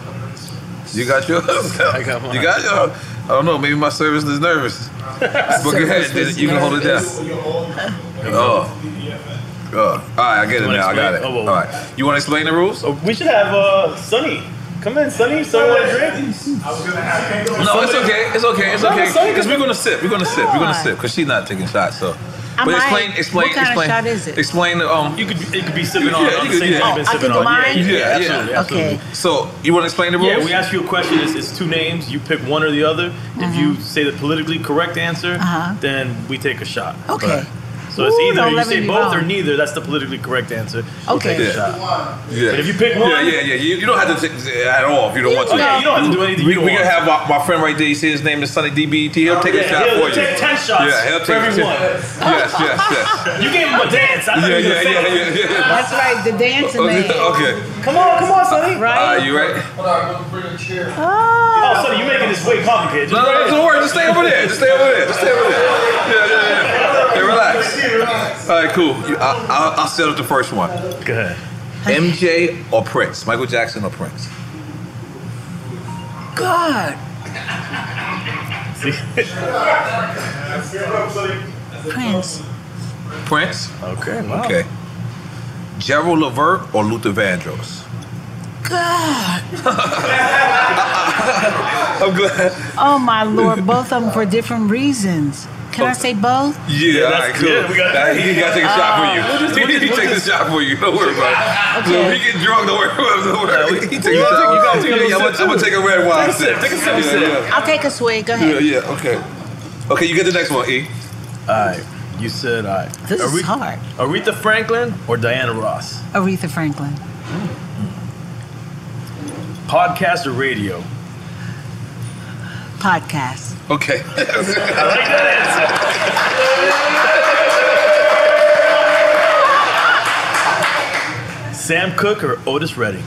Speaker 2: You got yours. I got You got yours. I don't know. Maybe my service is nervous. But go ahead, you can hold it down. Oh. Oh. All right, I get it
Speaker 5: You wanna
Speaker 2: now. I got it.
Speaker 5: explain? Oh,
Speaker 2: All right. You want to explain the rules?
Speaker 5: We should have uh, Sonny. Come in, Sonny. Sonny want a drink?
Speaker 2: No, it's okay. It's okay. It's
Speaker 5: No,
Speaker 2: okay.
Speaker 5: it's okay.
Speaker 2: Because we're gonna sip. We're gonna sip. We're gonna sip. Because she's not taking shots. So,
Speaker 4: I
Speaker 2: but
Speaker 4: might.
Speaker 2: explain, explain,
Speaker 4: What kind of
Speaker 2: explain.
Speaker 4: shot is it?
Speaker 2: Explain the um.
Speaker 5: You could it could be
Speaker 2: sipping
Speaker 5: on- on the same thing you've been Oh, I sipping could on. Yeah, mine?
Speaker 2: Yeah,
Speaker 5: yeah,
Speaker 2: yeah,
Speaker 5: absolutely, absolutely. Okay.
Speaker 2: So you want to explain the rules?
Speaker 5: Yeah, we ask you a question. It's, it's two names. You pick one or the other. If you say the politically correct answer,
Speaker 4: Uh-huh.
Speaker 5: then we take a shot.
Speaker 4: Okay.
Speaker 5: So it's
Speaker 4: Ooh,
Speaker 5: either
Speaker 4: don't
Speaker 5: you
Speaker 4: let me
Speaker 5: say
Speaker 4: be
Speaker 5: both or
Speaker 4: wrong.
Speaker 5: neither. That's the politically correct answer. We'll
Speaker 4: Okay.
Speaker 5: take a
Speaker 2: Yeah.
Speaker 5: shot.
Speaker 2: Yeah.
Speaker 5: But if you pick
Speaker 2: Yeah,
Speaker 5: one-
Speaker 2: yeah, yeah. You, you don't have to take at all if you don't want to.
Speaker 5: Oh, yeah, you don't have to do anything
Speaker 2: We,
Speaker 5: you
Speaker 2: we
Speaker 5: don't
Speaker 2: gonna
Speaker 5: want. Oh,
Speaker 2: have my, my friend right there. You see his name is Sonny DBT. He'll take a
Speaker 5: Yeah,
Speaker 2: shot
Speaker 5: he'll
Speaker 2: for you.
Speaker 5: take 10 shots
Speaker 2: Yeah, he'll take
Speaker 5: for everyone.
Speaker 2: Yes, yes, yes.
Speaker 5: You gave him a dance. I thought
Speaker 2: Yeah,
Speaker 5: you
Speaker 2: yeah, yeah, yeah, yeah.
Speaker 4: That's right, the dancing man.
Speaker 2: Oh, Okay.
Speaker 5: Come on, come on, Sonny.
Speaker 2: Right? you right?
Speaker 5: Oh, Sonny, you're making this way complicated.
Speaker 2: No, no, no, don't worry. Just stay over there. Just stay over there. Just stay over there. Yeah, yeah, yeah. Hey, relax. All right, cool. You, I, I, I'll set up the first one.
Speaker 5: Go ahead.
Speaker 2: MJ or Prince? Michael Jackson or Prince?
Speaker 4: God. Prince.
Speaker 2: Prince.
Speaker 5: Okay.
Speaker 4: wow.
Speaker 2: Okay. Gerald Levert or Luther Vandross?
Speaker 4: God.
Speaker 2: I'm glad.
Speaker 4: Oh my lord, both of them for different reasons. Can I say both?
Speaker 2: Yeah, all right, cool.
Speaker 5: yeah, we got-
Speaker 2: Nah, he got to take a shot for you.
Speaker 5: Uh, we'll just-
Speaker 4: Oh.
Speaker 5: we'll
Speaker 2: he
Speaker 5: just- we'll
Speaker 2: takes
Speaker 5: just-
Speaker 2: a shot for you. Don't worry about it. So
Speaker 5: Okay.
Speaker 2: if he get drunk, don't worry about it. Don't worry. He takes a
Speaker 5: you gotta
Speaker 2: shot.
Speaker 5: take- you gotta take a
Speaker 2: Yeah,
Speaker 5: little
Speaker 2: I'm gonna-
Speaker 5: sip,
Speaker 2: I'm going to
Speaker 5: too.
Speaker 2: take a red wine
Speaker 5: Take a sip, take a sip,
Speaker 2: Yeah,
Speaker 5: sip.
Speaker 2: yeah.
Speaker 4: I'll take a swig. Go
Speaker 2: Yeah,
Speaker 4: ahead.
Speaker 2: yeah, okay. Okay, you get the next one, E.
Speaker 5: Alright. You said I.
Speaker 4: This is hard.
Speaker 5: Aretha Franklin or Diana Ross?
Speaker 4: Aretha Franklin.
Speaker 5: Podcast or radio?
Speaker 4: Podcast.
Speaker 2: Okay.
Speaker 5: Sam Cooke or Otis Redding?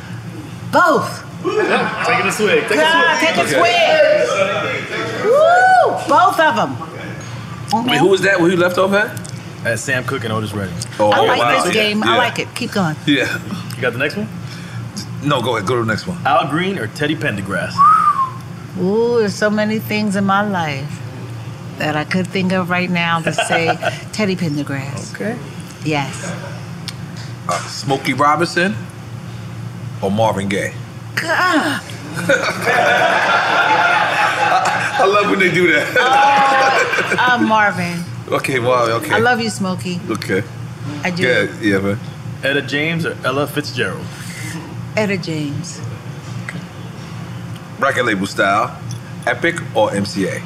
Speaker 4: Both.
Speaker 5: Taking a swig. Take
Speaker 4: God,
Speaker 5: a swig.
Speaker 4: Ah, take a swig. Woo! Both of them.
Speaker 2: Wait, who was that? Who you left off at?
Speaker 5: That's Uh, Sam Cooke and Otis Redding.
Speaker 2: Oh,
Speaker 4: I like
Speaker 2: wow.
Speaker 4: this game.
Speaker 2: Yeah.
Speaker 4: I like it. Keep going.
Speaker 2: Yeah.
Speaker 5: You got the next one?
Speaker 2: No, go ahead. Go to the next one.
Speaker 5: Al Green or Teddy Pendergrass?
Speaker 4: Ooh, there's so many things in my life that I could think of right now to say Teddy Pendergrass.
Speaker 5: Okay.
Speaker 4: Yes.
Speaker 2: Uh, Smokey Robinson or Marvin Gaye?
Speaker 4: God.
Speaker 2: I love when they do that.
Speaker 4: Uh, Marvin.
Speaker 2: okay, wow, okay.
Speaker 4: I love you, Smokey.
Speaker 2: Okay.
Speaker 4: I do.
Speaker 2: Yeah, yeah, man.
Speaker 5: Etta James or Ella Fitzgerald?
Speaker 4: Etta James.
Speaker 2: Record label style, Epic or MCA?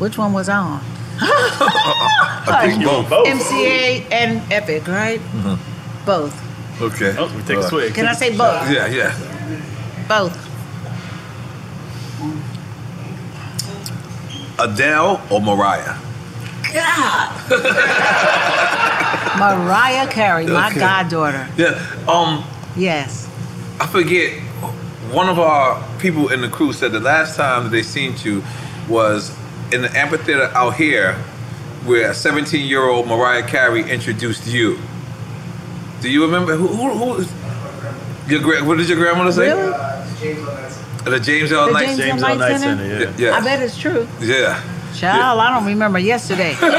Speaker 4: Which one was I on?
Speaker 2: I think both.
Speaker 4: MCA and Epic, right?
Speaker 2: Mhm.
Speaker 4: Both.
Speaker 2: Okay.
Speaker 5: Oh, we take a swig.
Speaker 4: Can I say both?
Speaker 2: Yeah, yeah.
Speaker 4: Both.
Speaker 2: Adele or Mariah?
Speaker 4: God. Mariah Carey, my
Speaker 2: Okay.
Speaker 4: goddaughter.
Speaker 2: Yeah. Um,
Speaker 4: Yes.
Speaker 2: I forget. One of our people in the crew said the last time that they seen you was in the amphitheater out here, where a 17-year-old Mariah Carey introduced you. Do you remember who? who, who your gra- what did your grandmother say?
Speaker 4: Really?
Speaker 2: The James L.
Speaker 4: The
Speaker 2: Knight
Speaker 4: James L. James L. Knight Knight Center?
Speaker 2: Center. Yeah.
Speaker 4: I bet it's true.
Speaker 2: Yeah.
Speaker 4: Child, I don't remember yesterday. but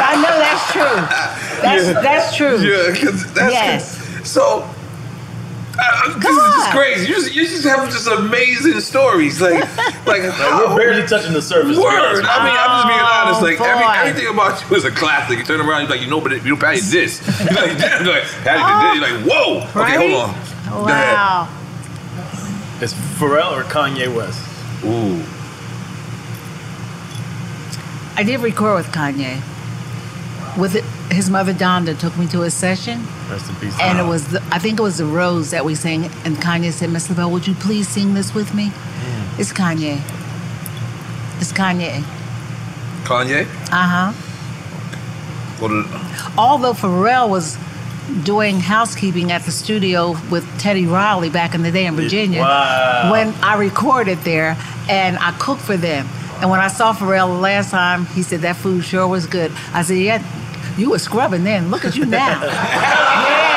Speaker 4: I know that's true. That's
Speaker 2: Yeah.
Speaker 4: that's true.
Speaker 2: Yeah, 'cause that's
Speaker 4: yes.
Speaker 2: So I- I- this is just crazy. You just, you just
Speaker 4: Oh,
Speaker 2: have just amazing stories, like like how,
Speaker 5: We're barely touching the surface. to be honest
Speaker 2: word.
Speaker 5: with
Speaker 2: I mean, I'm just being honest. Like
Speaker 5: boy.
Speaker 2: every, everything about you is a classic. You turn around, you're like, you know, but it- you know, Patty did this. You're like, damn, you're like Patty did this. You're like, whoa. Okay,
Speaker 4: Right?
Speaker 2: hold on.
Speaker 4: Wow.
Speaker 5: you. It's Pharrell or Kanye West?
Speaker 2: Ooh.
Speaker 4: I did record with Kanye. With it, his mother Donda took me to a session,
Speaker 5: Rest in peace.
Speaker 4: and it was the, I think it was the Rose that we sang, and Kanye said, "Miss LaBelle, would you please sing this with me?" It's Kanye. It's Kanye.
Speaker 2: Kanye.
Speaker 4: Uh huh.
Speaker 2: Go to-
Speaker 4: Although Pharrell was doing housekeeping at the studio with Teddy Riley back in the day in Virginia,
Speaker 5: Wow.
Speaker 4: when I recorded there and I cooked for them. And when I saw Pharrell the last time, he said that food sure was good. I said, "Yeah, you were scrubbing then. Look at you now." yeah.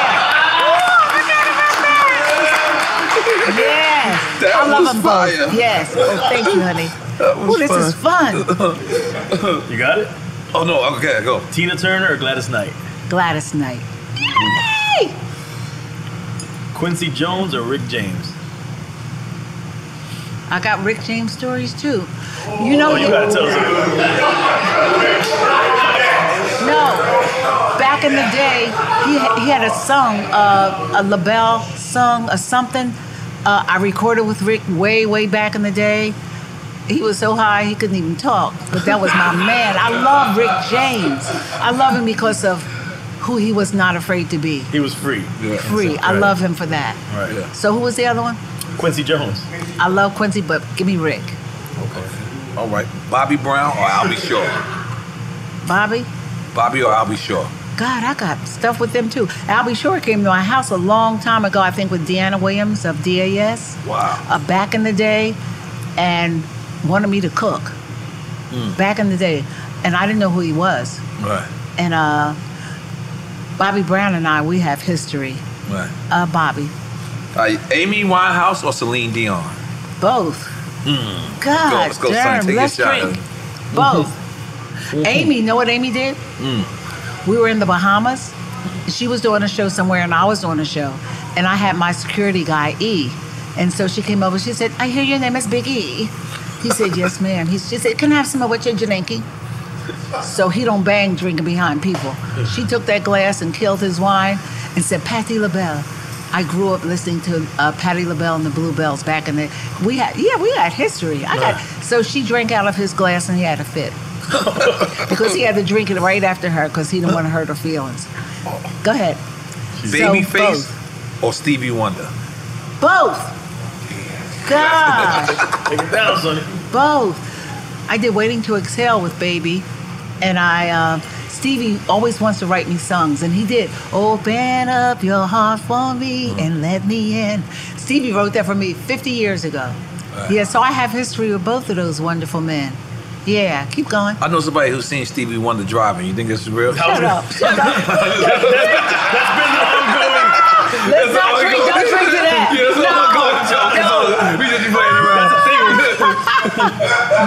Speaker 4: Yes.
Speaker 2: That
Speaker 4: I love
Speaker 2: was
Speaker 4: them
Speaker 2: fire.
Speaker 4: both. Yes. Oh, thank you, honey. Ooh, this is fun.
Speaker 5: You got it?
Speaker 2: Oh no, okay, go.
Speaker 5: Tina Turner or Gladys Knight?
Speaker 4: Gladys Knight.
Speaker 5: Mm.
Speaker 4: Yay!
Speaker 5: Quincy Jones or Rick James?
Speaker 4: I got Rick James stories too. You know,
Speaker 5: Oh, you gotta tell us.
Speaker 4: no. Back in the day, he he had a song, uh, a LaBelle song or something. Uh, I recorded with Rick way way back in the day. He was so high he couldn't even talk, but that was my man. I love Rick James. I love him because of who he was not afraid to be.
Speaker 5: He was free.
Speaker 4: Free. I
Speaker 5: Right.
Speaker 4: love him for that.
Speaker 5: Right. Yeah.
Speaker 4: So who was the other one?
Speaker 5: Quincy Jones.
Speaker 4: I love Quincy, but give me Rick.
Speaker 2: All right, Bobby Brown or I'll be sure.
Speaker 4: Bobby,
Speaker 2: Bobby or I'll be sure.
Speaker 4: God, I got stuff with them too. Albie Shore came to my house a long time ago, I think with Deanna Williams of DAS.
Speaker 2: Wow.
Speaker 4: Uh, back in the day, and wanted me to cook.
Speaker 2: Hmm.
Speaker 4: Back in the day, and I didn't know who he was.
Speaker 2: Right.
Speaker 4: And uh, Bobby Brown and I, we have history.
Speaker 2: Right.
Speaker 4: Uh, Bobby,
Speaker 2: Uh, Amy Winehouse or Celine Dion?
Speaker 4: both. Hmm. God
Speaker 2: go, let's go,
Speaker 4: damn,
Speaker 2: son. Take
Speaker 4: let's
Speaker 2: a shot.
Speaker 4: drink. Both. Amy, know what Amy did?
Speaker 2: Mm.
Speaker 4: we were in the Bahamas. She was doing a show somewhere, and I was doing a show. And I had my security guy E, and so she came over. She said, "I hear your name is Big E." He said, "Yes, ma'am." He, she said, "Can I have some of what you're drinking?" So he don't bang drinking behind people. She took that glass and killed his wine, and said, "Patty LaBelle." I grew up listening to uh, Patty LaBelle and the Bluebells back in the. We had yeah, we had history. I got so she drank out of his glass and he had a fit because he had to drink it right after her because he didn't want to hurt her feelings. Go ahead.
Speaker 2: Babyface or Stevie Wonder?
Speaker 4: Both. both. God.
Speaker 5: Take it down, Sonny.
Speaker 4: both. I did Waiting to Exhale with Baby, and I uh, Stevie always wants to write me songs, and he did. Open up your heart for me and let me in. Stevie wrote that for me 50 years ago. Yeah, so I have history with both of those wonderful men. Yeah, keep going.
Speaker 2: I know somebody who's seen Stevie Wonder driving. You think this is real?
Speaker 4: Shut up. Shut up.
Speaker 2: Let's
Speaker 4: not drink- don't drink to that.
Speaker 2: Yeah, that's
Speaker 4: No,
Speaker 2: all going joke. It's
Speaker 4: no.
Speaker 2: all- We just be playing around.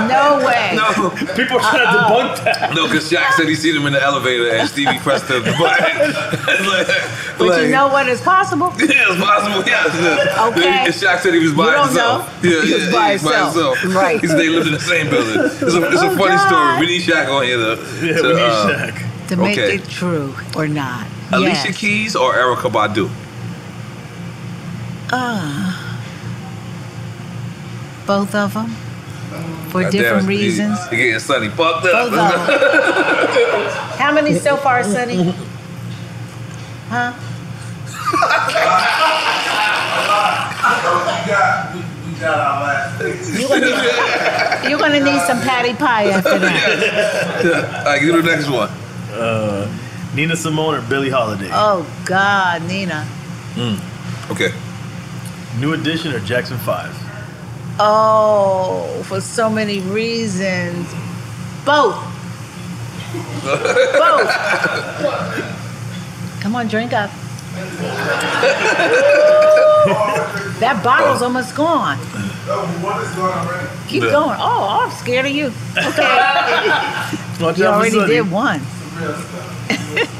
Speaker 4: No way.
Speaker 2: No.
Speaker 5: People are trying to debunk that.
Speaker 2: No, because Shaq said he seen him in the elevator and Stevie pressed the button. It's like-
Speaker 4: But
Speaker 2: like-
Speaker 4: you know what? It's possible.
Speaker 2: Yeah, it's possible. Yeah. yeah.
Speaker 4: Okay.
Speaker 2: And Shaq said he was by
Speaker 4: You don't
Speaker 2: himself.
Speaker 4: know.
Speaker 2: Yeah,
Speaker 4: He
Speaker 2: yeah,
Speaker 4: was by himself. Right.
Speaker 2: He said they lived in the same building. It's a, it's a
Speaker 4: Oh,
Speaker 2: funny
Speaker 4: God.
Speaker 2: story. We need Shaq on here, though. Yeah,
Speaker 5: we need Shaq.
Speaker 4: To make
Speaker 2: okay.
Speaker 4: it true or not.
Speaker 2: Alicia
Speaker 4: Yes.
Speaker 2: Keys or Erica Badu?
Speaker 4: Ah. both of them for
Speaker 2: Oh, God damn
Speaker 4: different
Speaker 2: it, you-
Speaker 4: reasons.
Speaker 2: You're getting sunny fucked up.
Speaker 4: Both of How many so far, Sonny? Huh? You're gonna, need, you're gonna need some patty pie after that.
Speaker 2: All right, do the next one.
Speaker 5: Uh, Nina Simone or Billie Holiday?
Speaker 4: Oh God, Nina.
Speaker 2: Mm. Okay.
Speaker 5: New Edition or Jackson 5?
Speaker 4: Oh, for so many reasons. Both. Both. Come on, drink up. that bottle's almost gone. Keep
Speaker 5: Yeah.
Speaker 4: going. Oh, I'm scared of you. Okay.
Speaker 2: Watch out
Speaker 4: you
Speaker 2: for
Speaker 4: already
Speaker 2: Sonny.
Speaker 4: did one.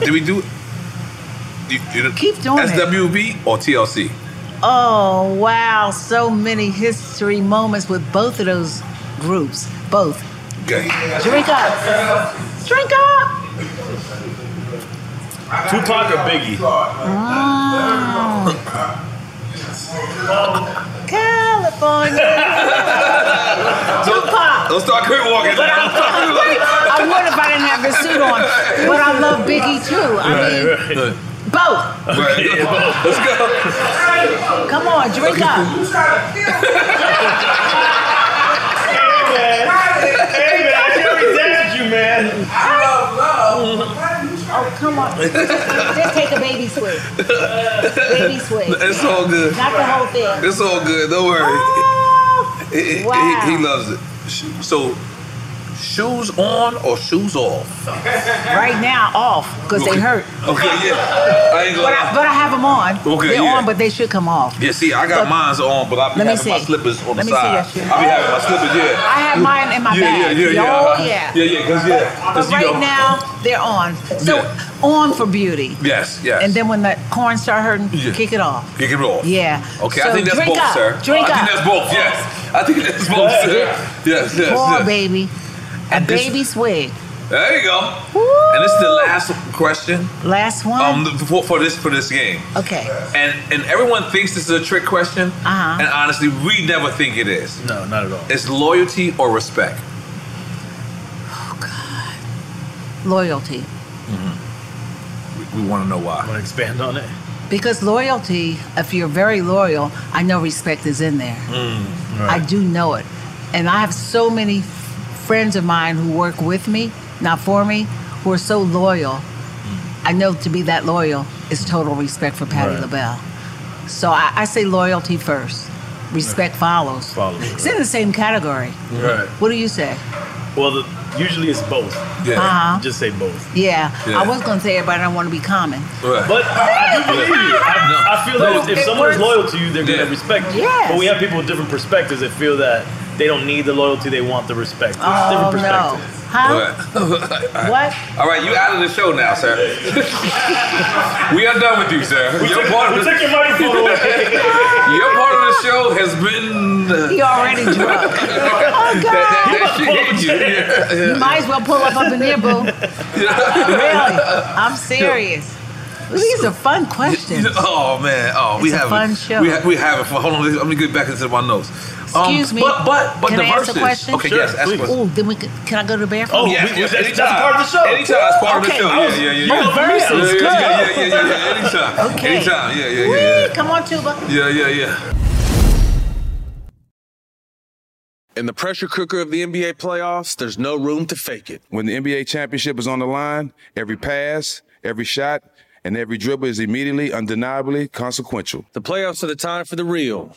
Speaker 2: Did we do? You, you, Keep
Speaker 4: doing it.
Speaker 2: SWB or TLC?
Speaker 4: Oh, wow. So many history moments with both of those groups. Both.
Speaker 2: Okay.
Speaker 4: Drink up. Drink up.
Speaker 5: Tupac or Biggie?
Speaker 4: Oh. California. Tupac.
Speaker 2: Don't start quit walking.
Speaker 4: But I, I would if I didn't have this suit on. But I love Biggie too. I mean,
Speaker 2: right, right.
Speaker 4: both.
Speaker 2: Right. Let's go.
Speaker 4: Come on, drink up.
Speaker 5: Hey, man, I can't be dance with you, man.
Speaker 4: Oh, come on. Just take a baby swig. Baby swig.
Speaker 2: It's all good.
Speaker 4: Not the whole thing.
Speaker 2: It's all good. Don't worry. He- he-
Speaker 4: Wow.
Speaker 2: He, he loves it. So, Shoes on or shoes off?
Speaker 4: Right now, off because they
Speaker 2: Okay.
Speaker 4: hurt.
Speaker 2: Okay, yeah. I ain't
Speaker 4: But
Speaker 2: gonna
Speaker 4: I, but I have them on.
Speaker 2: Okay,
Speaker 4: They're
Speaker 2: yeah.
Speaker 4: on, but they should come off.
Speaker 2: Yeah, see, I got
Speaker 4: Look.
Speaker 2: mine's on, but I be
Speaker 4: Let me
Speaker 2: having my
Speaker 4: see.
Speaker 2: slippers on
Speaker 4: Let
Speaker 2: the
Speaker 4: me see
Speaker 2: side.
Speaker 4: that shit.
Speaker 2: I be having my slippers, yeah.
Speaker 4: I have mine in my
Speaker 2: yeah,
Speaker 4: bag.
Speaker 2: Yeah, yeah, yeah.
Speaker 4: Oh,
Speaker 2: uh-huh.
Speaker 4: yeah.
Speaker 2: Yeah, yeah, because yeah.
Speaker 4: But
Speaker 2: 'cause, you
Speaker 4: right
Speaker 2: know,
Speaker 4: now, they're on. So
Speaker 2: Yeah.
Speaker 4: on for beauty.
Speaker 2: Yes, yes.
Speaker 4: And then when the corn start hurting,
Speaker 2: Yeah.
Speaker 4: kick it off.
Speaker 2: Kick it off.
Speaker 4: Yeah.
Speaker 2: Okay, I
Speaker 4: So
Speaker 2: think that's
Speaker 4: drink
Speaker 2: both,
Speaker 4: up.
Speaker 2: sir.
Speaker 4: Drink
Speaker 2: I
Speaker 4: up.
Speaker 2: think that's both, yes. I think that's both, sir. Yes, yes,
Speaker 4: Poor
Speaker 2: yes.
Speaker 4: baby. A
Speaker 2: And this-
Speaker 4: baby's wig.
Speaker 2: There you go. And this is the last question.
Speaker 4: Last one.
Speaker 2: Um, for, for this for this game,
Speaker 4: Okay.
Speaker 2: and and everyone thinks this is a trick question,
Speaker 4: Uh-huh.
Speaker 2: and honestly, we never think it is. No, not at all. It's loyalty or respect.
Speaker 4: Loyalty.
Speaker 2: We, we want to know why.
Speaker 5: Want to expand on it?
Speaker 4: Because loyalty, if you're very loyal, I know respect is in there. I do know it. And I have so many f- friends of mine who work with me, not for me, who are so loyal.
Speaker 2: Mm.
Speaker 4: I know to be that loyal is total respect for Patty
Speaker 6: Right.
Speaker 4: LaBelle. So I, I say loyalty first. Respect follows.
Speaker 5: Follows,
Speaker 4: It's in the same category.
Speaker 5: Right.
Speaker 4: What do you say?
Speaker 5: Well, the, usually it's both.
Speaker 4: Yeah. Uh-huh.
Speaker 5: Just say both.
Speaker 4: Yeah.
Speaker 5: Yeah.
Speaker 4: I was going to say everybody I don't want to be common.
Speaker 2: Uh,
Speaker 5: But I do believe you. I, I feel
Speaker 4: No.
Speaker 5: that if, if
Speaker 4: It
Speaker 5: someone is
Speaker 4: works.
Speaker 5: loyal to you, they're going to respect you.
Speaker 4: Yes.
Speaker 5: But we have people with different perspectives that feel that they don't need the loyalty, they want the respect. It's
Speaker 4: Oh,
Speaker 5: different
Speaker 4: no.
Speaker 5: perspectives.
Speaker 4: Huh? What?
Speaker 2: All right, you out of the show now, sir. we are done with you, sir.
Speaker 5: We
Speaker 2: Your
Speaker 5: took-
Speaker 2: part of
Speaker 5: we
Speaker 2: the-
Speaker 5: took your microphone away.
Speaker 2: Your part of the show has been.
Speaker 4: He already drunk. Oh,
Speaker 2: That- that- that shit hit you. Yeah,
Speaker 4: You
Speaker 2: yeah.
Speaker 4: might as well pull up up in here, boo. really? I'm serious. These are fun questions.
Speaker 2: Oh man! Oh, we
Speaker 4: It's a
Speaker 2: have
Speaker 4: fun show.
Speaker 2: We, ha- we have it for. Hold on, let me get back into my notes. Um,
Speaker 4: Excuse me.
Speaker 2: But but but
Speaker 4: can
Speaker 2: the
Speaker 4: I
Speaker 2: verses.
Speaker 4: ask a question?
Speaker 2: Okay, yes, ask a question.
Speaker 4: Ooh, then we could, can I go to the bathroom?
Speaker 2: Oh, yes, yes, anytime. Anytime, it's part
Speaker 4: okay.
Speaker 2: of the show. Yeah, yeah, yeah. yeah.
Speaker 4: Oh,
Speaker 2: Yeah,
Speaker 4: verses,
Speaker 2: yeah, yeah,
Speaker 4: good.
Speaker 2: yeah, yeah, yeah, yeah. Anytime.
Speaker 4: Okay.
Speaker 2: Anytime. Yeah, yeah, yeah, yeah.
Speaker 4: Whee, Come on, Tuba.
Speaker 2: Yeah, yeah, yeah.
Speaker 14: In the pressure cooker of the NBA playoffs, there's no room to fake it.
Speaker 7: When the NBA championship is on the line, every pass, every shot, and every dribble is immediately, undeniably consequential.
Speaker 14: The playoffs are the time for the real.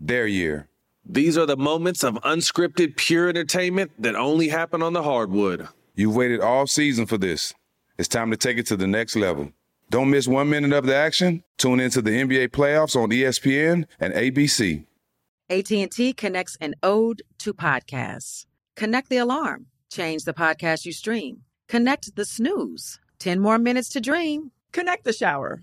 Speaker 7: their year?
Speaker 14: These are the moments of unscripted, pure entertainment that only happen on the hardwood.
Speaker 7: You've waited all season for this. It's time to take it to the next level. Don't miss one minute of the action. Tune into the NBA playoffs on E ESPN and ABC.
Speaker 15: AT&T connects an ode to podcasts. Connect the alarm, change the podcast you stream. Connect the snooze, 10 more minutes to dream.
Speaker 16: Connect the shower.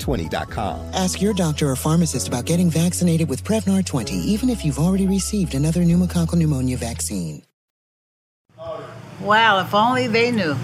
Speaker 12: Prevnar20.com.
Speaker 13: Ask your doctor or pharmacist about getting vaccinated with Prevnar 20, even if you've already received another pneumococcal pneumonia vaccine.
Speaker 4: Wow, if only they knew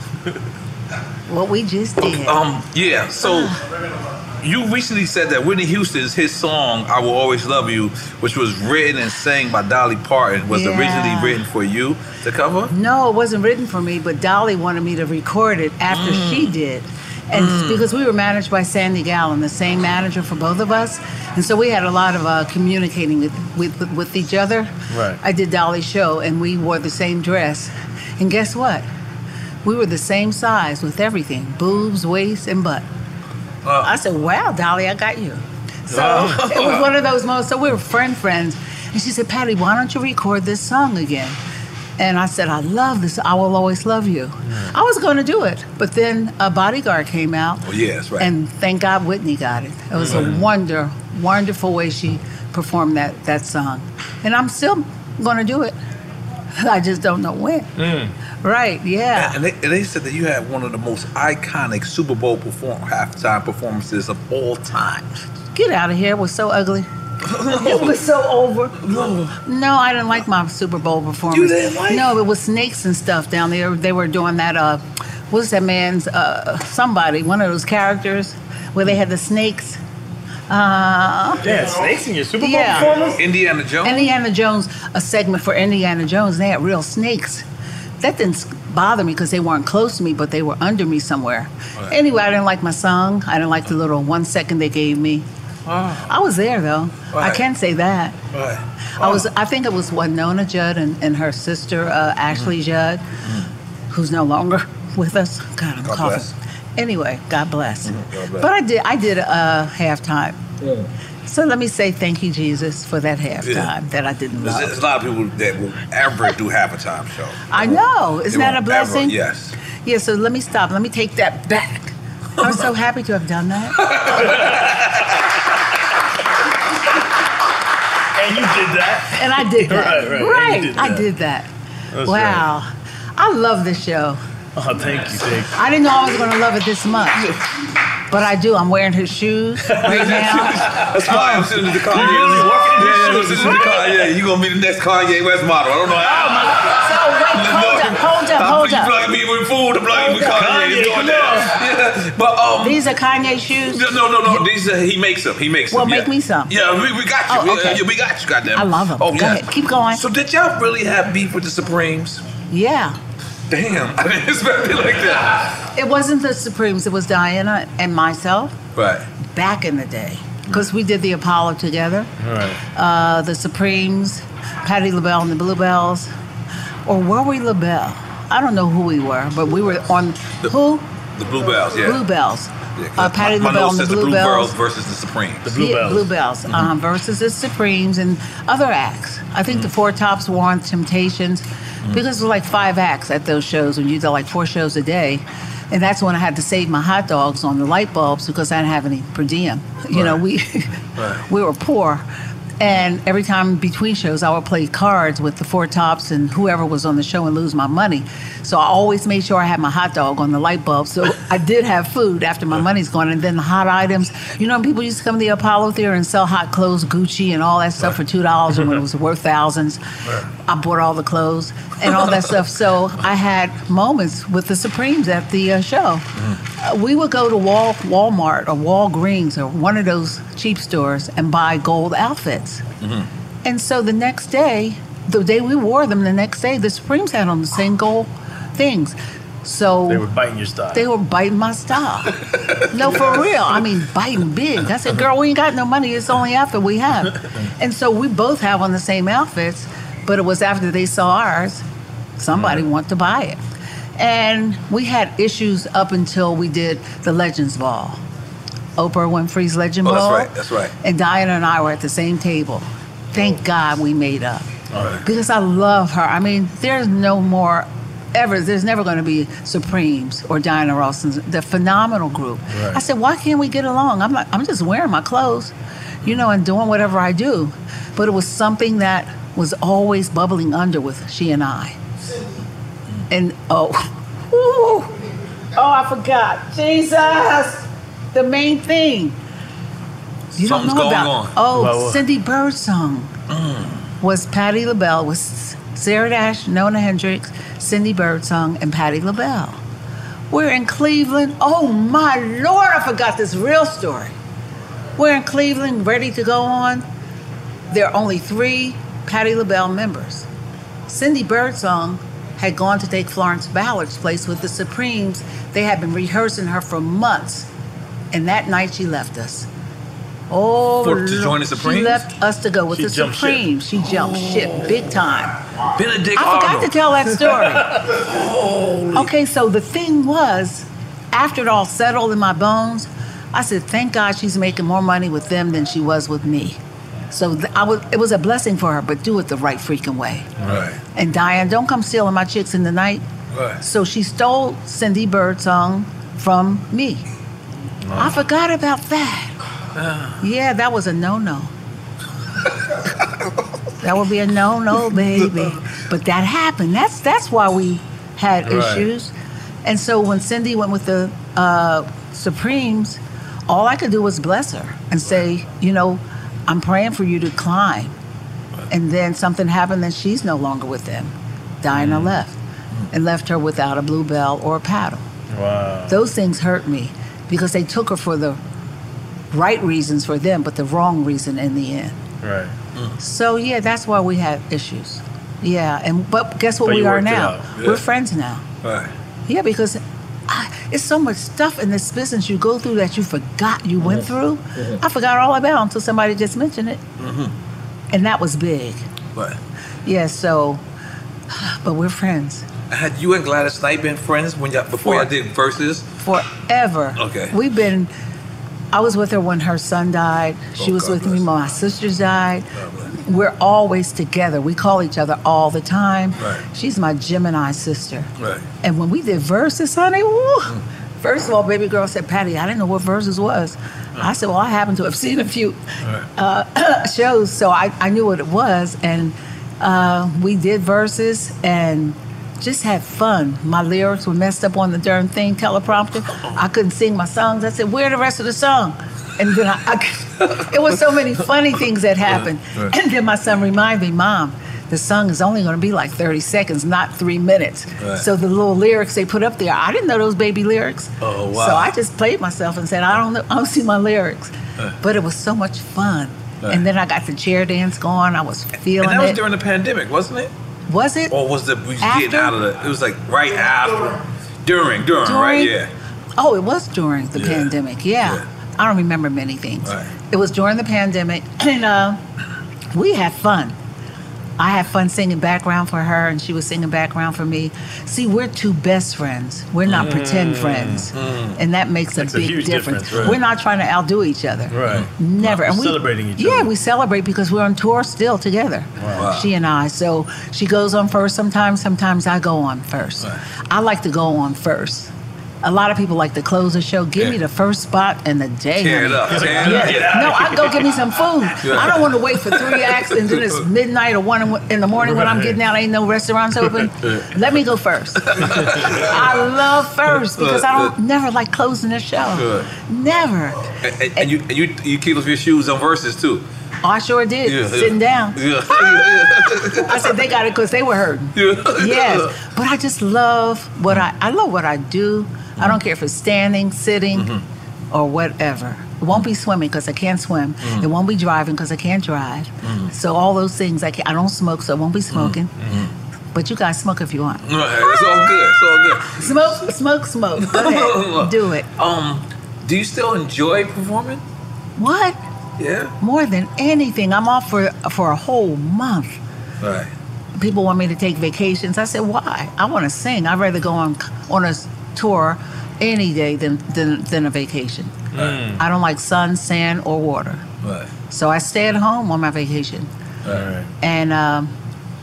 Speaker 4: what we just did.
Speaker 2: Um, yeah. So
Speaker 4: Uh.
Speaker 2: you recently said that Whitney Houston's his song "I Will Always Love You," which was written and sang by Dolly Parton, was
Speaker 4: Yeah.
Speaker 2: originally written for you to cover.
Speaker 4: No, it wasn't written for me, but Dolly wanted me to record it after
Speaker 2: Mm.
Speaker 4: she did. And
Speaker 2: Mm.
Speaker 4: because we were managed by Sandy Gallen, the same manager for both of us. And so we had a lot of uh, communicating with, with, with each other.
Speaker 6: Right.
Speaker 4: I did Dolly's show, and we wore the same dress. And guess what? We were the same size with everything boobs, waist, and butt. I said, Wow, Dolly, I got you. So
Speaker 6: Oh.
Speaker 4: it was one of those moments. So we were friend friends. And she said, Patty, why don't you record this song again? And I said, I love this. I will always love you. I was going to do it, but then a bodyguard came out.
Speaker 2: Oh, yeah, that's right.
Speaker 4: And thank God Whitney got it. It was
Speaker 2: Mm.
Speaker 4: a wonder, wonderful way she performed that, that song. And I'm still going to do it. I just don't know when. Right, yeah.
Speaker 2: And, and they, and they said that you had one of the most iconic Super Bowl perform halftime performances of all time.
Speaker 4: Get out of here. It was so ugly. it was so over. No. I didn't like my Super Bowl performance.
Speaker 6: You didn't like-
Speaker 4: No, it was snakes and stuff down there. They were doing that, uh, what's that man's, uh, somebody, one of those characters where they had the snakes. Uh,
Speaker 2: Yeah, snakes in your
Speaker 4: Super Bowl Yeah. performance?
Speaker 2: Indiana Jones.
Speaker 4: Indiana Jones, a segment for Indiana Jones. They had real snakes. That didn't s- bother me because they weren't close to me, but they were under me somewhere.
Speaker 6: Alright.
Speaker 4: Anyway, I didn't like my song. I didn't like the little one second they gave me. I was there though. I
Speaker 6: Oh. Right. Oh.
Speaker 4: can say that.
Speaker 2: Right.
Speaker 4: I was. I think it was Winona Judd and, and her sister uh, Ashley Judd, who's no longer with us. God, I'm
Speaker 6: Mm-hmm. God
Speaker 4: coughing.
Speaker 6: bless. Mm-hmm.
Speaker 4: Anyway, God bless.
Speaker 6: God bless.
Speaker 4: But I did. I did uh, halftime.
Speaker 2: Yeah.
Speaker 4: So let me say thank you, Jesus, for that halftime that I didn't
Speaker 2: There's,
Speaker 4: love.
Speaker 2: there's a lot of people that will ever do halftime show.
Speaker 4: I know.
Speaker 2: They
Speaker 4: Isn't that a
Speaker 2: won't
Speaker 4: blessing?
Speaker 2: Ever, yes.
Speaker 4: Yeah. So let me stop. Let me take that back. I'm so happy to have done that.
Speaker 5: And you did that.
Speaker 4: and I did that.
Speaker 5: Right, right, and you did
Speaker 4: I
Speaker 5: that.
Speaker 4: did that.
Speaker 5: That's
Speaker 4: wow. I love this show.
Speaker 5: Oh, thank you, thank you.
Speaker 4: I didn't know I was going to love it this much. But I do. I'm wearing her shoes right now.
Speaker 2: That's why I'm sitting in the car.
Speaker 4: You're really walking in
Speaker 2: yeah, yeah,
Speaker 4: your
Speaker 2: I'm
Speaker 4: shoes,
Speaker 2: sitting in the car. Yeah, you gonna be the next Kanye West model. I don't know how.
Speaker 4: Oh, So wait, hold up, hold up,
Speaker 2: I'm
Speaker 4: hold
Speaker 2: You
Speaker 4: up.
Speaker 2: plugging me with food. I'm plugging me with
Speaker 4: Hold up.
Speaker 2: Kanye.
Speaker 4: Kanye,
Speaker 2: He's doing
Speaker 4: come
Speaker 2: that. Yeah, but um.
Speaker 4: These are Kanye shoes.
Speaker 2: No, no, no, no. These are, he makes them. He makes
Speaker 4: Well,
Speaker 2: them.
Speaker 4: make
Speaker 2: yeah.
Speaker 4: me some.
Speaker 2: Yeah, we, we got you.
Speaker 4: Oh,
Speaker 2: Yeah,
Speaker 4: okay.
Speaker 2: yeah, we got you. Goddamn.
Speaker 4: I love 'em.
Speaker 2: Oh,
Speaker 4: Go
Speaker 2: yeah.
Speaker 4: ahead. Keep going.
Speaker 2: So did y'all really have beef with the Supremes?
Speaker 4: Yeah.
Speaker 2: Damn, I didn't expect it like that.
Speaker 4: It wasn't the Supremes. It was Diana and myself
Speaker 2: Right.
Speaker 4: back in the day because we did the Apollo together.
Speaker 5: Uh-huh.
Speaker 2: All right.
Speaker 4: uh, the Supremes, Patti LaBelle and the Bluebells, or were we LaBelle? I don't know who we were, but we were on who?
Speaker 2: The Bluebells. Yeah.
Speaker 4: Bluebells.
Speaker 2: Yeah, 'cause
Speaker 4: Uh, Patti
Speaker 2: my, my
Speaker 4: LaBelle
Speaker 2: nose
Speaker 4: and the
Speaker 2: says the
Speaker 4: Bluebells.
Speaker 2: Bluebells versus the Supremes. The
Speaker 4: Yeah, Bluebells um, versus the Supremes and other acts. I think the
Speaker 2: Mm-hmm.
Speaker 4: Four Tops were on Temptations because it was like five acts at those shows when you did like four shows a day. And that's when I had to save my hot dogs on the light bulbs because I didn't have any per diem. You know, we we were poor. And every time between shows, I would play cards with the Four Tops and whoever was on the show and lose my money. So I always made sure I had my hot dog on the light bulb. So I did have food after my money's gone. And then the hot items, you know, when people used to come to the Apollo Theater and sell hot clothes, Gucci and all that stuff for $2 and when it was worth thousands. I bought all the clothes and all that stuff. So I had moments with the Supremes at the uh, show.
Speaker 2: Mm-hmm.
Speaker 4: Uh, we would go to Wal- Walmart or Walgreens or one of those cheap stores and buy gold outfits.
Speaker 2: Mm-hmm.
Speaker 4: And so the next day, the day we wore them, the next day, the Supremes had on the same gold things. So
Speaker 5: They were biting your style.
Speaker 4: They were biting my style. no, for real. I mean, biting big. I said, girl, we ain't got no money. It's the only outfit we have. And so we both have on the same outfits, but it was after they saw ours, somebody wanted to buy it. And we had issues up until we did the Legends Ball. Oprah Winfrey's Legend
Speaker 2: Oh, that's
Speaker 4: Ball.
Speaker 2: right. That's right.
Speaker 4: And Diana and I were at the same table. Thank God we made up
Speaker 2: All right.
Speaker 4: because I love her. I mean, there's no more ever. There's never going to be Supremes or Diana Ross's, the phenomenal group.
Speaker 6: Right.
Speaker 4: I said, why can't we get along? I'm like, I'm just wearing my clothes, you know, and doing whatever I do. But it was something that was always bubbling under with she and I. And oh. Ooh. Oh, I forgot. Jesus. The main thing. You
Speaker 2: Something's
Speaker 4: don't know
Speaker 2: going
Speaker 4: about.
Speaker 2: on.
Speaker 4: Oh,
Speaker 2: Well, well.
Speaker 4: Cindy Birdsong was Patti LaBelle, was Sarah Dash, Nona Hendrix, Cindy Birdsong, and Patti LaBelle. We're in Cleveland. Oh my lord, I forgot this real story. We're in Cleveland, ready to go on. There are only three Patti LaBelle members. Cindy Birdsong had gone to take Florence Ballard's place with the Supremes. They had been rehearsing her for months, and that night she left us. Oh,
Speaker 2: For- to
Speaker 4: Lord.
Speaker 2: join the
Speaker 4: She
Speaker 2: Supremes?
Speaker 4: left us to go with
Speaker 2: She
Speaker 4: the
Speaker 2: jumped ship.
Speaker 4: Supremes. She jumped ship big time.
Speaker 2: Benedict
Speaker 4: I forgot
Speaker 2: Arnold.
Speaker 4: to tell that story. okay, so the thing was, after it all settled in my bones, I said, "Thank God she's making more money with them than she was with me." So th- I was, it was a blessing for her, but do it the right freaking way.
Speaker 2: Right.
Speaker 4: And Diane, don't come stealing my chicks in the night.
Speaker 2: Right.
Speaker 4: So she stole Cindy Birdsong from me. I forgot about that. Yeah, that was a no-no. that would be a no-no, baby. But that happened. That's that's why we had
Speaker 6: Right.
Speaker 4: issues. And so when Cindy went with the uh, Supremes, all I could do was bless her and say, you know, I'm praying for you to climb. And then something happened, and she's no longer with them. Diana
Speaker 5: Mm.
Speaker 4: left and left her without a bluebell or a paddle.
Speaker 5: Wow.
Speaker 4: Those things hurt me because they took her for the right reasons for them, but the wrong reason in the end.
Speaker 5: Right.
Speaker 2: Mm.
Speaker 4: So yeah, that's why we had issues. Yeah, and but guess what
Speaker 5: But
Speaker 4: we
Speaker 5: you
Speaker 4: are
Speaker 5: worked it
Speaker 4: now?
Speaker 5: out.
Speaker 4: We're
Speaker 5: Yeah.
Speaker 4: friends now.
Speaker 2: Right.
Speaker 4: Yeah, because I, it's so much stuff in this business you go through that you forgot you went
Speaker 2: Mhm.
Speaker 4: through.
Speaker 2: Mhm.
Speaker 4: I forgot all about until somebody just mentioned it,
Speaker 2: Mm-hmm.
Speaker 4: and that was big.
Speaker 2: Right.
Speaker 4: Yeah, so, but we're friends
Speaker 2: Had you and Gladys Knight been friends when y'all, before y'all did verses?
Speaker 4: forever.
Speaker 2: Okay.
Speaker 4: We've been, I was with her when her son died. She was with me when my sisters died. We're always together. We call each other all the time.
Speaker 6: Right.
Speaker 4: She's my Gemini sister.
Speaker 2: Right.
Speaker 4: And when we did verses, honey, woo, first of all, baby girl said, Patty, I didn't know what verses was. I said, Well, I happen to have seen a few uh, shows, so I, I knew what it was. And uh, we did verses and just had fun. My lyrics were messed up on the darn thing, teleprompter. I couldn't sing my songs. I said, Where the rest of the song? And then I, I it was so many funny things that happened.
Speaker 6: Right.
Speaker 4: And then my son reminded me, Mom, the song is only going to be like 30 seconds, not three minutes.
Speaker 6: Right.
Speaker 4: So the little lyrics they put up there, I didn't know those baby lyrics.
Speaker 6: Oh, wow.
Speaker 4: So I just played myself and said, I don't know, I don't see my lyrics.
Speaker 2: Right.
Speaker 4: But it was so much fun.
Speaker 2: Right.
Speaker 4: And then I got the chair dance going. I was feeling
Speaker 2: and that was
Speaker 4: it.
Speaker 2: during the pandemic, wasn't it?
Speaker 4: Was it?
Speaker 2: Or was the we was
Speaker 4: After?
Speaker 2: getting out of the? It was like right after, during, during, right?
Speaker 4: During?
Speaker 2: Yeah.
Speaker 4: oh, it was during the
Speaker 2: Yeah.
Speaker 4: pandemic. Yeah. I don't remember many things.
Speaker 2: Right.
Speaker 4: It was during the pandemic, and uh, we had fun. I had fun singing background for her, and she was singing background for me. See, we're two best friends. We're not pretend
Speaker 6: Mm,
Speaker 4: friends,
Speaker 6: mm.
Speaker 4: and that makes a
Speaker 6: Makes a
Speaker 4: big
Speaker 6: huge
Speaker 4: difference.
Speaker 6: difference, right.
Speaker 4: We're not trying to outdo each other.
Speaker 6: Right.
Speaker 4: Never.
Speaker 6: We're
Speaker 4: and we,
Speaker 6: celebrating each
Speaker 4: Yeah, we celebrate because we're on tour still together.
Speaker 6: Wow.
Speaker 4: She and I. So she goes on first sometimes, sometimes I go on first. I like to go on first. A lot of people like to close the show. Give me the first spot in the day.
Speaker 6: Tear it
Speaker 4: honey.
Speaker 6: up, tear it up, get
Speaker 4: No,
Speaker 6: outta
Speaker 4: I
Speaker 6: here.
Speaker 4: go get me some food.
Speaker 6: Yeah.
Speaker 4: I don't want to wait for three acts and then it's midnight or one in the morning when I'm
Speaker 6: Right.
Speaker 4: getting out. Ain't no restaurants open. Let me go first. I love first because I don't never like closing the show.
Speaker 2: Good.
Speaker 4: Never.
Speaker 2: And, and, and you and you you keep up your shoes on verses too.
Speaker 4: Oh, I sure did.
Speaker 2: Yeah, yeah.
Speaker 4: Sitting down.
Speaker 2: Yeah.
Speaker 4: I said they got it because they were hurting. yes, but I just love what I I love what I do. I don't care if it's standing, sitting,
Speaker 2: Mm-hmm.
Speaker 4: or whatever. It won't be swimming because I can't swim.
Speaker 6: Mhm.
Speaker 4: It won't
Speaker 2: Mm. Mm-hmm.
Speaker 4: be driving because I can't drive. So all those things I can, I don't smoke, so I won't be smoking. But you guys smoke if you want.
Speaker 2: Mm. It's all good. It's all good.
Speaker 4: Smoke, smoke, smoke. Go ahead. Do it.
Speaker 2: Um, do you still enjoy performing?
Speaker 4: What?
Speaker 2: Yeah.
Speaker 4: More than anything, I'm off for for a whole month.
Speaker 2: Right.
Speaker 4: People want me to take vacations. I said, why? I want to sing. I'd rather go on on a s- tour any day than than, than a vacation.
Speaker 2: Right.
Speaker 4: I don't like sun, sand, or water.
Speaker 2: Mm. Right.
Speaker 4: So I stay at home on my vacation
Speaker 2: Right.
Speaker 4: and um,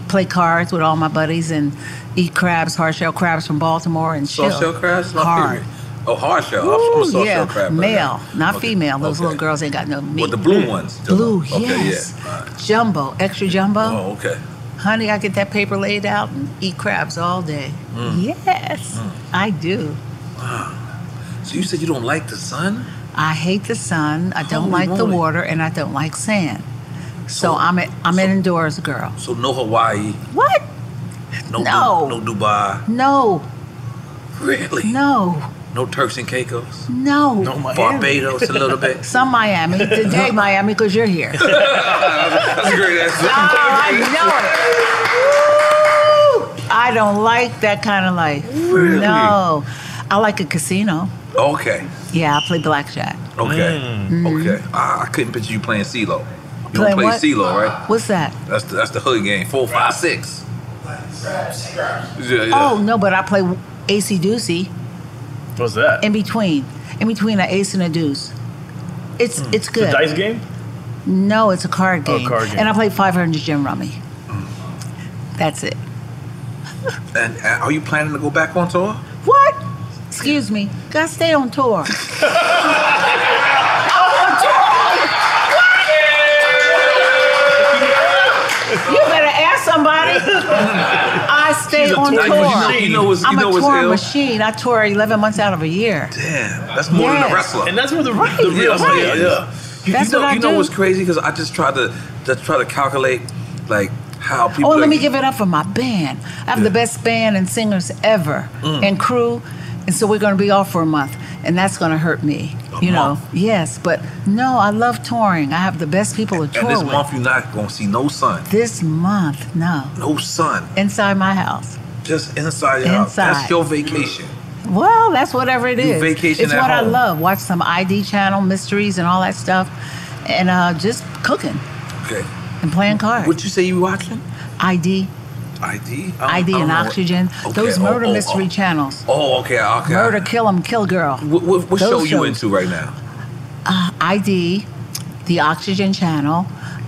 Speaker 4: play cards with all my buddies and eat crabs, hard shell crabs from Baltimore and
Speaker 2: Soft
Speaker 4: chill.
Speaker 2: shell crabs? is My
Speaker 4: Hard.
Speaker 2: Favorite. Oh, hard shell. I'm
Speaker 4: Ooh,
Speaker 2: a soft
Speaker 4: yeah,
Speaker 2: shell crab. but
Speaker 4: male, not
Speaker 2: Okay.
Speaker 4: female. Those
Speaker 2: Okay.
Speaker 4: little girls ain't got no meat.
Speaker 2: Well, the blue ones. the-
Speaker 4: Blue,
Speaker 2: okay,
Speaker 4: yes.
Speaker 2: Yeah. All right.
Speaker 4: Jumbo, extra jumbo.
Speaker 2: Oh, okay.
Speaker 4: Honey, I get that paper laid out and eat crabs all day.
Speaker 2: Mm.
Speaker 4: Yes, I do.
Speaker 2: Wow. So you said you don't like the sun?
Speaker 4: I hate the sun. I
Speaker 2: Holy
Speaker 4: don't like the
Speaker 2: moly.
Speaker 4: water, and I don't like sand. So, I'm a, I'm an indoors girl.
Speaker 2: So no Hawaii,
Speaker 4: What?
Speaker 2: no
Speaker 4: No.
Speaker 2: Du- no Dubai,
Speaker 4: No.
Speaker 2: Really?
Speaker 4: No.
Speaker 2: no Turks and Caicos.
Speaker 4: No.
Speaker 2: No Miami. Barbados a little bit.
Speaker 4: Some Miami. Today, Miami, because you're here.
Speaker 2: That's a great answer.
Speaker 4: I don't like that kind of life.
Speaker 2: Really?
Speaker 4: No. I like a casino.
Speaker 2: Okay.
Speaker 4: Yeah, I play blackjack.
Speaker 2: Okay.
Speaker 4: Mhm.
Speaker 2: Okay. Ah, I couldn't picture you playing CeeLo. You
Speaker 4: Playing
Speaker 2: don't play
Speaker 4: what?
Speaker 2: CeeLo, right?
Speaker 4: What's that?
Speaker 2: That's the, that's the hood game. Four, five, six. Yeah, yeah.
Speaker 4: Oh, no, but I play AC Deucey
Speaker 2: What's that?
Speaker 4: in between. In between an ace and a deuce. It's
Speaker 2: Hmm.
Speaker 4: it's good.
Speaker 5: The dice game?
Speaker 4: No, it's a card
Speaker 5: Oh,
Speaker 4: game.
Speaker 5: card game.
Speaker 4: And I play 500 Jim Rummy. That's it.
Speaker 2: And uh, are you planning to go back on tour?
Speaker 4: What? Excuse me. Gotta stay on tour. You better ask somebody. I stay
Speaker 2: She's a
Speaker 4: on tour.
Speaker 2: touring machine. You know what's- you
Speaker 4: I'm
Speaker 2: know
Speaker 4: a
Speaker 2: what's
Speaker 4: touring
Speaker 2: ill?
Speaker 4: machine. I tour 11 months out of a year.
Speaker 2: Damn, that's more than
Speaker 4: Yes.
Speaker 2: a wrestler.
Speaker 4: And that's where the- Right.
Speaker 2: the real
Speaker 4: Right.
Speaker 2: thing is.
Speaker 4: Yeah.
Speaker 2: You,
Speaker 4: That's
Speaker 2: you know,
Speaker 4: what I
Speaker 2: you know
Speaker 4: do.
Speaker 2: what's crazy? Because I just tried to just try to calculate like how people.
Speaker 4: oh,
Speaker 2: are-
Speaker 4: let me give it up for my band. I have the best band and singers ever
Speaker 2: Mm.
Speaker 4: and crew. And so we're going to be off for a month. And that's going to hurt me. you know, yes. But no, I love touring. I have the best people to
Speaker 2: And
Speaker 4: tour
Speaker 2: this
Speaker 4: with.
Speaker 2: month you're not gonna see no sun.
Speaker 4: This month, no.
Speaker 2: No sun.
Speaker 4: Inside my house.
Speaker 2: Just inside your house. That's
Speaker 4: Inside.
Speaker 2: your vacation.
Speaker 4: Well, that's whatever it
Speaker 2: You
Speaker 4: is.
Speaker 2: vacation
Speaker 4: it's
Speaker 2: at
Speaker 4: what I
Speaker 2: home.
Speaker 4: love. Watch some ID channel mysteries and all that stuff, and uh, just cooking
Speaker 2: Okay.
Speaker 4: and playing cards.
Speaker 2: What you say you watching?
Speaker 4: ID,
Speaker 2: ID. I don't-
Speaker 4: ID,
Speaker 2: I don't
Speaker 4: and
Speaker 2: know what-
Speaker 4: Oxygen.
Speaker 2: Okay,
Speaker 4: Those
Speaker 2: oh,
Speaker 4: murder
Speaker 2: oh,
Speaker 4: mystery channels.
Speaker 2: Oh, okay, okay.
Speaker 4: Murder, kill 'em, kill girl.
Speaker 2: What, what, what
Speaker 4: Those
Speaker 2: show you
Speaker 4: shows.
Speaker 2: into right now?
Speaker 4: Uh, ID, the Oxygen channel,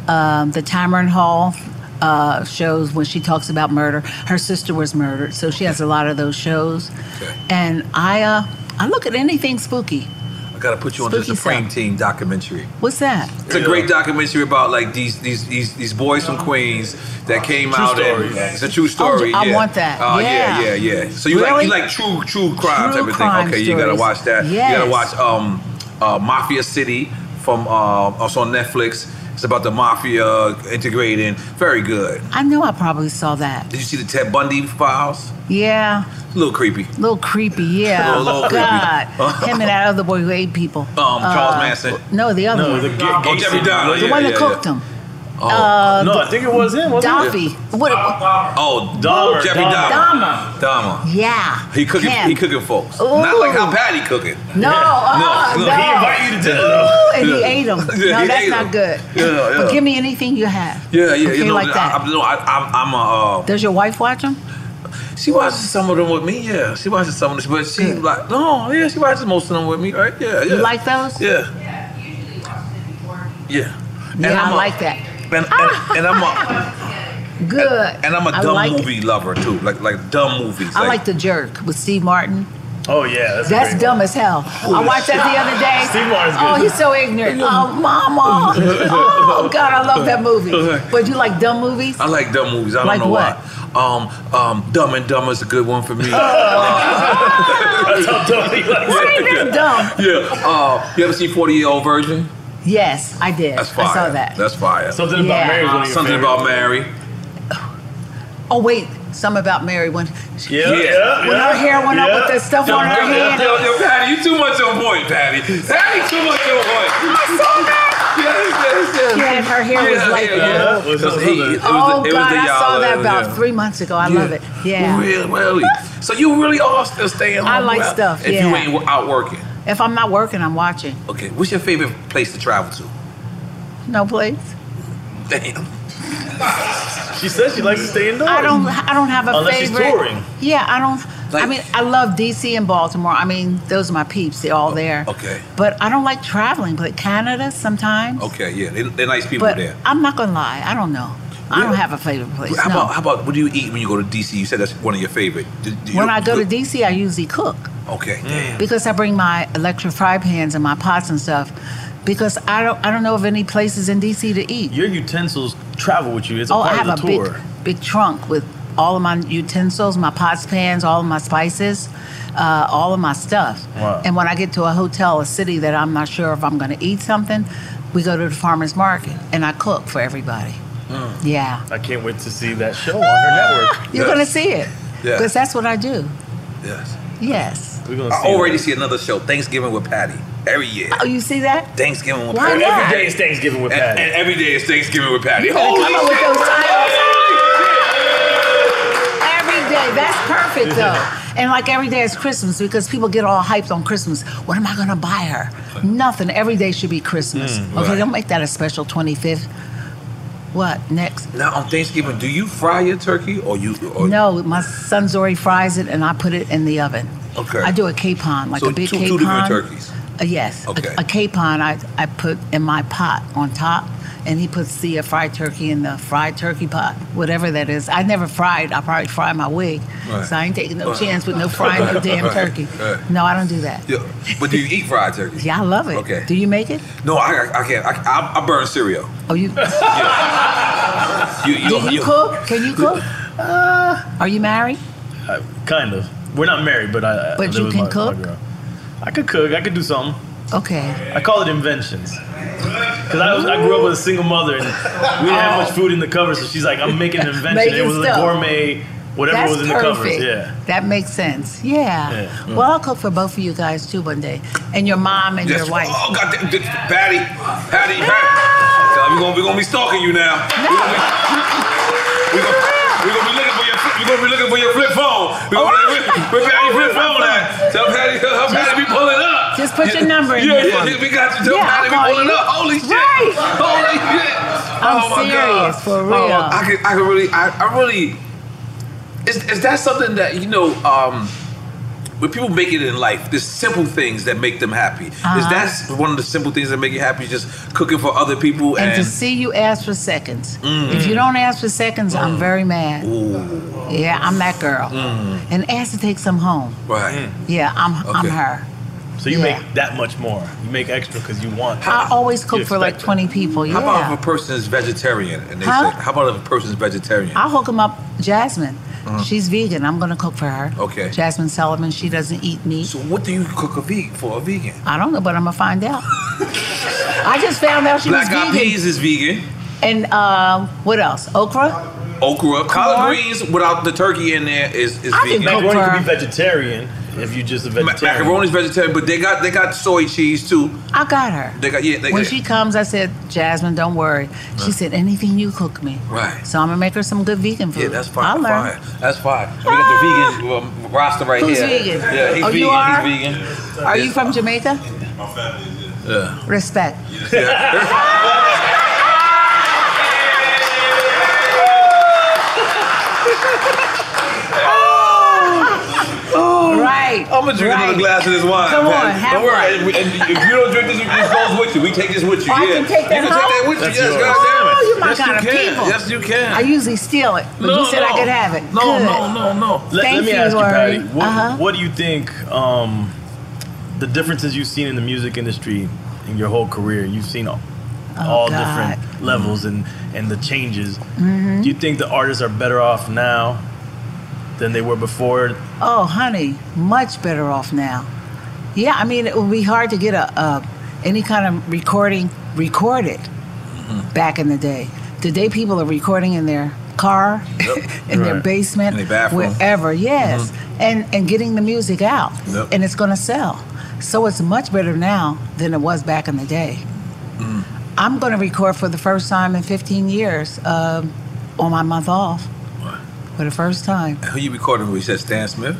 Speaker 4: um, the Tamron Hall. Uh, shows when she talks about murder. Her sister was murdered, so she has a lot of those shows. And I, uh, I look at anything spooky.
Speaker 2: I gotta put you on the
Speaker 4: Spooky
Speaker 2: Supreme Team documentary.
Speaker 4: What's that?
Speaker 2: It's a great documentary about like these these these, these boys from Queens that came
Speaker 4: True
Speaker 2: out.
Speaker 4: story.
Speaker 2: And, it's a true story.
Speaker 4: I
Speaker 2: yeah.
Speaker 4: want that.
Speaker 2: Oh
Speaker 4: Yeah.
Speaker 2: yeah, yeah, yeah. So you like
Speaker 4: Really?
Speaker 2: you like true true crime type
Speaker 4: True
Speaker 2: of thing.
Speaker 4: crime
Speaker 2: Okay, you gotta
Speaker 4: stories.
Speaker 2: watch that. You
Speaker 4: Yes.
Speaker 2: gotta watch um uh, Mafia City from uh, also on Netflix. It's about the mafia integrating. Very good.
Speaker 4: I know I probably saw that.
Speaker 2: Did you see the Ted Bundy files?
Speaker 4: Yeah,
Speaker 2: A little creepy.
Speaker 4: little creepy. Yeah,
Speaker 2: Little- little creepy.
Speaker 4: God, him and that other boy who ate people. Uh,
Speaker 2: Um, Charles Manson.
Speaker 4: No, the other
Speaker 2: No,
Speaker 4: one.
Speaker 2: the Ga- Oh, Jeffrey Gacy. Dahmer.
Speaker 4: The
Speaker 2: Yeah,
Speaker 4: one that
Speaker 2: yeah,
Speaker 4: cooked
Speaker 2: yeah.
Speaker 4: him.
Speaker 2: Oh.
Speaker 4: Uh,
Speaker 2: No,
Speaker 4: the-
Speaker 2: I think it was him, wasn't it?
Speaker 4: Daffy. What?
Speaker 2: Oh,
Speaker 4: Dahmer,
Speaker 2: Jeffrey
Speaker 4: Dahmer.
Speaker 2: Dahmer. Dahmer.
Speaker 4: Yeah.
Speaker 2: He cooking.
Speaker 4: Him.
Speaker 2: He cooking folks. Not like how
Speaker 4: Ooh.
Speaker 2: Patty cooking.
Speaker 4: No, uh-uh, no. He invite
Speaker 2: you to
Speaker 4: Ooh, and he ate him. no, that's not good.
Speaker 2: Oh, Yeah, yeah.
Speaker 4: But give me anything you have.
Speaker 2: Yeah, yeah,
Speaker 4: Okay,
Speaker 2: you know,
Speaker 4: like
Speaker 2: I,
Speaker 4: that.
Speaker 2: I, no, I, I'm, I'm a. Uh,
Speaker 4: Does your wife watch him?
Speaker 2: she watches some of them with me. Yeah, she watches some of them, but she like no, yeah, she watches most of them with me, right? Yeah, yeah.
Speaker 4: You like those?
Speaker 2: Yeah, yeah. And
Speaker 4: Yeah,
Speaker 2: I'm
Speaker 4: I
Speaker 2: a-
Speaker 4: like that.
Speaker 2: And, and, and I'm a
Speaker 4: Good.
Speaker 2: and I'm a
Speaker 4: I
Speaker 2: dumb
Speaker 4: like
Speaker 2: movie lover too, like like dumb movies.
Speaker 4: I like the jerk with Steve Martin.
Speaker 2: Oh yeah,
Speaker 4: That's dumb as hell. I
Speaker 2: Holy
Speaker 4: watched that the
Speaker 2: shit.
Speaker 4: other day.
Speaker 2: Steve Martin's
Speaker 4: oh,
Speaker 2: good.
Speaker 4: he's so ignorant. Oh, mama. Oh, God, I love that movie. But you like dumb movies?
Speaker 2: I like dumb movies. I don't
Speaker 4: Like
Speaker 2: know
Speaker 4: what?
Speaker 2: why. Um, um, Dumb and Dumber is a good one for me.
Speaker 4: That's
Speaker 2: how dumb he likes
Speaker 4: What ain't that dumb?
Speaker 2: Yeah. Uh, you ever seen 40 Year Old Version?
Speaker 4: Yes, I did.
Speaker 2: That's fire.
Speaker 4: I saw that.
Speaker 2: That's fire.
Speaker 4: Something About Yeah. Mary is one of your
Speaker 2: Something
Speaker 4: favorites.
Speaker 2: about Mary.
Speaker 4: Oh, wait. Some about Mary when
Speaker 2: Yeah, yeah,
Speaker 4: when her
Speaker 2: yeah,
Speaker 4: hair went up
Speaker 2: yeah.
Speaker 4: with the stuff
Speaker 2: Yo,
Speaker 4: on her
Speaker 2: yo,
Speaker 4: hand.
Speaker 2: Yo, yo, Patty, you too much on point, Patty. Patty, too much on point.
Speaker 4: I saw that. Yes, yes. her hair was like
Speaker 2: yeah. It was, he- it was
Speaker 4: Oh
Speaker 2: the- it was
Speaker 4: God,
Speaker 2: the
Speaker 4: I
Speaker 2: y'all,
Speaker 4: saw that
Speaker 2: uh,
Speaker 4: about
Speaker 2: yeah.
Speaker 4: three months ago. I love it. Yeah.
Speaker 2: Really, really. So you really are still staying home.
Speaker 4: I like
Speaker 2: well,
Speaker 4: stuff,
Speaker 2: If you
Speaker 4: yeah.
Speaker 2: ain't out working.
Speaker 4: If I'm not working, I'm watching.
Speaker 2: Okay. What's your favorite place to travel to?
Speaker 4: No place.
Speaker 2: Damn.
Speaker 5: She said she likes to stay indoors.
Speaker 4: I don't. I don't have a
Speaker 5: Unless she's
Speaker 4: favorite.
Speaker 5: touring.
Speaker 4: Yeah, I don't. I mean, I love DC and Baltimore. I mean, those are my peeps. They're all there.
Speaker 2: Okay.
Speaker 4: But I don't like traveling. But Canada sometimes.
Speaker 2: Okay. Yeah. They, they're nice people
Speaker 4: but
Speaker 2: there.
Speaker 4: I'm not gonna lie. I don't know. I don't
Speaker 2: Really?
Speaker 4: have a favorite place.
Speaker 2: How
Speaker 4: no.
Speaker 2: about how about what do you eat when you go to DC? You said that's one of your favorite. Do- do you-
Speaker 4: when I go to DC, I usually cook
Speaker 2: Okay. Damn.
Speaker 4: because I bring my electric fry pans and my pots and stuff. Because I don't, I don't know of any places in DC to eat.
Speaker 5: Your utensils travel with you. It's a
Speaker 4: oh,
Speaker 5: part
Speaker 4: I have
Speaker 5: of the
Speaker 4: a
Speaker 5: tour.
Speaker 4: big, big trunk with all of my utensils, my pots, pans, all of my spices, uh, all of my stuff.
Speaker 5: Wow.
Speaker 4: And when I get to a hotel, a city that I'm not sure if I'm going to eat something, we go to the farmers market and I cook for everybody. Yeah.
Speaker 5: I can't wait to see that show on her network.
Speaker 4: You're going to see it
Speaker 2: Yeah.
Speaker 4: because that's what I do.
Speaker 2: Yes.
Speaker 4: Yes.
Speaker 2: We're gonna I already see another show, Thanksgiving with Patty, every year.
Speaker 4: Oh, you see that?
Speaker 2: Thanksgiving with
Speaker 4: Why
Speaker 2: Patty.
Speaker 4: not?
Speaker 2: Every day is Thanksgiving with Patty. And, every day is Thanksgiving with Patty.
Speaker 4: You gotta
Speaker 2: Holy
Speaker 4: come up with
Speaker 2: shit.
Speaker 4: those titles. Every day. That's perfect, though. And like every day is Christmas because people get all hyped on Christmas. What am I going to buy her? Nothing. Every day should be Christmas.
Speaker 2: Mm,
Speaker 4: okay,
Speaker 2: right.
Speaker 4: don't make that a special 25th. What? Next.
Speaker 2: Now on Thanksgiving, do you fry your turkey or you? Or,
Speaker 4: No, my son's already fries it and I put it in the oven.
Speaker 2: Okay.
Speaker 4: I do a capon, like
Speaker 2: so
Speaker 4: a big
Speaker 2: two,
Speaker 4: capon.
Speaker 2: two different turkeys.
Speaker 4: Uh, yes.
Speaker 2: Okay.
Speaker 4: A, a capon I, I put in my pot on top, and he puts the uh, fried turkey in the fried turkey pot, whatever that is. I never fried. I probably fried my wig.
Speaker 2: Right.
Speaker 4: So I ain't taking no
Speaker 2: Right.
Speaker 4: chance with no frying no damn
Speaker 2: Right,
Speaker 4: turkey.
Speaker 2: right.
Speaker 4: No, I don't do that.
Speaker 2: Yeah, but do you eat fried turkey?
Speaker 4: Yeah, I love it.
Speaker 2: Okay.
Speaker 4: Do you make it?
Speaker 2: No, I, I can't. I, I, I burn cereal.
Speaker 4: Oh, you.
Speaker 2: You, you,
Speaker 4: Can you cook? Can you cook? Uh, Are you married?
Speaker 5: I, kind of. We're not married, but I. I
Speaker 4: But
Speaker 5: live
Speaker 4: you
Speaker 5: with
Speaker 4: can
Speaker 5: my- my
Speaker 4: cook?
Speaker 5: girl. I could cook. I could do something.
Speaker 4: Okay.
Speaker 5: I call it inventions. Because I, was- I grew up with a single mother and we didn't have much food in the cupboard, so she's like, I'm making an invention. it
Speaker 4: Making
Speaker 5: was
Speaker 4: stuff.
Speaker 5: a gourmet, whatever
Speaker 4: That's
Speaker 5: was in the
Speaker 4: perfect.
Speaker 5: cupboards. Yeah.
Speaker 4: That makes sense. Yeah.
Speaker 5: Yeah. Mm.
Speaker 4: Well, I'll cook for both of you guys too one day, and your mom and
Speaker 2: Yes.
Speaker 4: your wife.
Speaker 2: Oh God, th- th- Patty, Patty, Patty.
Speaker 4: Ah!
Speaker 2: God, We're gonna, we're gonna be stalking you now. We're gonna be, we're gonna, we're gonna be looking for your, we're gonna be looking for your flip phone. We're gonna,
Speaker 4: Ah!
Speaker 2: where, where Patty flip phone at? Tell Patty, tell her Patty be pulling up.
Speaker 4: Just put your number in
Speaker 2: Yeah,
Speaker 4: there.
Speaker 2: yeah, yeah, we got you. Tell
Speaker 4: Yeah,
Speaker 2: Patty be
Speaker 4: I'll call
Speaker 2: pulling
Speaker 4: you.
Speaker 2: up. Holy shit.
Speaker 4: Right.
Speaker 2: Holy shit.
Speaker 4: I'm
Speaker 2: oh my
Speaker 4: serious,
Speaker 2: God.
Speaker 4: for real.
Speaker 2: Oh, I could, I could really, I, I really. Is, is that something that you know? um when people make it in life, there's simple things that make them happy. Is
Speaker 4: Uh-huh.
Speaker 2: that one of the simple things that make you happy? Just cooking for other people
Speaker 4: And,
Speaker 2: and,
Speaker 4: to see you ask for seconds.
Speaker 2: Mm.
Speaker 4: If you don't ask for seconds, I'm very mad.
Speaker 2: Ooh.
Speaker 4: Yeah, I'm that girl.
Speaker 5: Mm.
Speaker 4: And ask to take some home.
Speaker 2: Right.
Speaker 4: Mm. Yeah, I'm I'm
Speaker 5: Okay.
Speaker 4: her.
Speaker 5: So you
Speaker 4: Yeah.
Speaker 5: make that much more. You make extra because you want.
Speaker 4: I always cook
Speaker 5: You
Speaker 4: for like
Speaker 5: expect
Speaker 4: 20 people.
Speaker 2: How about
Speaker 4: Yeah.
Speaker 2: if a person is vegetarian and they
Speaker 4: Huh?
Speaker 2: say, "How about if a person is vegetarian?"
Speaker 4: I'll hook them up. Jasmine,
Speaker 2: Mhm.
Speaker 4: she's vegan. I'm going to cook for her.
Speaker 2: Okay.
Speaker 4: Jasmine Sullivan, she doesn't eat meat. So
Speaker 2: what do you cook a vegan for a vegan?
Speaker 4: I don't know, but I'm going to find out. I just found out she
Speaker 2: Black
Speaker 4: was
Speaker 2: eyed
Speaker 4: vegan.
Speaker 2: peas is vegan.
Speaker 4: And uh, what else? Okra?
Speaker 2: Okra,
Speaker 4: Corn.
Speaker 2: collard greens without the turkey in there is is
Speaker 4: I
Speaker 2: vegan.
Speaker 4: can cook Macaroni for- could be
Speaker 5: vegetarian if you just a
Speaker 2: vegetarian. Macaroni's vegetarian, but they got they got soy cheese too.
Speaker 4: I got her.
Speaker 2: They got yeah. They Uh-huh.
Speaker 4: when
Speaker 2: got,
Speaker 4: she comes, I said, Jasmine, don't worry. She
Speaker 2: Huh.
Speaker 4: said, anything you cook me.
Speaker 2: Right.
Speaker 4: So I'm gonna make her some good vegan food.
Speaker 2: Yeah, that's
Speaker 4: I
Speaker 2: fine.
Speaker 4: learned.
Speaker 2: fine. That's fine. We got the vegan um, roster right
Speaker 4: Who's
Speaker 2: here.
Speaker 4: vegan?
Speaker 2: Yeah, he's
Speaker 4: Oh,
Speaker 2: vegan.
Speaker 4: you
Speaker 2: He's
Speaker 4: are?
Speaker 2: vegan.
Speaker 4: Are you from Jamaica?
Speaker 2: My family is. Yeah.
Speaker 4: Respect. Oh. Right.
Speaker 2: Oh. I'm gonna drink another glass of this wine.
Speaker 4: Come on,
Speaker 2: Patty.
Speaker 4: have
Speaker 2: don't worry. And we- and if you don't drink this, this goes with you. We take this with you.
Speaker 4: Oh, I
Speaker 2: yeah.
Speaker 4: can take that
Speaker 2: you can take that
Speaker 4: home?
Speaker 2: with you.
Speaker 4: That's
Speaker 2: yes,
Speaker 4: yours.
Speaker 2: God damn it.
Speaker 4: Oh, you my
Speaker 2: yes,
Speaker 4: kind of
Speaker 2: you can.
Speaker 4: people.
Speaker 2: Yes, you can.
Speaker 4: I usually steal it, but you said I could have it.
Speaker 2: No,
Speaker 4: good.
Speaker 2: no, no, no.
Speaker 5: Oh, Let,
Speaker 4: Thank
Speaker 5: let me
Speaker 4: you,
Speaker 5: ask you, Patty.
Speaker 4: Lori.
Speaker 5: What,
Speaker 4: Uh-huh.
Speaker 5: what do you think um, the differences you've seen in the music industry in your whole career? You've seen all,
Speaker 4: Oh,
Speaker 5: all
Speaker 4: God.
Speaker 5: different levels and, and the changes.
Speaker 4: Mhm.
Speaker 5: Do you think the artists are better off now than they were before?
Speaker 4: Oh, honey, much better off now. Yeah, I mean, it would be hard to get a, a any kind of recording recorded
Speaker 2: Mm-hmm.
Speaker 4: back in the day. Today, people are recording in their car, in their
Speaker 2: Right. In
Speaker 4: basement,
Speaker 2: their bathroom. Mm-hmm.
Speaker 4: wherever. Yes, and and getting the music out,
Speaker 2: Yep.
Speaker 4: and
Speaker 2: Mm.
Speaker 4: it's going to sell. So it's much better now than it was back in the day. I'm going to record for the first time in 15 years um, on my month off. For the first time.
Speaker 2: Who you recording with? You said Stan Smith?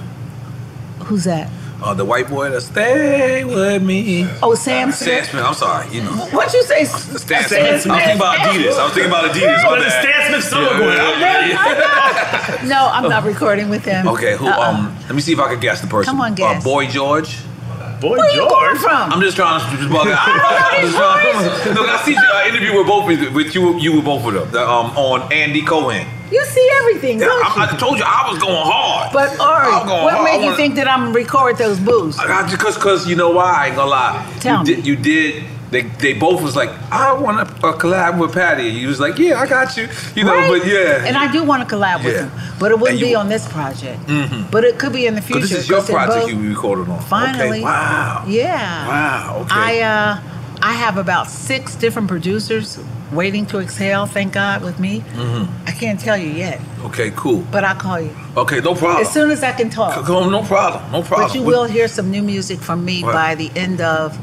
Speaker 4: Who's that?
Speaker 2: Oh, the white boy that stay with me.
Speaker 4: Oh, Sam
Speaker 2: Stan
Speaker 4: Smith.
Speaker 2: Smith, I'm sorry, you know.
Speaker 4: What'd you say?
Speaker 2: Stan Smith. I was thinking about Adidas. I was thinking about Adidas. My
Speaker 4: But the
Speaker 2: bad.
Speaker 4: Stan Smith
Speaker 5: song
Speaker 2: Yeah,
Speaker 5: going,
Speaker 2: yeah,
Speaker 5: I'm
Speaker 2: yeah,
Speaker 5: ready.
Speaker 2: yeah.
Speaker 4: No, I'm not recording with him.
Speaker 2: Okay, who?
Speaker 4: Uh-uh.
Speaker 2: Um, let me see if I can guess the person.
Speaker 4: Come on, guess.
Speaker 2: Uh, Boy George. um,
Speaker 5: Boy
Speaker 4: Where you George? going from?
Speaker 2: I'm just trying to. Just bug out. I'm just trying- Look, I see an interview with both of you- with you. You with both of them. The, um, on Andy Cohen.
Speaker 4: You see everything,
Speaker 2: Yeah,
Speaker 4: don't
Speaker 2: I, I told you I was going hard.
Speaker 4: But Ari,
Speaker 2: I'm going
Speaker 4: what
Speaker 2: hard.
Speaker 4: made
Speaker 2: I
Speaker 4: you
Speaker 2: wanna-
Speaker 4: think that I'm record those boos?
Speaker 2: Because, because you know why? I ain't gonna lie.
Speaker 4: Tell
Speaker 2: you
Speaker 4: me.
Speaker 2: did. You did. They, they both was like, I want to uh, collab with Patty. You was like, yeah, I got you. You know,
Speaker 4: Right?
Speaker 2: but yeah.
Speaker 4: And I do want to collab with
Speaker 2: Yeah.
Speaker 4: him, but it wouldn't
Speaker 2: And you-
Speaker 4: be on this project.
Speaker 2: Mhm.
Speaker 4: But it could be in the future.
Speaker 2: Because this is your
Speaker 4: 'cause they're
Speaker 2: project
Speaker 4: both-
Speaker 2: you recorded on.
Speaker 4: Finally.
Speaker 2: Okay. Wow.
Speaker 4: Yeah.
Speaker 2: Wow, okay.
Speaker 4: I uh I have about six different producers waiting to exhale, thank God, with me.
Speaker 2: Mm-hmm.
Speaker 4: I can't tell you yet,
Speaker 2: Okay, cool.
Speaker 4: but I'll call you.
Speaker 2: Okay, no problem.
Speaker 4: As soon as I can talk.
Speaker 2: C- come, no problem. No problem.
Speaker 4: But you will hear some new music from me
Speaker 2: Right.
Speaker 4: by the end of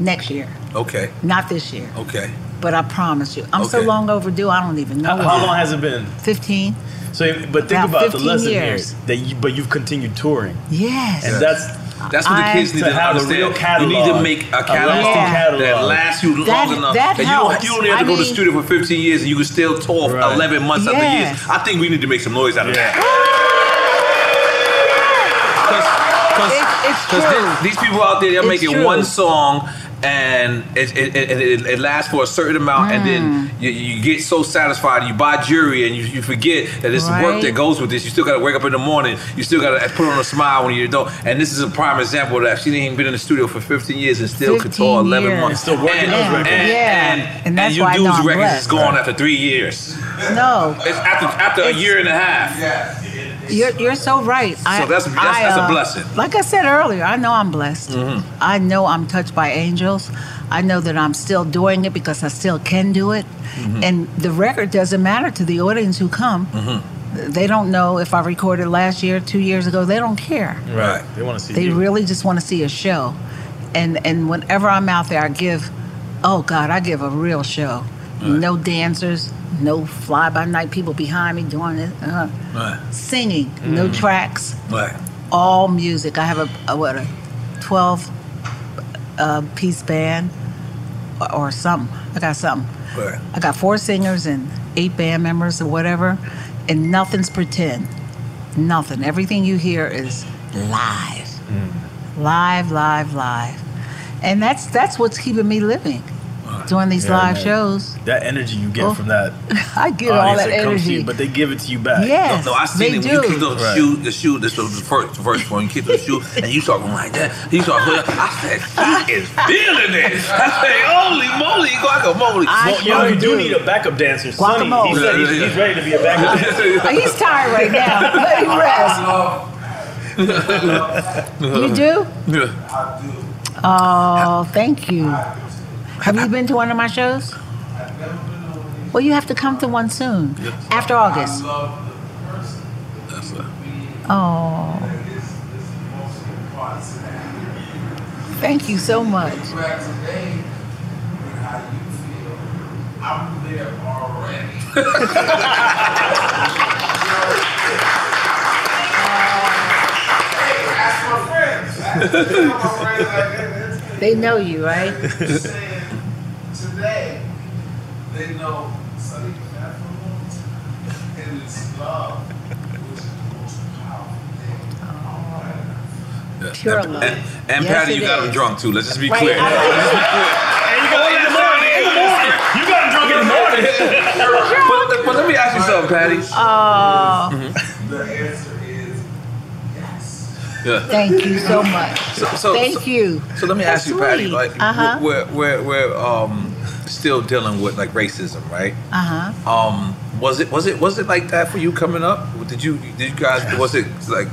Speaker 4: next year.
Speaker 2: Okay.
Speaker 4: Not this year.
Speaker 2: Okay.
Speaker 4: But I promise you. I'm so
Speaker 2: Okay.
Speaker 4: long overdue, I don't even know.
Speaker 5: How, how long has it been?
Speaker 4: 15.
Speaker 5: So, but think
Speaker 4: About
Speaker 5: about the
Speaker 4: 15
Speaker 5: lesson
Speaker 4: years.
Speaker 5: here. That you, but you've continued touring,
Speaker 4: Yes.
Speaker 5: and that's
Speaker 2: That's what the kids need to,
Speaker 5: have
Speaker 2: understand.
Speaker 5: A real catalog,
Speaker 2: You need to make a catalog,
Speaker 5: lasting catalog.
Speaker 2: that lasts you long
Speaker 4: That-
Speaker 2: enough.
Speaker 4: that
Speaker 2: you don't,
Speaker 4: helps.
Speaker 2: you don't have to
Speaker 4: I
Speaker 2: go to
Speaker 4: mean-
Speaker 2: studio for 15 years and you can still tour for 11 months after
Speaker 4: Yes.
Speaker 2: years. I think we need to make some noise out of that.
Speaker 4: Because
Speaker 2: these people out there, they're
Speaker 4: It's
Speaker 2: making
Speaker 4: true.
Speaker 2: one song and it, it, it, it, it lasts for a certain amount, and
Speaker 4: Mm.
Speaker 2: then you, you get so satisfied, you buy jewelry, and you, you forget that it's work
Speaker 4: Right.
Speaker 2: that goes with this. You still got to wake up in the morning, you still got to put on a smile when you don't. And this is a prime example of that. She didn't even been in the studio for 15 years and still could tour
Speaker 4: 15
Speaker 2: 11
Speaker 4: years.
Speaker 2: months.
Speaker 4: Still working
Speaker 2: and,
Speaker 4: those
Speaker 2: and-
Speaker 4: records. Yeah.
Speaker 2: And,
Speaker 4: And that's
Speaker 2: you
Speaker 4: why I know
Speaker 2: dude's
Speaker 4: I'm
Speaker 2: records is
Speaker 4: blessed.
Speaker 2: gone after three years.
Speaker 4: No.
Speaker 2: It's after after a year and a half.
Speaker 4: You're, you're so right. So
Speaker 2: that's- that's- that's a blessing.
Speaker 4: Like I said earlier, I know I'm blessed.
Speaker 2: Mhm.
Speaker 4: I know I'm touched by angels. I know that I'm still doing it because I still can do it.
Speaker 2: Mm-hmm.
Speaker 6: Mhm.
Speaker 4: And the record doesn't matter to the audience who come.
Speaker 2: Mm-hmm.
Speaker 4: They don't know if I recorded last year, two years ago. They don't care.
Speaker 5: right. They want to see
Speaker 4: They
Speaker 5: you.
Speaker 4: really just want to see a show. And and whenever I'm out there, I give, oh God, I give a real show. No dancers, no fly by night people behind me doing it. Uh,
Speaker 2: Right.
Speaker 4: singing, no
Speaker 2: Mm.
Speaker 4: tracks,
Speaker 2: Right.
Speaker 4: all music. I have a, a what a twelve uh, piece band or, or something. I got something.
Speaker 2: Right.
Speaker 4: I got four singers and eight band members or whatever, and nothing's pretend. Nothing. Everything you hear is live, live, live, live, and that's that's what's keeping me living. Doing these
Speaker 5: Yeah,
Speaker 4: live
Speaker 5: man.
Speaker 4: shows,
Speaker 5: That energy you get
Speaker 4: Oh.
Speaker 5: from that.
Speaker 4: I get all
Speaker 5: audience
Speaker 4: that
Speaker 5: comes to
Speaker 4: energy.
Speaker 5: you, but they give it to you back.
Speaker 4: Yes,
Speaker 2: No, I seen
Speaker 4: they
Speaker 2: it. When you
Speaker 4: do.
Speaker 2: kick the
Speaker 5: Right.
Speaker 2: shoe, the shoe. This was the first, the first one. You kick the shoe, and you talking like that. He started. I said, he is feeling it. I said, holy moly, guacamole.
Speaker 5: Well, you know, you do
Speaker 4: do.
Speaker 5: need a backup dancer. Sonny, he said he's, he's ready to be a backup dancer.
Speaker 4: He's tired right now. Let him rest. You do?
Speaker 2: Yeah.
Speaker 4: Oh, thank you. Have you been to one of my shows? Well, you have to come to one soon. After August.
Speaker 2: That's a-
Speaker 4: Oh, thank you so much. They know you, right?
Speaker 17: Today, they know Sonny been there for a long time, and it's love, which is the most powerful thing.
Speaker 2: yeah.
Speaker 17: Pure
Speaker 2: and,
Speaker 17: love.
Speaker 2: And, and
Speaker 17: Yes,
Speaker 2: Patty,
Speaker 17: it
Speaker 2: you got him
Speaker 17: is.
Speaker 2: drunk too. Let's just be
Speaker 17: Right.
Speaker 2: clear. Let's just be clear.
Speaker 5: And you got in the morning. In the morning. You got him drunk in the morning.
Speaker 2: but, but let me ask you something, Patty. Mm-hmm.
Speaker 4: Oh,
Speaker 17: The answer is
Speaker 2: Yeah.
Speaker 4: thank you so much.
Speaker 2: So- so-
Speaker 4: thank you.
Speaker 2: So let me ask you, Patty. Like,
Speaker 4: Uh-huh.
Speaker 2: we're, we're we're um still dealing with like racism, right?
Speaker 4: Uh huh.
Speaker 2: Um, was it was it was it like that for you coming up? Did you did you guys was it like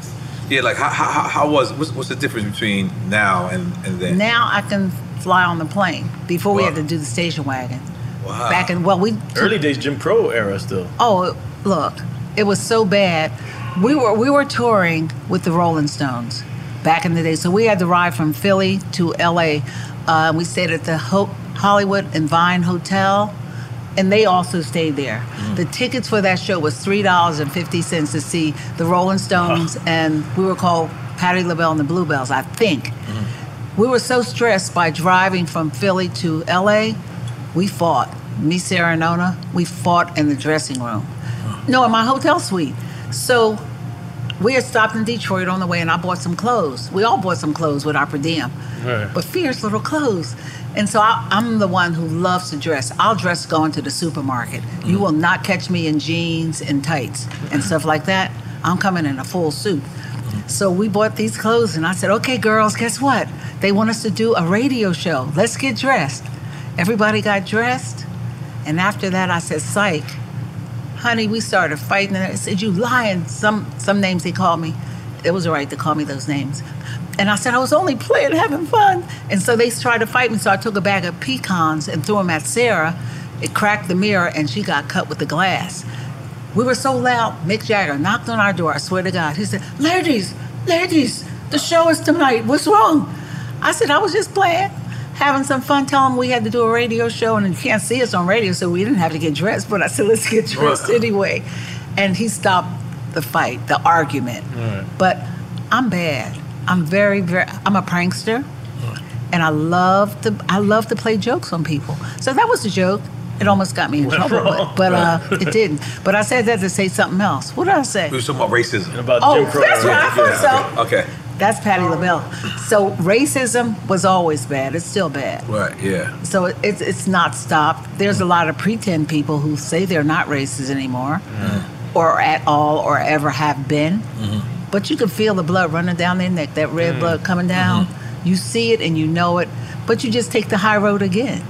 Speaker 2: yeah like how how, how- how was what's, what's the difference between now and and then?
Speaker 4: Now I can fly on the plane. Before we had
Speaker 5: Wow.
Speaker 4: to do the station wagon.
Speaker 2: Wow.
Speaker 4: Back in well, we took-
Speaker 5: Early days Jim Crow era still.
Speaker 4: Oh, look, it was so bad. We were we were touring with the Rolling Stones back in the day, so we had to ride from Philly to L.A. Uh, we stayed at the Ho- Hollywood and Vine Hotel, and they also stayed there. The tickets for that show was three dollars and fifty cents to see the Rolling Stones, and we were called Patti LaBelle and the Bluebells, I think. We were so stressed by driving from Philly to LA, we fought. Me, Sarah, and Nona, we fought in the dressing room. No, in my hotel suite. So we had stopped in Detroit on the way, and I bought some clothes. We all bought some clothes with our per diem, but fierce little clothes. And so I, I'm the one who loves to dress. I'll dress going to the supermarket. You will not catch me in jeans and tights and stuff like that. I'm coming in a full suit. So we bought these clothes, and I said, okay, girls, guess what? They want us to do a radio show. Let's get dressed. Everybody got dressed. And after that, I said, psych. Honey, we started fighting. And I said, you lying. Some, some names they called me. It was all right to call me those names. And I said, I was only playing, having fun. And so they tried to fight me. So I took a bag of pecans and threw them at Sarah. It cracked the mirror, and she got cut with the glass. We were so loud, Mick Jagger knocked on our door, I swear to God. He said, Ladies, ladies, the show is tonight. What's wrong? I said, I was just playing, having some fun, telling him we had to do a radio show and you can't see us on radio, so we didn't have to get dressed. But I said, Let's get dressed anyway. And he stopped the fight, the argument. But I'm bad. I'm very, very, I'm a prankster. And I love to, I love to play jokes on people. So that was a joke. It almost got me in
Speaker 2: Went
Speaker 4: trouble,
Speaker 2: wrong.
Speaker 4: but, but uh, it didn't. But I said that to say something else. What did I say?
Speaker 2: We was talking about racism. About
Speaker 4: Oh, Jim Crow. that's what I thought so.
Speaker 2: Okay.
Speaker 4: That's Patty LaBelle. So racism was always bad. It's still bad.
Speaker 2: Right. Yeah.
Speaker 4: So it- it's it's not stopped. There's a lot of pretend people who say they're not racist anymore,
Speaker 2: Mm-hmm.
Speaker 4: or at all, or ever have been. But you can feel the blood running down their neck, that red
Speaker 2: Mm. Mm-hmm.
Speaker 4: blood coming down. You see it and you know it, but you just take the high road again.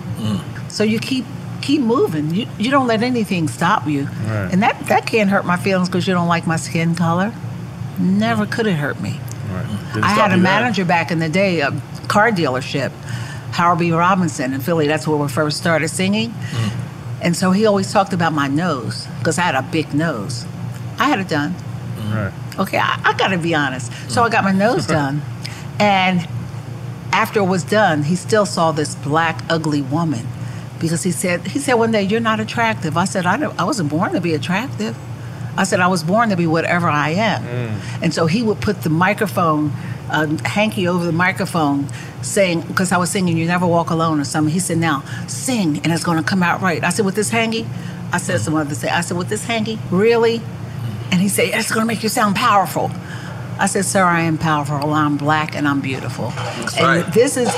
Speaker 4: So you keep keep moving. You you don't let anything stop you.
Speaker 2: Right.
Speaker 4: And that that can't hurt my feelings because you don't like my skin color. Never
Speaker 2: Mm.
Speaker 4: could it hurt me. I had a manager back in the day, a car dealership, Harold B. Robinson in Philly. That's where we first started singing. And so he always talked about my nose because I had a big nose. I had it done.
Speaker 1: Right.
Speaker 4: Okay, I, I got to be honest. So I got my nose done. And after it was done, he still saw this black, ugly woman because he said, he said one day, you're not attractive. I said, I, don't- I wasn't born to be attractive. I said, I was born to be whatever I am.
Speaker 13: Mm.
Speaker 2: Hmm.
Speaker 4: And so he would put the microphone, uh, hanky over the microphone, saying, because I was singing You Never Walk Alone or something. He said, Now sing, and it's going to come out right. I said, With this hanky? I said, Some other thing. I said, With this hanky? Really? And he said, It's going to make you sound powerful. I said, Sir, I am powerful. I'm black and I'm beautiful. and
Speaker 2: right.
Speaker 4: this is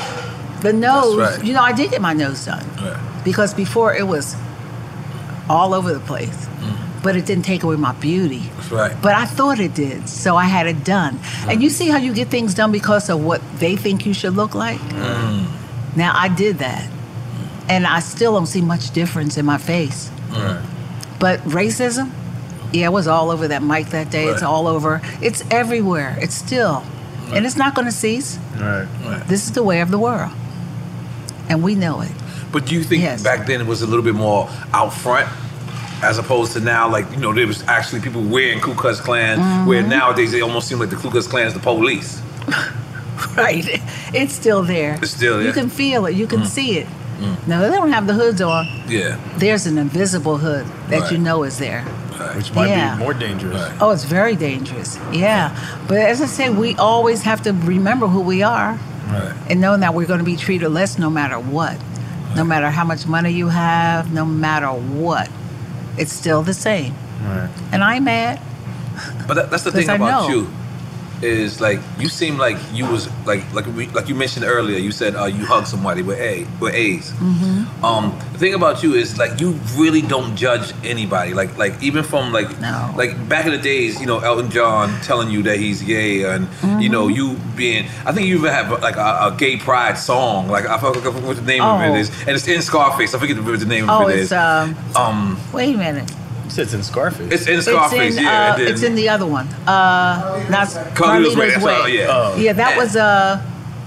Speaker 4: the nose.
Speaker 2: right.
Speaker 4: You know, I did get my nose done because before it was all over the place, but it didn't take away my beauty.
Speaker 2: Mm. That's right.
Speaker 4: But I thought it did, so I had it done. And you see how you get things done because of what they think you should look like?
Speaker 2: Mm,
Speaker 4: Now, I did that, and I still don't see much difference in my face.
Speaker 2: Right.
Speaker 4: But racism, yeah, it was all over that mic that day. It's
Speaker 2: Right.
Speaker 4: all over, it's everywhere, it's still, and it's not going to cease.
Speaker 2: Right. Right.
Speaker 4: This is the way of the world, and we know it.
Speaker 2: But do you think back then it was a little bit more out front? As opposed to now, like you know, there was actually people wearing Ku Klux Klan. Where
Speaker 4: Mhm.
Speaker 2: nowadays they almost seem like the Ku Klux Klan is the police.
Speaker 4: Right. It's still there.
Speaker 2: It's still there.
Speaker 4: You can feel it. You can
Speaker 2: Mm.
Speaker 4: see it.
Speaker 2: Mm.
Speaker 4: No, they don't have the hoods on.
Speaker 2: Yeah.
Speaker 4: There's an invisible hood that you
Speaker 2: Right.
Speaker 4: know is there.
Speaker 5: Which might
Speaker 4: Yeah.
Speaker 5: be more dangerous.
Speaker 4: Oh, it's very dangerous. Yeah. But as I say, we always have to remember who we are
Speaker 2: Right.
Speaker 4: and knowing that we're going to be treated less no matter what. No matter how much money you have, no matter what. It's still the same.
Speaker 2: Right.
Speaker 4: And I'm mad.
Speaker 2: But that, that's the thing
Speaker 4: Because I
Speaker 2: about
Speaker 4: know.
Speaker 2: you is like you seem like you was like like we, like you mentioned earlier. You said uh, you hugged somebody with a with AIDS.
Speaker 17: Mm-hmm.
Speaker 2: Um, the thing about you is like you really don't judge anybody. Like like even from like like back in the days, you know, Elton John telling you that he's gay, and you
Speaker 4: Mm-hmm.
Speaker 2: know you being. I think you even have like a, a gay pride song. Like I forget what the name of
Speaker 4: Oh.
Speaker 2: it is, and it's in Scarface. I forget what the name
Speaker 4: Oh,
Speaker 2: of it
Speaker 4: it's
Speaker 2: is.
Speaker 4: um
Speaker 2: um,
Speaker 4: wait a minute.
Speaker 2: you said it's in Scarface. It's in Scarface.
Speaker 4: It's in,
Speaker 2: yeah,
Speaker 4: uh,
Speaker 2: and then-
Speaker 4: it's in the other one. Uh, not
Speaker 2: Carlito's
Speaker 4: Carlito's
Speaker 2: Way,
Speaker 4: Way.
Speaker 2: that's all, yeah. Oh.
Speaker 4: yeah, that was uh,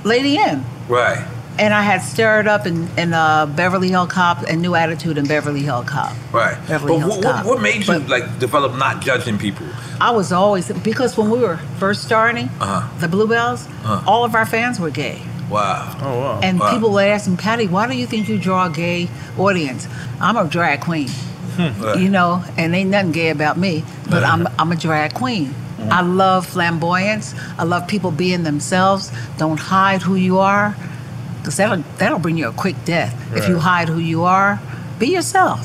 Speaker 4: Lady M.
Speaker 2: right.
Speaker 4: And I had stirred up in, in uh, Beverly Hill Cop and New Attitude in Beverly Hill Cop.
Speaker 2: Right.
Speaker 4: Beverly
Speaker 2: but
Speaker 4: Hills
Speaker 2: what, what,
Speaker 4: Cop.
Speaker 2: what made you like develop not judging people?
Speaker 4: I was always because when we were first starting
Speaker 2: Uh huh.
Speaker 4: the Bluebells,
Speaker 2: Huh.
Speaker 4: all of our fans were gay.
Speaker 2: Wow.
Speaker 5: Oh wow.
Speaker 4: And
Speaker 2: Wow.
Speaker 4: people would ask me, Patty, why do you think you draw a gay audience? I'm a drag queen,
Speaker 5: Hmm.
Speaker 1: Hmm.
Speaker 4: you know, and ain't nothing gay about me, but I'm, I'm a drag queen. I love flamboyance. I love people being themselves. Don't hide who you are, because that'll, that'll bring you a quick death. If you
Speaker 6: Right.
Speaker 4: hide who you are, be yourself.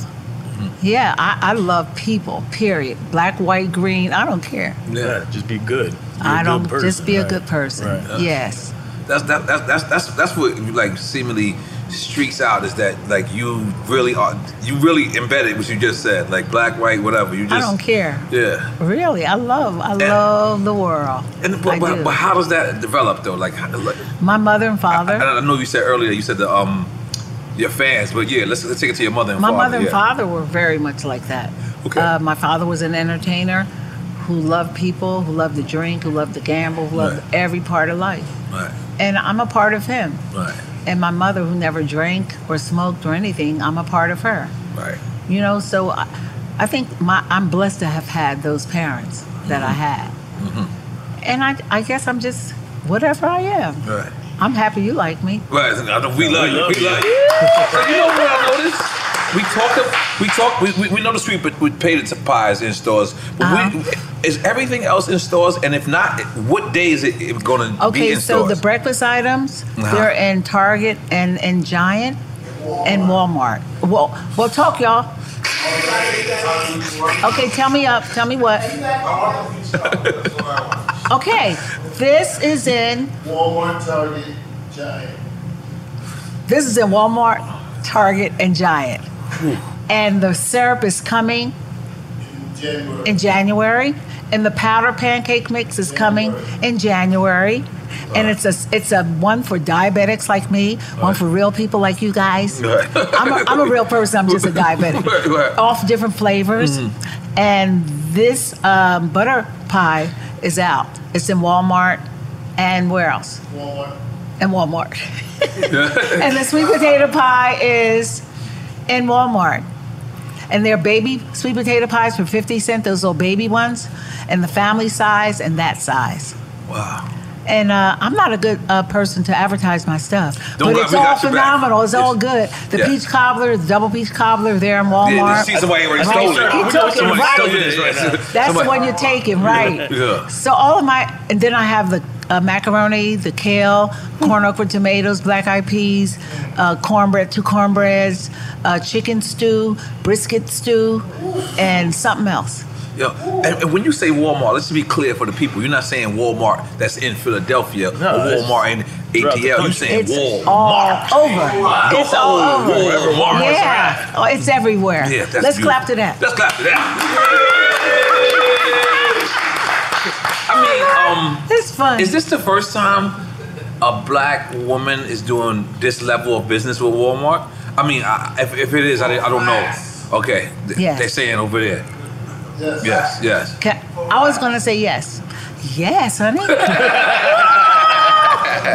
Speaker 4: Yeah, I, I love people, period. Black, white, green, I don't care.
Speaker 2: Yeah.
Speaker 5: Just be good.
Speaker 4: I don't, just be a good person.
Speaker 2: Right.
Speaker 4: Yes.
Speaker 2: That's that, that's that's that's that's what like seemingly streaks out is that like you really are you really embedded what you just said like black white whatever you just
Speaker 4: I don't care.
Speaker 2: yeah
Speaker 4: Really, I love, I love the world.
Speaker 2: and but, but, but how does that develop though like, how- like
Speaker 4: My mother and father.
Speaker 2: and I know you said earlier you said the um your fans but yeah let's, let's take it to your mother and
Speaker 4: my
Speaker 2: father
Speaker 4: mother and
Speaker 2: yeah.
Speaker 4: father were very much like that.
Speaker 2: Okay.
Speaker 4: Uh, my father was an entertainer who loved people, who loved to drink, who loved to gamble, who loved
Speaker 2: Right.
Speaker 4: every part of life.
Speaker 2: right
Speaker 4: And I'm a part of him.
Speaker 2: right
Speaker 4: And my mother, who never drank or smoked or anything, I'm a part of her.
Speaker 2: right
Speaker 4: You know, so I, I think my, I'm blessed to have had those parents that I had.
Speaker 2: mm-hmm.
Speaker 4: And I, I guess I'm just whatever I am.
Speaker 2: right
Speaker 4: I'm happy you like me.
Speaker 2: Right, I know we love you.
Speaker 5: love
Speaker 2: We
Speaker 5: you.
Speaker 2: love you. so you know what I noticed? We talk. We talk. We, we, we noticed we put- we paid it to pies in stores. But we, is everything else in stores? And if not, what day is it, going to be
Speaker 4: Okay,
Speaker 2: in
Speaker 4: so
Speaker 2: stores?
Speaker 4: the breakfast items
Speaker 2: Uh-huh.
Speaker 4: they're in Target and and Giant and Walmart. Well, well, talk y'all. Okay, tell me up. Tell me what.
Speaker 17: uh,
Speaker 4: Okay, this is in
Speaker 17: Walmart, Target, Giant.
Speaker 4: this is in Walmart, Target, and Giant, and the syrup is coming
Speaker 17: January.
Speaker 4: in January, and the powder pancake mix is coming in January. And it's a it's a one for diabetics like me, one for real people like you guys.
Speaker 17: Right.
Speaker 4: I'm, a, I'm a real person. I'm just a diabetic.
Speaker 17: Right, right.
Speaker 4: Off different flavors,
Speaker 1: Mm.
Speaker 17: Mhm.
Speaker 4: and this um, butter pie is out. It's in Walmart, and where else?
Speaker 17: Walmart.
Speaker 4: And Walmart.
Speaker 2: Mm-hmm.
Speaker 4: and the sweet potato pie is in Walmart. And they're baby sweet potato pies for 50 cent, those little baby ones, and the family size and that size.
Speaker 2: Wow.
Speaker 4: And uh, I'm not a good uh, person to advertise my stuff,
Speaker 2: Don't
Speaker 4: but
Speaker 2: worry,
Speaker 4: it's
Speaker 2: we got
Speaker 4: all
Speaker 2: your back.
Speaker 4: phenomenal. It's all good. The
Speaker 2: Yeah.
Speaker 4: peach cobbler, the double peach cobbler, there in Walmart.
Speaker 2: Yeah, see somebody already
Speaker 4: Right.
Speaker 2: stole it.
Speaker 4: He
Speaker 2: We
Speaker 4: took
Speaker 2: know
Speaker 4: it,
Speaker 2: somebody
Speaker 4: right.
Speaker 2: stole it right now.
Speaker 4: That's
Speaker 2: Somebody-
Speaker 4: the one you're taking, right?
Speaker 2: Yeah.
Speaker 4: So all of my, and then I have the uh, macaroni, the kale, corn okra tomatoes, black eyed peas, uh, cornbread, two cornbreads, uh, chicken stew, brisket stew, and something else.
Speaker 2: Yo, and, and when you say Walmart, let's be clear for the people. You're not saying Walmart that's in Philadelphia or
Speaker 5: it's
Speaker 2: Walmart in
Speaker 5: throughout the
Speaker 2: ATL. You're
Speaker 5: country.
Speaker 2: saying
Speaker 4: It's
Speaker 2: Walmart.
Speaker 4: All over. It's all
Speaker 2: Oh,
Speaker 4: over.
Speaker 2: wherever Walmart's
Speaker 4: yeah. Oh, it's everywhere.
Speaker 2: Yeah, that's
Speaker 4: Let's
Speaker 2: beautiful.
Speaker 4: clap to that.
Speaker 2: Let's clap to that. I mean, um,
Speaker 4: it's fun.
Speaker 2: Is this the first time a black woman is doing this level of business with Walmart? I mean, I, if, if it is, I, I don't know. Okay, th-
Speaker 4: Yes.
Speaker 2: they're saying over there.
Speaker 17: Yes.
Speaker 2: Yes, yes.
Speaker 4: Ca- I was gonna say yes. Yes, honey.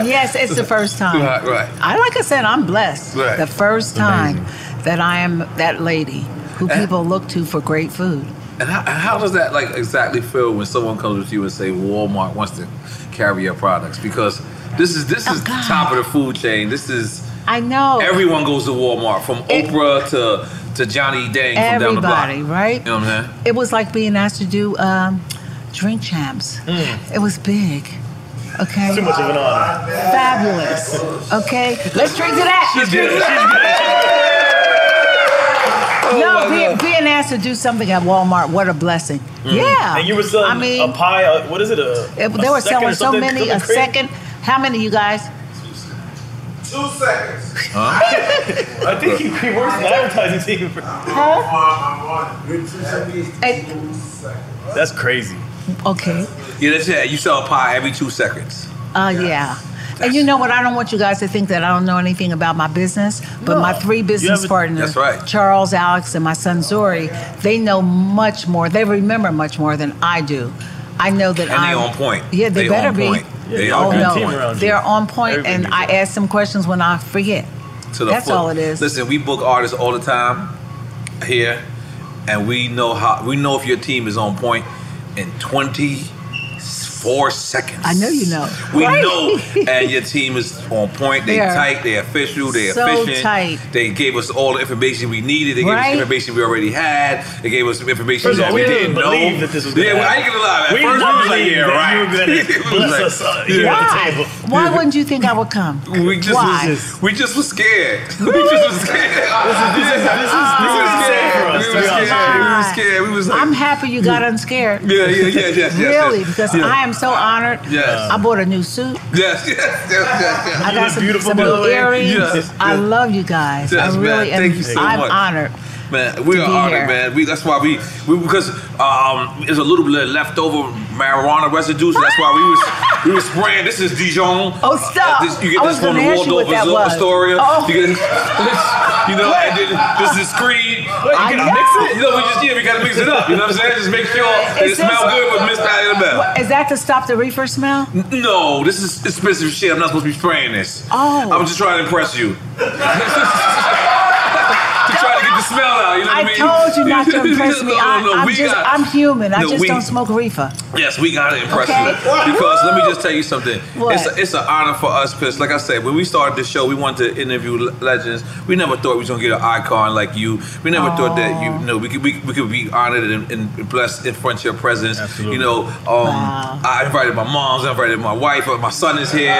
Speaker 4: yes, it's the first time.
Speaker 2: Right, right.
Speaker 4: I like I said, I'm blessed.
Speaker 2: Right.
Speaker 4: The first time that I am that lady who
Speaker 2: Eh.
Speaker 4: people look to for great food.
Speaker 2: And how, and how does that like exactly feel when someone comes with you and say Walmart wants to carry your products? Because this is
Speaker 4: Oh,
Speaker 2: this is top of the food chain. This is
Speaker 4: I know.
Speaker 2: everyone goes to Walmart from Oprah to to Johnny Dang from down the block.
Speaker 4: Everybody, right?
Speaker 2: You know what I'm saying?
Speaker 4: It was like being asked to do um, drink champs.
Speaker 2: Mm.
Speaker 4: It was big. Okay.
Speaker 5: Too much of an honor.
Speaker 4: Fabulous. Okay. Let's drink to that.
Speaker 5: She's
Speaker 4: Let's drink
Speaker 5: good.
Speaker 4: to
Speaker 5: She's
Speaker 4: that.
Speaker 5: good. Oh,
Speaker 4: no, being, being asked to do something at Walmart, what a blessing. Yeah.
Speaker 5: Hmm. Mm. And you were selling
Speaker 4: I mean,
Speaker 5: a pie. uh, what is it? A,
Speaker 4: it-
Speaker 5: a
Speaker 4: they were
Speaker 5: second or
Speaker 4: selling so
Speaker 5: something?
Speaker 4: many, a
Speaker 5: Something crazy?
Speaker 4: second. How many you guys?
Speaker 17: Two seconds.
Speaker 5: I think he, he works in the advertising team.
Speaker 2: Uh, That's crazy.
Speaker 4: Okay.
Speaker 2: Yeah, that's it. You sell a pie every two seconds.
Speaker 4: Uh, yeah. And you know what? I don't want you guys to think that I don't know anything about my business, but my three business
Speaker 2: haven't-
Speaker 4: partners,
Speaker 2: That's right. Oh,
Speaker 4: Charles, Alex, and my son Zori, they know much more. They remember much more than I do. I know that
Speaker 2: And they
Speaker 4: I'm
Speaker 2: on point.
Speaker 4: Yeah, they,
Speaker 2: They
Speaker 4: better
Speaker 2: on
Speaker 4: be.
Speaker 2: point. They
Speaker 4: oh,
Speaker 2: on
Speaker 4: no.
Speaker 2: point. Team around you.
Speaker 4: They're on point, and I ask them questions when I forget.
Speaker 2: To the
Speaker 4: That's
Speaker 2: full.
Speaker 4: all it is.
Speaker 2: Listen, we book artists all the time here, and we know how we know if your team is on point in 20, 40 four seconds.
Speaker 4: I know you know.
Speaker 2: We
Speaker 4: Right?
Speaker 2: know, and your team is on point. They
Speaker 4: They are
Speaker 2: tight. They official. They
Speaker 4: so
Speaker 2: efficient.
Speaker 4: tight.
Speaker 2: They gave us all the information we needed. They gave us
Speaker 4: Right?
Speaker 2: information we already had. They gave us some information
Speaker 5: First of
Speaker 2: that
Speaker 5: all,
Speaker 2: we
Speaker 5: we
Speaker 2: didn't
Speaker 5: didn't believe
Speaker 2: know.
Speaker 5: that this was
Speaker 2: Yeah,
Speaker 5: gonna
Speaker 2: well, I ain't
Speaker 5: happen.
Speaker 2: gonna lie. At
Speaker 5: We
Speaker 2: first,
Speaker 5: did
Speaker 2: I
Speaker 5: not
Speaker 2: was like,
Speaker 5: believe
Speaker 2: yeah,
Speaker 5: that
Speaker 2: right.
Speaker 5: you were gonna
Speaker 2: It was
Speaker 5: bless
Speaker 2: like-
Speaker 5: us, uh, here at the
Speaker 4: Why? Why wouldn't you think I would come?
Speaker 2: We just,
Speaker 4: Why?
Speaker 2: we just were scared. We just were scared.
Speaker 4: this is- this is- this is
Speaker 2: scared.
Speaker 4: for
Speaker 2: Ah. We
Speaker 4: us, to
Speaker 2: were
Speaker 4: be honest.
Speaker 2: scared. We were scared. We was like, "Hmm."
Speaker 4: I'm happy you got unscared.
Speaker 2: Yeah, yeah, yeah, yes, yes, yes.
Speaker 4: Really, because
Speaker 2: Yeah.
Speaker 4: I am so honored.
Speaker 2: Yes.
Speaker 4: I bought a new suit.
Speaker 2: yes, yes, yes, yes, yes.
Speaker 4: I got some, some new earrings.
Speaker 2: Yes,
Speaker 4: I
Speaker 2: yes.
Speaker 4: love you guys.
Speaker 2: Yes,
Speaker 4: I really
Speaker 2: man.
Speaker 4: am.
Speaker 2: Thank you so
Speaker 4: I'm
Speaker 2: much.
Speaker 4: honored.
Speaker 2: Man, we
Speaker 4: to
Speaker 2: are
Speaker 4: be
Speaker 2: honored,
Speaker 4: here.
Speaker 2: man. We that's why we, we because um there's a little bit of leftover marijuana residue, so that's why we was we was spraying. This is Dijon.
Speaker 4: Oh, stop.
Speaker 2: Uh, this, you get
Speaker 4: I
Speaker 2: this
Speaker 4: was
Speaker 2: from
Speaker 4: gonna
Speaker 2: the
Speaker 4: ask you
Speaker 2: Waldorf
Speaker 4: what that
Speaker 2: Asto-
Speaker 4: was.
Speaker 2: Astoria.
Speaker 4: Oh.
Speaker 2: You get this, you know, and then this is Creed.
Speaker 4: Wait,
Speaker 2: you
Speaker 4: I
Speaker 2: gotta
Speaker 4: know.
Speaker 2: mix it. You know, we just yeah, we gotta mix it up. You know what I'm saying? Just make sure that it
Speaker 4: Is this-
Speaker 2: smells good with Miss Patty in the back.
Speaker 4: What, Is that to stop the reefer smell?
Speaker 2: No, this is expensive shit. I'm not supposed to be spraying this.
Speaker 4: Oh.
Speaker 2: I'm just trying to impress you. to try to get the smell out, you know
Speaker 4: I
Speaker 2: what I mean?
Speaker 4: told you not to impress me.
Speaker 2: No,
Speaker 4: I,
Speaker 2: no,
Speaker 4: I'm
Speaker 2: we
Speaker 4: just,
Speaker 2: got-
Speaker 4: I'm human. I
Speaker 2: No,
Speaker 4: just
Speaker 2: we-
Speaker 4: don't smoke reefer.
Speaker 2: Yes, we gotta impress
Speaker 4: Okay.
Speaker 2: you. Because let me just tell you something.
Speaker 4: What?
Speaker 2: It's a, it's an honor for us because, like I said, when we started this show, we wanted to interview le- legends. We never thought we was gonna get an icon like you. We never thought that you, you know we could we, we could be honored and, and blessed in front of your presence. You know, um, I invited my moms, I invited my wife, uh, my son is here.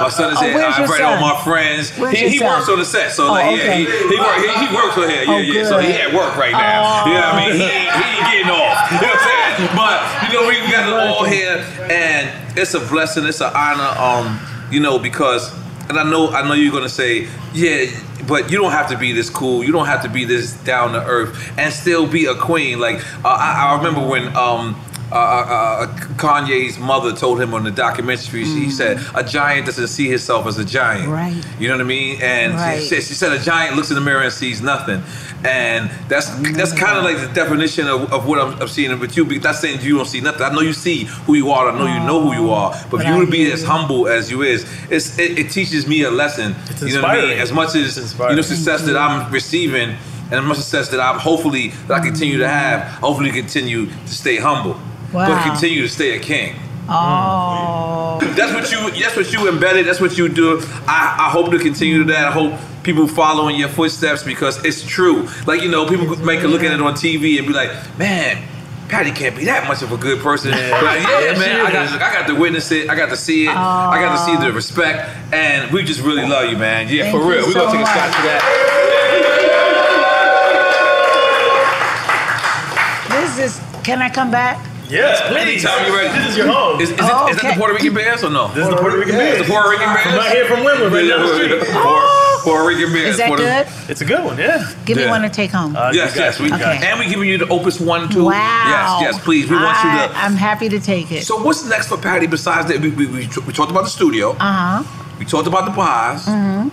Speaker 2: My son is
Speaker 4: Oh,
Speaker 2: here.
Speaker 4: where's
Speaker 2: I
Speaker 4: your
Speaker 2: invited all
Speaker 4: son?
Speaker 2: my friends.
Speaker 4: Where's
Speaker 2: he
Speaker 4: your
Speaker 2: he
Speaker 4: son?
Speaker 2: works on the set, so
Speaker 4: Oh,
Speaker 2: like
Speaker 4: okay.
Speaker 2: yeah, he, he work he, he works on here. Yeah,
Speaker 4: Oh,
Speaker 2: yeah. So he
Speaker 4: good.
Speaker 2: at work right now. You know what I mean? He ain't, he ain't getting off. You know what I'm saying? But you know, we got it all here, and it's a blessing. It's an honor. Um, you know, because, and I know, I know you're gonna say, yeah, but you don't have to be this cool. You don't have to be this down to earth, and still be a queen. Like uh, I, I remember when. Um, uh, uh, uh, Kanye's mother told him on the documentary. She he said, "A giant doesn't see himself as a giant."
Speaker 4: Right.
Speaker 2: You know what I mean? And she
Speaker 4: Right.
Speaker 2: said- she said a giant looks in the mirror and sees nothing, and that's that's kind of like the definition of, of what I'm, I'm seeing with you. Because that's saying you don't see nothing. I know you see who you are. I know you know who you are. But, if you would be as humble as you is, it's it, it teaches me a lesson. you know what I mean?
Speaker 5: inspiring.
Speaker 2: As much as you know success that I'm receiving, and as much success that I'm hopefully that I continue to have, hopefully continue to stay humble, but
Speaker 4: Wow.
Speaker 2: continue to stay a king.
Speaker 4: Oh.
Speaker 2: That's what you. That's what you embedded. That's what you do. I, I hope to continue that. I hope people follow in your footsteps because it's true. Like you know, people make a look at it on TV and be like, man. Patty can't be that much of a good person.
Speaker 5: Yeah.
Speaker 2: But yeah,
Speaker 5: Yes,
Speaker 2: man,
Speaker 5: she
Speaker 2: I got, I got to witness it. I got to see it. I got to see the respect. And we just really love you, man. Yeah,
Speaker 4: Thank
Speaker 2: for
Speaker 4: you
Speaker 2: real. We're going to
Speaker 4: so
Speaker 2: take a shot
Speaker 4: much.
Speaker 2: to that.
Speaker 4: This is. Can I come back?
Speaker 2: Yes,
Speaker 5: please.
Speaker 2: Anytime you're ready.
Speaker 5: This is your home.
Speaker 2: Is, is, it-
Speaker 4: Oh,
Speaker 2: is that
Speaker 4: okay.
Speaker 2: the Puerto Rican bands or no? This
Speaker 5: is the Puerto Rican Bands.
Speaker 2: It's the Puerto Rican bands.
Speaker 5: From right here from Winwood, right down the street.
Speaker 2: Puerto, Puerto Rican bands.
Speaker 4: Is that
Speaker 2: Puerto-
Speaker 4: good?
Speaker 5: It's a good one, yeah. Uh,
Speaker 4: Give me
Speaker 2: Yeah. Uh,
Speaker 4: one to take home.
Speaker 2: yes, yes, we
Speaker 4: Okay.
Speaker 2: and we giving you the Opus One too.
Speaker 4: Wow.
Speaker 2: Yes, yes, please. We want
Speaker 4: I,
Speaker 2: you to.
Speaker 4: I'm happy to take it.
Speaker 2: So what's next for Patty besides that? We, we, we, we talked about the studio.
Speaker 4: Uh huh.
Speaker 2: We talked about the pies.
Speaker 4: Mm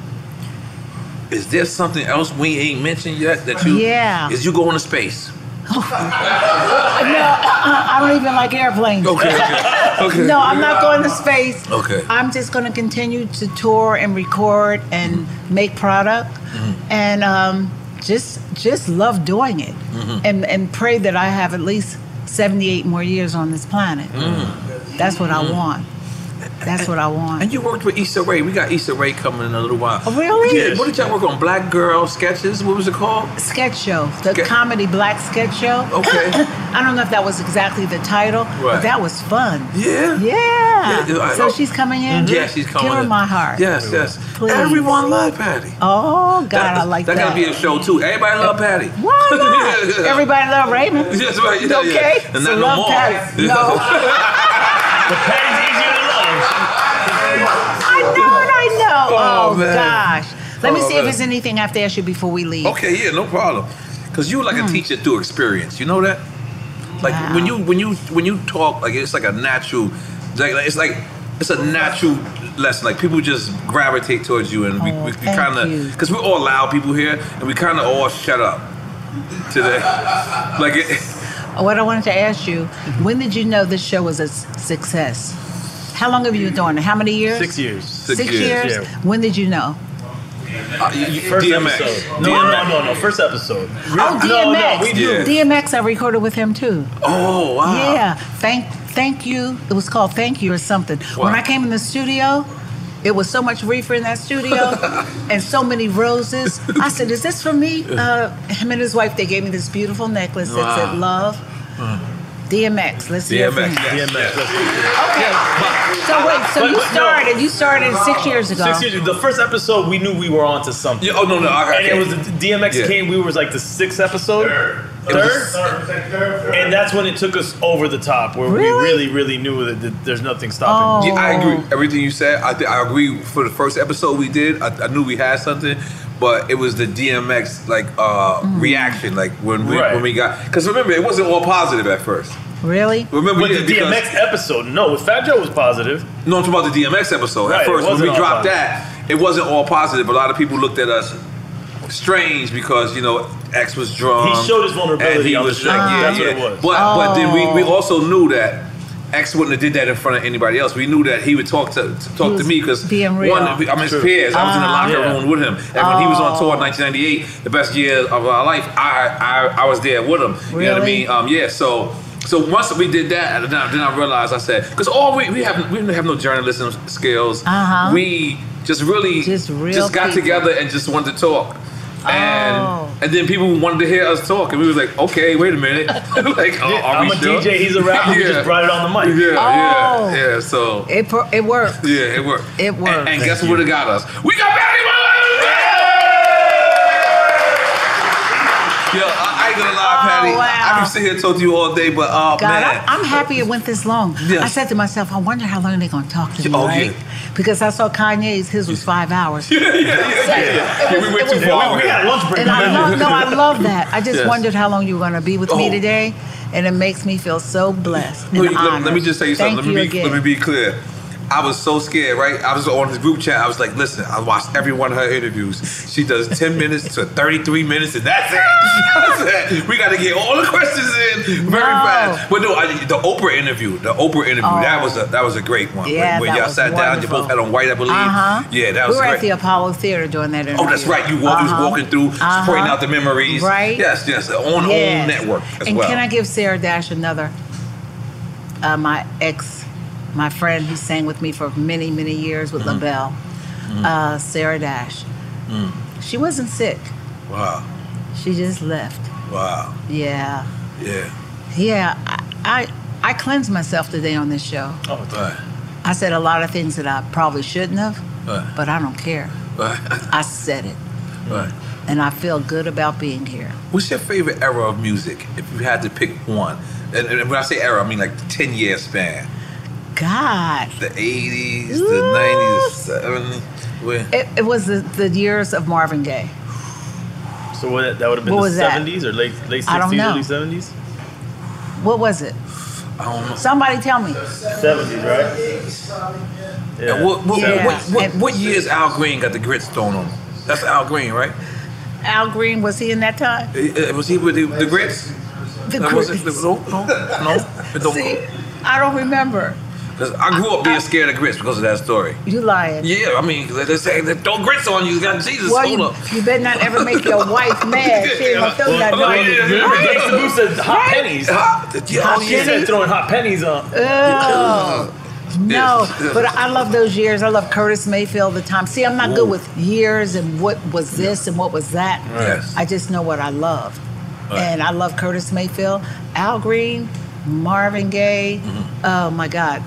Speaker 2: Is there something else we ain't mentioned yet that you?
Speaker 4: Yeah.
Speaker 2: Is you going to space? Mm-hmm.
Speaker 4: hmm. No, uh-uh, I don't even like airplanes.
Speaker 2: Okay, okay, okay.
Speaker 4: No, I'm not going to space.
Speaker 2: Okay.
Speaker 4: I'm just going to continue to tour and record and make product,
Speaker 2: Mm-hmm.
Speaker 4: and um, just just love doing it,
Speaker 2: Mhm.
Speaker 4: and and pray that I have at least 78 more years on this planet.
Speaker 2: Mm-hmm.
Speaker 4: Uh-huh. That's what I want. That's what I want.
Speaker 2: And you worked with Issa Rae. We got Issa Rae coming in a little while.
Speaker 4: Oh, really?
Speaker 2: Yeah. What did y'all work on? Black Girl sketches. What was it called?
Speaker 4: sketch show, the comedy black sketch show.
Speaker 2: Okay.
Speaker 4: I don't know if that was exactly the title,
Speaker 2: Right.
Speaker 4: but that was fun.
Speaker 2: Yeah.
Speaker 4: Yeah.
Speaker 2: Yeah, I- Mm-hmm.
Speaker 4: so she's coming in.
Speaker 2: Yeah, she's coming.
Speaker 4: Give her
Speaker 2: in.
Speaker 4: my heart.
Speaker 2: Yes, yes.
Speaker 4: Please.
Speaker 2: Everyone love Patty.
Speaker 4: Oh God,
Speaker 2: That-
Speaker 4: I like that.
Speaker 2: That gotta be a show too. Everybody love Patty.
Speaker 4: Why not?
Speaker 2: Yeah, yeah.
Speaker 4: Everybody love Raymond.
Speaker 2: Yes, right. Yeah, yeah.
Speaker 4: okay.
Speaker 2: And
Speaker 4: so
Speaker 2: not no
Speaker 4: love
Speaker 2: more.
Speaker 4: Patty.
Speaker 2: Yeah.
Speaker 4: No. I know it. I know.
Speaker 2: Oh,
Speaker 4: Oh,
Speaker 2: man.
Speaker 4: gosh. Let me
Speaker 2: Oh,
Speaker 4: see
Speaker 2: man.
Speaker 4: if there's anything I have to ask you before we leave.
Speaker 2: Okay, yeah, no problem. Cause you
Speaker 4: Hmm.
Speaker 2: like a teacher through experience. You know that? Like when you when you when you talk, like it's like a natural, like like, it's like it's a natural lesson. Like people just gravitate towards you, and we, we, we
Speaker 4: Oh, thank
Speaker 2: kind
Speaker 4: you.
Speaker 2: of because we're all loud people here, and we kind of all shut up today. like it,
Speaker 4: What I wanted to ask you: When did you know this show was a s- success? How long have you been doing it? How many years?
Speaker 5: Six years.
Speaker 4: Six, years. When did you know?
Speaker 5: First
Speaker 2: DMX.
Speaker 5: episode. No, no, no, no. First episode.
Speaker 4: Oh,
Speaker 5: No, no,
Speaker 4: DMX.
Speaker 5: we do.
Speaker 4: DMX, I recorded with him too.
Speaker 2: Oh wow.
Speaker 4: Yeah. Thank Thank You. It was called Thank You or something. When
Speaker 6: Wow.
Speaker 4: I came in the studio, it was so much reefer in that studio and so many roses. I said, Is this for me? Uh, him and his wife, they gave me this beautiful necklace that said
Speaker 2: Wow.
Speaker 4: love. DMX. Let's hear from
Speaker 2: DMX.
Speaker 4: him.
Speaker 2: Yes, yes.
Speaker 4: So wait, so
Speaker 5: But-
Speaker 4: you
Speaker 5: but no.
Speaker 4: started, you started six years ago.
Speaker 5: Six years ago. The first episode, we knew we were onto something.
Speaker 2: oh, no, no, I- I
Speaker 5: and it
Speaker 2: can't.
Speaker 5: was the DMX
Speaker 2: Yeah.
Speaker 5: came. We was like the sixth episode.
Speaker 2: It was
Speaker 5: Third? And that's when it took us over the top, where we really, really knew that, that there's nothing stopping.
Speaker 4: Oh.
Speaker 2: Yeah, I agree. with Everything you said, I think I agree. For the first episode we did, I, I knew we had something, but it was the DMX like uh, reaction, like when we
Speaker 5: Right.
Speaker 2: when we got. Because remember, it wasn't all positive at first.
Speaker 4: Really?
Speaker 2: Remember,
Speaker 5: With
Speaker 2: yeah,
Speaker 5: the
Speaker 2: because-
Speaker 5: DMX episode, no. With Fat Joe was positive.
Speaker 2: No, I'm talking about the DMX episode. at
Speaker 5: Right, it
Speaker 2: first, when
Speaker 5: wasn't
Speaker 2: we
Speaker 5: all
Speaker 2: dropped
Speaker 5: positive.
Speaker 2: that, it wasn't all positive. A lot of people looked at us strange because you know X was drunk.
Speaker 5: He showed his vulnerability
Speaker 2: and he
Speaker 5: on the
Speaker 2: was
Speaker 5: show.
Speaker 2: like, yeah,
Speaker 5: That's what
Speaker 2: yeah.
Speaker 5: it was.
Speaker 2: But but then
Speaker 5: Oh.
Speaker 2: we, we also knew that X wouldn't have did that in front of anybody else. We knew that he would talk to, to talk to me because
Speaker 4: being real.
Speaker 2: one, I'm his
Speaker 4: True.
Speaker 2: peers. I was in the
Speaker 4: Ah.
Speaker 2: locker
Speaker 4: Yeah.
Speaker 2: room with him, and when he was on tour in
Speaker 4: Oh.
Speaker 2: 1998, the best year of our life, I I, I was there with him. You know what I
Speaker 4: Really?
Speaker 2: mean? Um, yeah. So so once we did that, then I, then I realized I said because all we, we have we didn't have no journalism skills.
Speaker 4: Uh-huh.
Speaker 2: We just really just, got
Speaker 4: people. Oh.
Speaker 2: together and just wanted to talk. And and then people wanted to hear us talk, and we was like, okay, wait a minute, like, oh, are
Speaker 5: I'm
Speaker 2: we
Speaker 5: a
Speaker 2: sure?
Speaker 5: DJ, he's a rapper, we just brought it on the mic.
Speaker 2: Yeah,
Speaker 4: Oh.
Speaker 2: yeah, yeah. So
Speaker 4: It, per- it worked.
Speaker 2: yeah, it worked.
Speaker 4: It worked.
Speaker 2: And, and guess what? It got us. We got Patty Yo, I, I ain't gonna lie, Patty. I- I can sit here and talk to you all day, but oh
Speaker 4: Oh, God,
Speaker 2: man,
Speaker 4: I, I'm happy it went this long.
Speaker 2: Yes.
Speaker 4: I said to myself, I wonder how long they're going to talk to me,
Speaker 2: Oh, yeah.
Speaker 4: right? Because I saw Kanye's, his was five hours.
Speaker 2: Yeah, yeah, yeah, yeah, yeah.
Speaker 4: It
Speaker 2: Yeah,
Speaker 4: was-
Speaker 2: we went
Speaker 4: it
Speaker 2: too
Speaker 4: was
Speaker 2: far.
Speaker 4: long.
Speaker 2: We had a lunch break.
Speaker 4: And I love, no, I love that. I just
Speaker 2: Yes.
Speaker 4: wondered how long you were going to be with me
Speaker 2: Oh.
Speaker 4: today, and it makes me feel so blessed.
Speaker 2: No,
Speaker 4: and
Speaker 2: you- let,
Speaker 4: honored.
Speaker 2: let me just tell you something.
Speaker 4: Thank
Speaker 2: let me
Speaker 4: you
Speaker 2: be
Speaker 4: again.
Speaker 2: let me be clear. I was so scared, right? I was on his group chat. I was like, listen, I watched every one of her interviews. She does 10 minutes to 33 minutes, and that's it. That's it. We got to get all the questions in very
Speaker 4: No.
Speaker 2: fast. But no, I, the Oprah interview, the Oprah interview,
Speaker 4: Oh.
Speaker 2: that was a that was a great one.
Speaker 4: Yeah,
Speaker 2: when when
Speaker 4: that
Speaker 2: y'all
Speaker 4: was
Speaker 2: sat down, you
Speaker 4: wonderful.
Speaker 2: both had on white, I believe.
Speaker 4: Uh-huh.
Speaker 2: Yeah, that
Speaker 4: we
Speaker 2: was
Speaker 4: were
Speaker 2: great.
Speaker 4: at the Apollo Theater doing that interview.
Speaker 2: Oh, that's right. You walk,
Speaker 4: Uh-huh.
Speaker 2: was walking through,
Speaker 4: Uh-huh.
Speaker 2: pointing out the memories.
Speaker 4: Right.
Speaker 2: Yes, yes. On
Speaker 4: Yes.
Speaker 2: own network as
Speaker 4: and
Speaker 2: well.
Speaker 4: can I give Sarah Dash another? Uh, my ex, my friend who sang with me for many, many years with
Speaker 2: Mhm.
Speaker 4: LaBelle, uh, Sarah Dash.
Speaker 2: Mm.
Speaker 4: She wasn't sick.
Speaker 2: Wow.
Speaker 4: She just left.
Speaker 2: Wow.
Speaker 4: Yeah.
Speaker 2: Yeah.
Speaker 4: Yeah. I, I, I cleansed myself today on this show.
Speaker 2: Oh,
Speaker 4: I said a lot of things that I probably shouldn't have,
Speaker 2: Right.
Speaker 4: but I don't care.
Speaker 2: Right.
Speaker 4: I said it.
Speaker 2: Right.
Speaker 4: And I feel good about being here.
Speaker 2: What's your favorite era of music? If you had to pick one, and, and when I say era, I mean like the ten year span,
Speaker 4: God.
Speaker 2: the eighties, the nineties, the seventies. Where?
Speaker 4: It, it was the, the years of Marvin Gaye.
Speaker 5: So what, that would have been
Speaker 4: What
Speaker 5: the
Speaker 4: was that?
Speaker 5: 70s or late late 60s,
Speaker 4: I don't know.
Speaker 5: early 70s?
Speaker 4: What was it?
Speaker 2: I don't know.
Speaker 4: Somebody tell me.
Speaker 5: 70s, right?
Speaker 2: Yeah. And what, what,
Speaker 4: Yeah.
Speaker 2: what, what, what years Al Green got the grits thrown on him? That's Al Green, right?
Speaker 4: Al Green, was he in that time?
Speaker 2: Uh, uh, Was he with the, the grits?
Speaker 4: The
Speaker 2: That was it?
Speaker 4: Grits.
Speaker 2: No, no,
Speaker 4: See,
Speaker 2: no.
Speaker 4: I don't remember.
Speaker 2: Because I grew up being scared of grits because of that story.
Speaker 4: You lying.
Speaker 2: Yeah, I mean, they say they throw grits on you. God, Jesus,
Speaker 4: well,
Speaker 2: hold
Speaker 4: you,
Speaker 2: up.
Speaker 4: you better not ever make your wife mad. She ain't gonna throw
Speaker 2: Well,
Speaker 4: that
Speaker 2: well,
Speaker 4: down.
Speaker 2: yeah, yeah,
Speaker 4: Right?
Speaker 2: yeah.
Speaker 5: Gangsta Boo said hot
Speaker 4: Right?
Speaker 5: pennies.
Speaker 2: Hot, yeah, oh,
Speaker 5: Hot
Speaker 2: yeah.
Speaker 5: pennies. He said throwing hot pennies on.
Speaker 4: Ugh. No, but I love those years. I love Curtis Mayfield the time. See, I'm not good
Speaker 5: Ooh.
Speaker 4: with years and what was this and what was that.
Speaker 2: Yes.
Speaker 4: I just know what I love. And I love Curtis Mayfield, Al Green, Marvin Gaye,
Speaker 2: Mm-hmm.
Speaker 4: oh my God,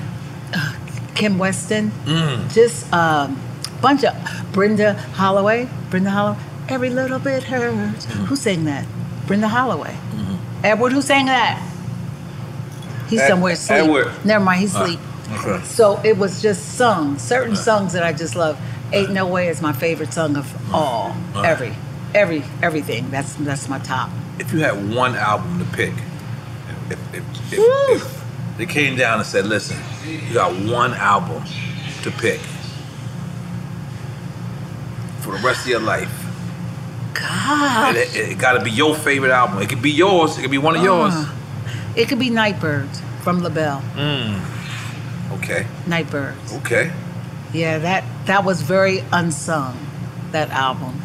Speaker 4: Kim Weston,
Speaker 2: Mm.
Speaker 4: just a um, bunch of Brenda Holloway, Brenda Holloway, Every Little Bit Hurts.
Speaker 2: Mm-hmm.
Speaker 4: Who sang that? Brenda Holloway. Edward, who sang that? He's
Speaker 2: Ed-
Speaker 4: somewhere asleep.
Speaker 2: Edward.
Speaker 4: Never mind, he's
Speaker 2: Ah,
Speaker 4: asleep.
Speaker 2: okay.
Speaker 4: So it was just sung, certain
Speaker 2: Uh-huh.
Speaker 4: songs that I just love. Ain't No Way is my favorite song of all,
Speaker 2: Ah.
Speaker 4: every, every, everything. That's that's my top.
Speaker 2: If you had one album to pick, if, if, if, if they came down and said, listen, you got one album to pick for the rest of your life, and
Speaker 4: God,
Speaker 2: it, got to be your favorite album. It could be yours, it could be one of yours.
Speaker 4: Ah. it could be Nightbirds from LaBelle.
Speaker 2: Mm. Okay,
Speaker 4: Nightbird.
Speaker 2: okay.
Speaker 4: Yeah, that that was very unsung. That album.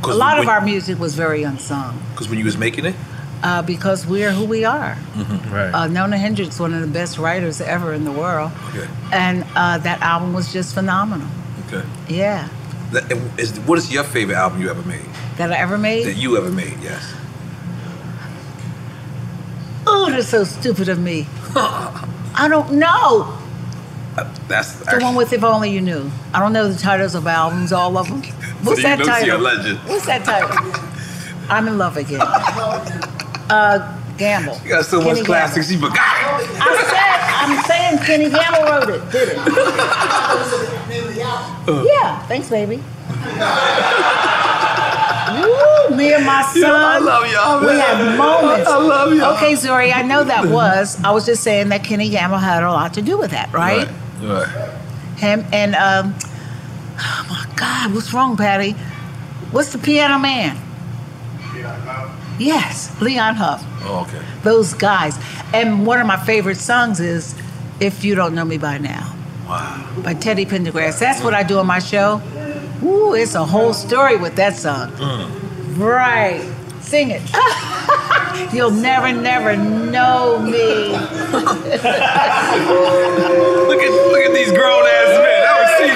Speaker 4: A
Speaker 2: 'Cause
Speaker 4: lot of
Speaker 2: when-
Speaker 4: our music was very unsung.
Speaker 2: Because when you was making it,
Speaker 4: uh, because we are who we are.
Speaker 1: Right.
Speaker 4: Uh, Nona Hendrix, one of the best writers ever in the world,
Speaker 2: Okay.
Speaker 4: and uh, that album was just phenomenal.
Speaker 2: Okay.
Speaker 4: Yeah,
Speaker 2: That- is- what is your favorite album you ever made?
Speaker 4: that I ever made.
Speaker 2: That you ever made? Yes.
Speaker 4: Oh, that's so stupid of me. I don't know.
Speaker 2: That's
Speaker 4: The one with If Only You Knew. I don't know the titles of albums, all of them.
Speaker 2: so
Speaker 4: What's that
Speaker 2: you know she a
Speaker 4: title?
Speaker 2: legend.
Speaker 4: What's that title? I'm in love again. Uh, Gamble.
Speaker 2: You got so
Speaker 4: Kenny
Speaker 2: much classics. You forgot.
Speaker 4: I said, I'm saying Kenny Gamble wrote it, did it? Yeah, thanks, baby. Woo, me and my son.
Speaker 17: Yeah, I love y'all,
Speaker 4: We
Speaker 17: man.
Speaker 4: had moments.
Speaker 17: I love y'all.
Speaker 4: Okay, Zori, I know that was. I was just saying that Kenny Gamble had a lot to do with that, right?
Speaker 2: Right.
Speaker 4: Him and um, oh my God, what's wrong, Patty? What's the piano man? Yes, Leon Huff.
Speaker 2: Oh, okay.
Speaker 4: Those guys. And one of my favorite songs is "If You Don't Know Me By Now."
Speaker 2: Wow.
Speaker 4: by Teddy Pendergrass. That's what I do on my show. Ooh, it's a whole story with that song.
Speaker 2: Mm.
Speaker 4: Right. Sing it. You'll never, never know me.
Speaker 2: Look at look at these grown ass men. I was see.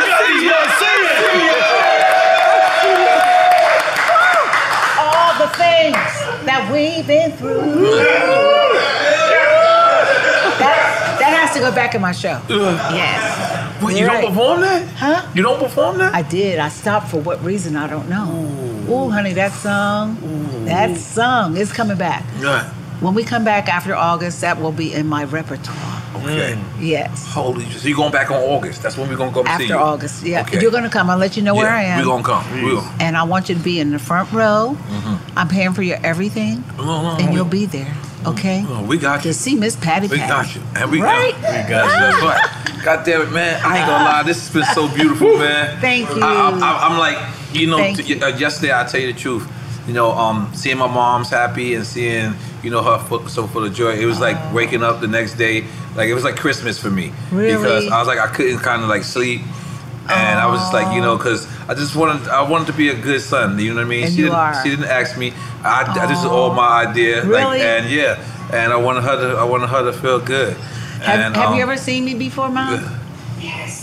Speaker 2: You got these young
Speaker 4: All the things that we've been through. That, that has to go back in my show. Yes.
Speaker 1: Wait, you don't perform that?
Speaker 4: Huh?
Speaker 1: You don't perform that?
Speaker 4: I did. I stopped for what reason? I don't know. Ooh, honey, that song, that song is coming back.
Speaker 2: Right.
Speaker 4: When we come back after August, that will be in my repertoire.
Speaker 2: Okay.
Speaker 4: Mm. Yes.
Speaker 2: Holy. So you going back on August? That's when we're gonna come see
Speaker 4: After
Speaker 2: you.
Speaker 4: August, yeah.
Speaker 2: Okay.
Speaker 4: You're gonna come. I'll let you know where I am.
Speaker 2: We gonna come. We gonna.
Speaker 4: And I want you to be in the front row.
Speaker 2: Mm-hmm.
Speaker 4: I'm paying for your everything,
Speaker 2: Oh,
Speaker 4: and you'll be there. Okay.
Speaker 2: Mm-hmm. we got you.
Speaker 4: To see Miss Patty.
Speaker 2: We
Speaker 4: Pat.
Speaker 2: got you. And we
Speaker 4: Right?
Speaker 2: got We got you. That's right. God damn it, man. I ain't gonna lie. This has been so beautiful, man.
Speaker 4: Thank you.
Speaker 2: I, I, am like, you know,
Speaker 4: Thank
Speaker 2: t- uh, yesterday I tell you the truth. You know, um, seeing my mom's happy and seeing you know her fu- so full of joy. It was like waking up the next day, like it was like Christmas for me
Speaker 4: Oh. Really?
Speaker 2: because I was like I couldn't kind of like sleep, and I was just like you know because I just wanted I wanted to be a good son. You know what I mean?
Speaker 4: Oh. And
Speaker 2: she
Speaker 4: you
Speaker 2: didn't
Speaker 4: are.
Speaker 2: she didn't ask me. I, I this is all my idea. Like,
Speaker 4: Really?
Speaker 2: and yeah, and I wanted her to I wanted her to feel good.
Speaker 4: Have,
Speaker 2: and,
Speaker 4: have you
Speaker 2: um,
Speaker 4: ever seen me before, Mom? Yes.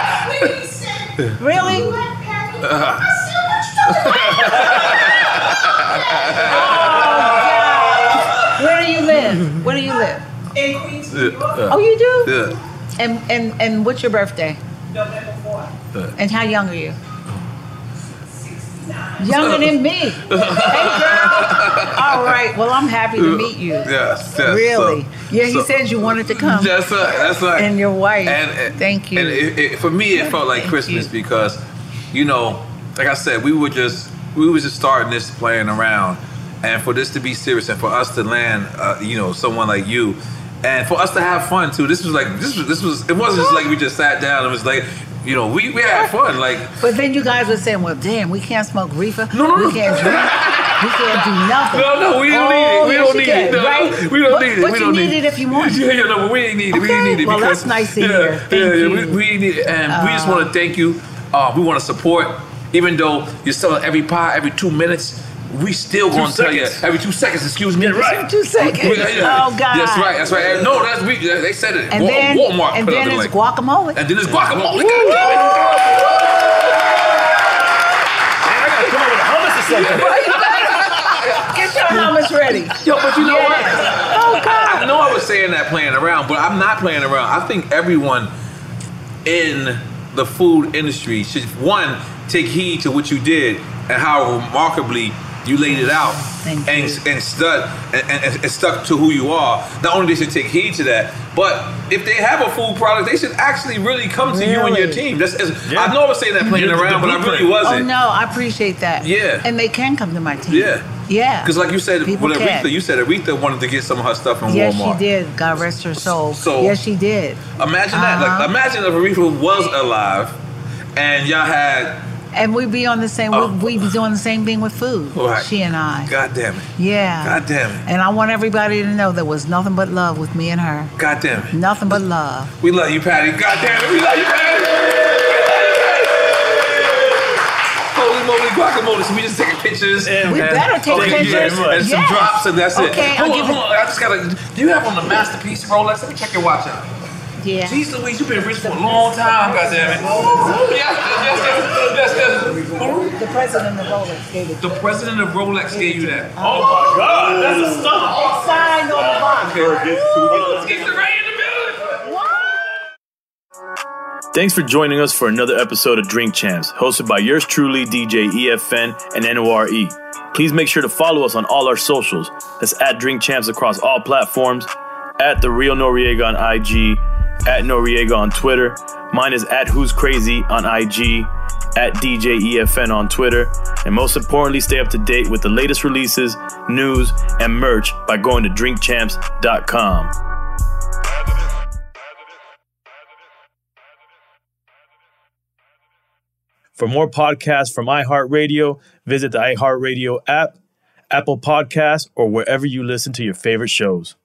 Speaker 4: really? Where do you live? Where do you live? In Queens. Oh, you do?
Speaker 2: Yeah.
Speaker 4: And and and what's your birthday? November 4th. And how young are you? Younger than me. hey, girl. All right. Well, I'm happy to meet you.
Speaker 2: Yes, yes,
Speaker 4: really?
Speaker 2: so-
Speaker 4: yeah, he
Speaker 2: so-
Speaker 4: said you wanted to come.
Speaker 2: That's right. That's right.
Speaker 4: And your wife.
Speaker 2: And,
Speaker 4: Thank you.
Speaker 2: And it, it, for me, it felt like
Speaker 4: Thank
Speaker 2: Christmas because, you know, like I said, we were just we were just starting this playing around, and for this to be serious, and for us to land, uh, you know, someone like you, and for us to have fun too. This was like this was this was it wasn't just like we just sat down. It was like, you know, we we had fun. Like
Speaker 4: But then you guys were saying, well, damn, we can't smoke reefer. No, no, We can't drink. we can't do nothing.
Speaker 2: No, no, we don't
Speaker 4: Oh,
Speaker 2: need it. We
Speaker 4: yes,
Speaker 2: don't
Speaker 4: you
Speaker 2: need
Speaker 4: can,
Speaker 2: it. No,
Speaker 4: right?
Speaker 2: we don't
Speaker 4: but,
Speaker 2: need it.
Speaker 4: But
Speaker 2: we
Speaker 4: you
Speaker 2: don't
Speaker 4: need, it if you want.
Speaker 2: Yeah, yeah, no, but we ain't need it. We ain't
Speaker 4: Okay,
Speaker 2: need it.
Speaker 4: well,
Speaker 2: because,
Speaker 4: that's nice to
Speaker 2: yeah,
Speaker 4: hear. Thank
Speaker 2: yeah, yeah,
Speaker 4: you.
Speaker 2: we, we need it. And we just want to thank you. Uh, we want to support, even though you're selling every pie every two minutes. We still
Speaker 4: Two
Speaker 2: gonna tell you
Speaker 4: seconds.
Speaker 2: every two seconds. Excuse me.
Speaker 4: Yeah, right. Two seconds.
Speaker 2: Yeah, yeah.
Speaker 4: Oh, God.
Speaker 2: That's right. That's right. No, that's we. They said it.
Speaker 4: And
Speaker 2: Wa-
Speaker 4: then,
Speaker 2: Walmart
Speaker 4: and
Speaker 2: put
Speaker 4: then
Speaker 2: out the link.
Speaker 4: it's guacamole.
Speaker 2: And then it's guacamole.
Speaker 4: Woo!
Speaker 1: I gotta come up with a hummus or something.
Speaker 4: Get your hummus ready.
Speaker 2: Yo, but you know
Speaker 4: what? Oh God.
Speaker 2: I know I was saying that playing around, but I'm not playing around. I think everyone in the food industry should one take heed to what you did and how remarkably you laid it out
Speaker 4: Thank
Speaker 2: and and stuck and, and, and stuck to who you are. Not only they should take heed to that, but if they have a food product, they should actually really come to you and your
Speaker 4: Really?
Speaker 2: team. That's, that's- I know I was saying that playing around, but I really wasn't.
Speaker 4: Oh no, I appreciate that.
Speaker 2: Yeah.
Speaker 4: And they can come to my team.
Speaker 2: Yeah.
Speaker 4: Oh, Yeah.
Speaker 2: Because like you said,
Speaker 4: People
Speaker 2: with
Speaker 4: can.
Speaker 2: Aretha, you said Aretha wanted to get some of her stuff from
Speaker 4: Yes,
Speaker 2: Walmart.
Speaker 4: she did. God rest her soul.
Speaker 2: So-
Speaker 4: yes, she did.
Speaker 2: Imagine that.
Speaker 4: Uh-huh.
Speaker 2: Like, imagine if Aretha was alive, and y'all had.
Speaker 4: And we'd be on the same.
Speaker 2: Oh.
Speaker 4: We'd, we'd be doing the same thing with food.
Speaker 2: Right.
Speaker 4: She and I.
Speaker 2: God damn it.
Speaker 4: Yeah.
Speaker 2: God damn it.
Speaker 4: And I want everybody to know there was nothing but love with me and her.
Speaker 2: God damn it.
Speaker 4: Nothing but love.
Speaker 2: We love you, Patty. God damn it. We love you, Patty. We love you, Patty. holy moly guacamole. So we just taking pictures.
Speaker 1: We better take
Speaker 2: okay,
Speaker 1: pictures.
Speaker 2: yeah, and some
Speaker 1: Yes.
Speaker 2: drops, and that's it.
Speaker 1: Okay, I'll
Speaker 2: hold on,
Speaker 1: give
Speaker 2: hold on. I just gotta. Do you have on the masterpiece Rolex? Let me check your watch out.
Speaker 1: Yeah.
Speaker 2: Jeez Louise, you've been rich for a long time, goddammit. Ooh, Yes, yes, yes, yes, yes, yes.
Speaker 1: The president of Rolex gave it.
Speaker 2: The president of Rolex gave you that.
Speaker 1: Oh my God, that's a stunner. It's signed on the box.
Speaker 5: Thanks for joining us for another episode of Drink Champs, hosted by yours truly, DJ EFN and NORE. E. Please make sure to follow us on all our socials. That's at Drink Champs across all platforms, at The Real Noriega on IG, at Noriega on Twitter. Mine is at Who's Crazy on IG, at DJ EFN on Twitter. And most importantly, stay up to date with the latest releases, news, and merch by going to drinkchamps.com. For more podcasts from iHeartRadio, visit the iHeartRadio app, Apple Podcasts, or wherever you listen to your favorite shows.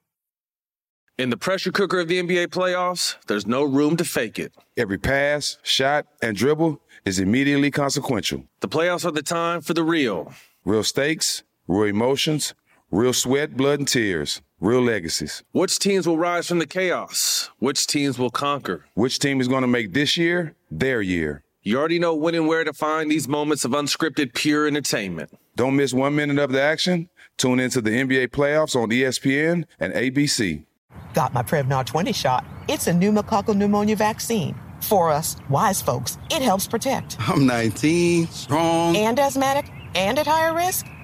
Speaker 14: In the pressure cooker of the NBA playoffs, there's no room to fake it.
Speaker 7: Every pass, shot, and dribble is immediately consequential.
Speaker 14: The playoffs are the time for the real.
Speaker 7: Real stakes, real emotions, real sweat, blood, and tears, real legacies.
Speaker 14: Which teams will rise from the chaos? Which teams will conquer?
Speaker 7: Which team is going to make this year their year?
Speaker 14: You already know when and where to find these moments of unscripted, pure entertainment.
Speaker 7: Don't miss one minute of the action. Tune into the NBA playoffs on E ESPN and ABC.
Speaker 10: Got my Prevnar 20 shot. It's a pneumococcal pneumonia vaccine. For us, wise folks, it helps protect.
Speaker 18: I'm 19, strong.
Speaker 10: And asthmatic and at higher risk?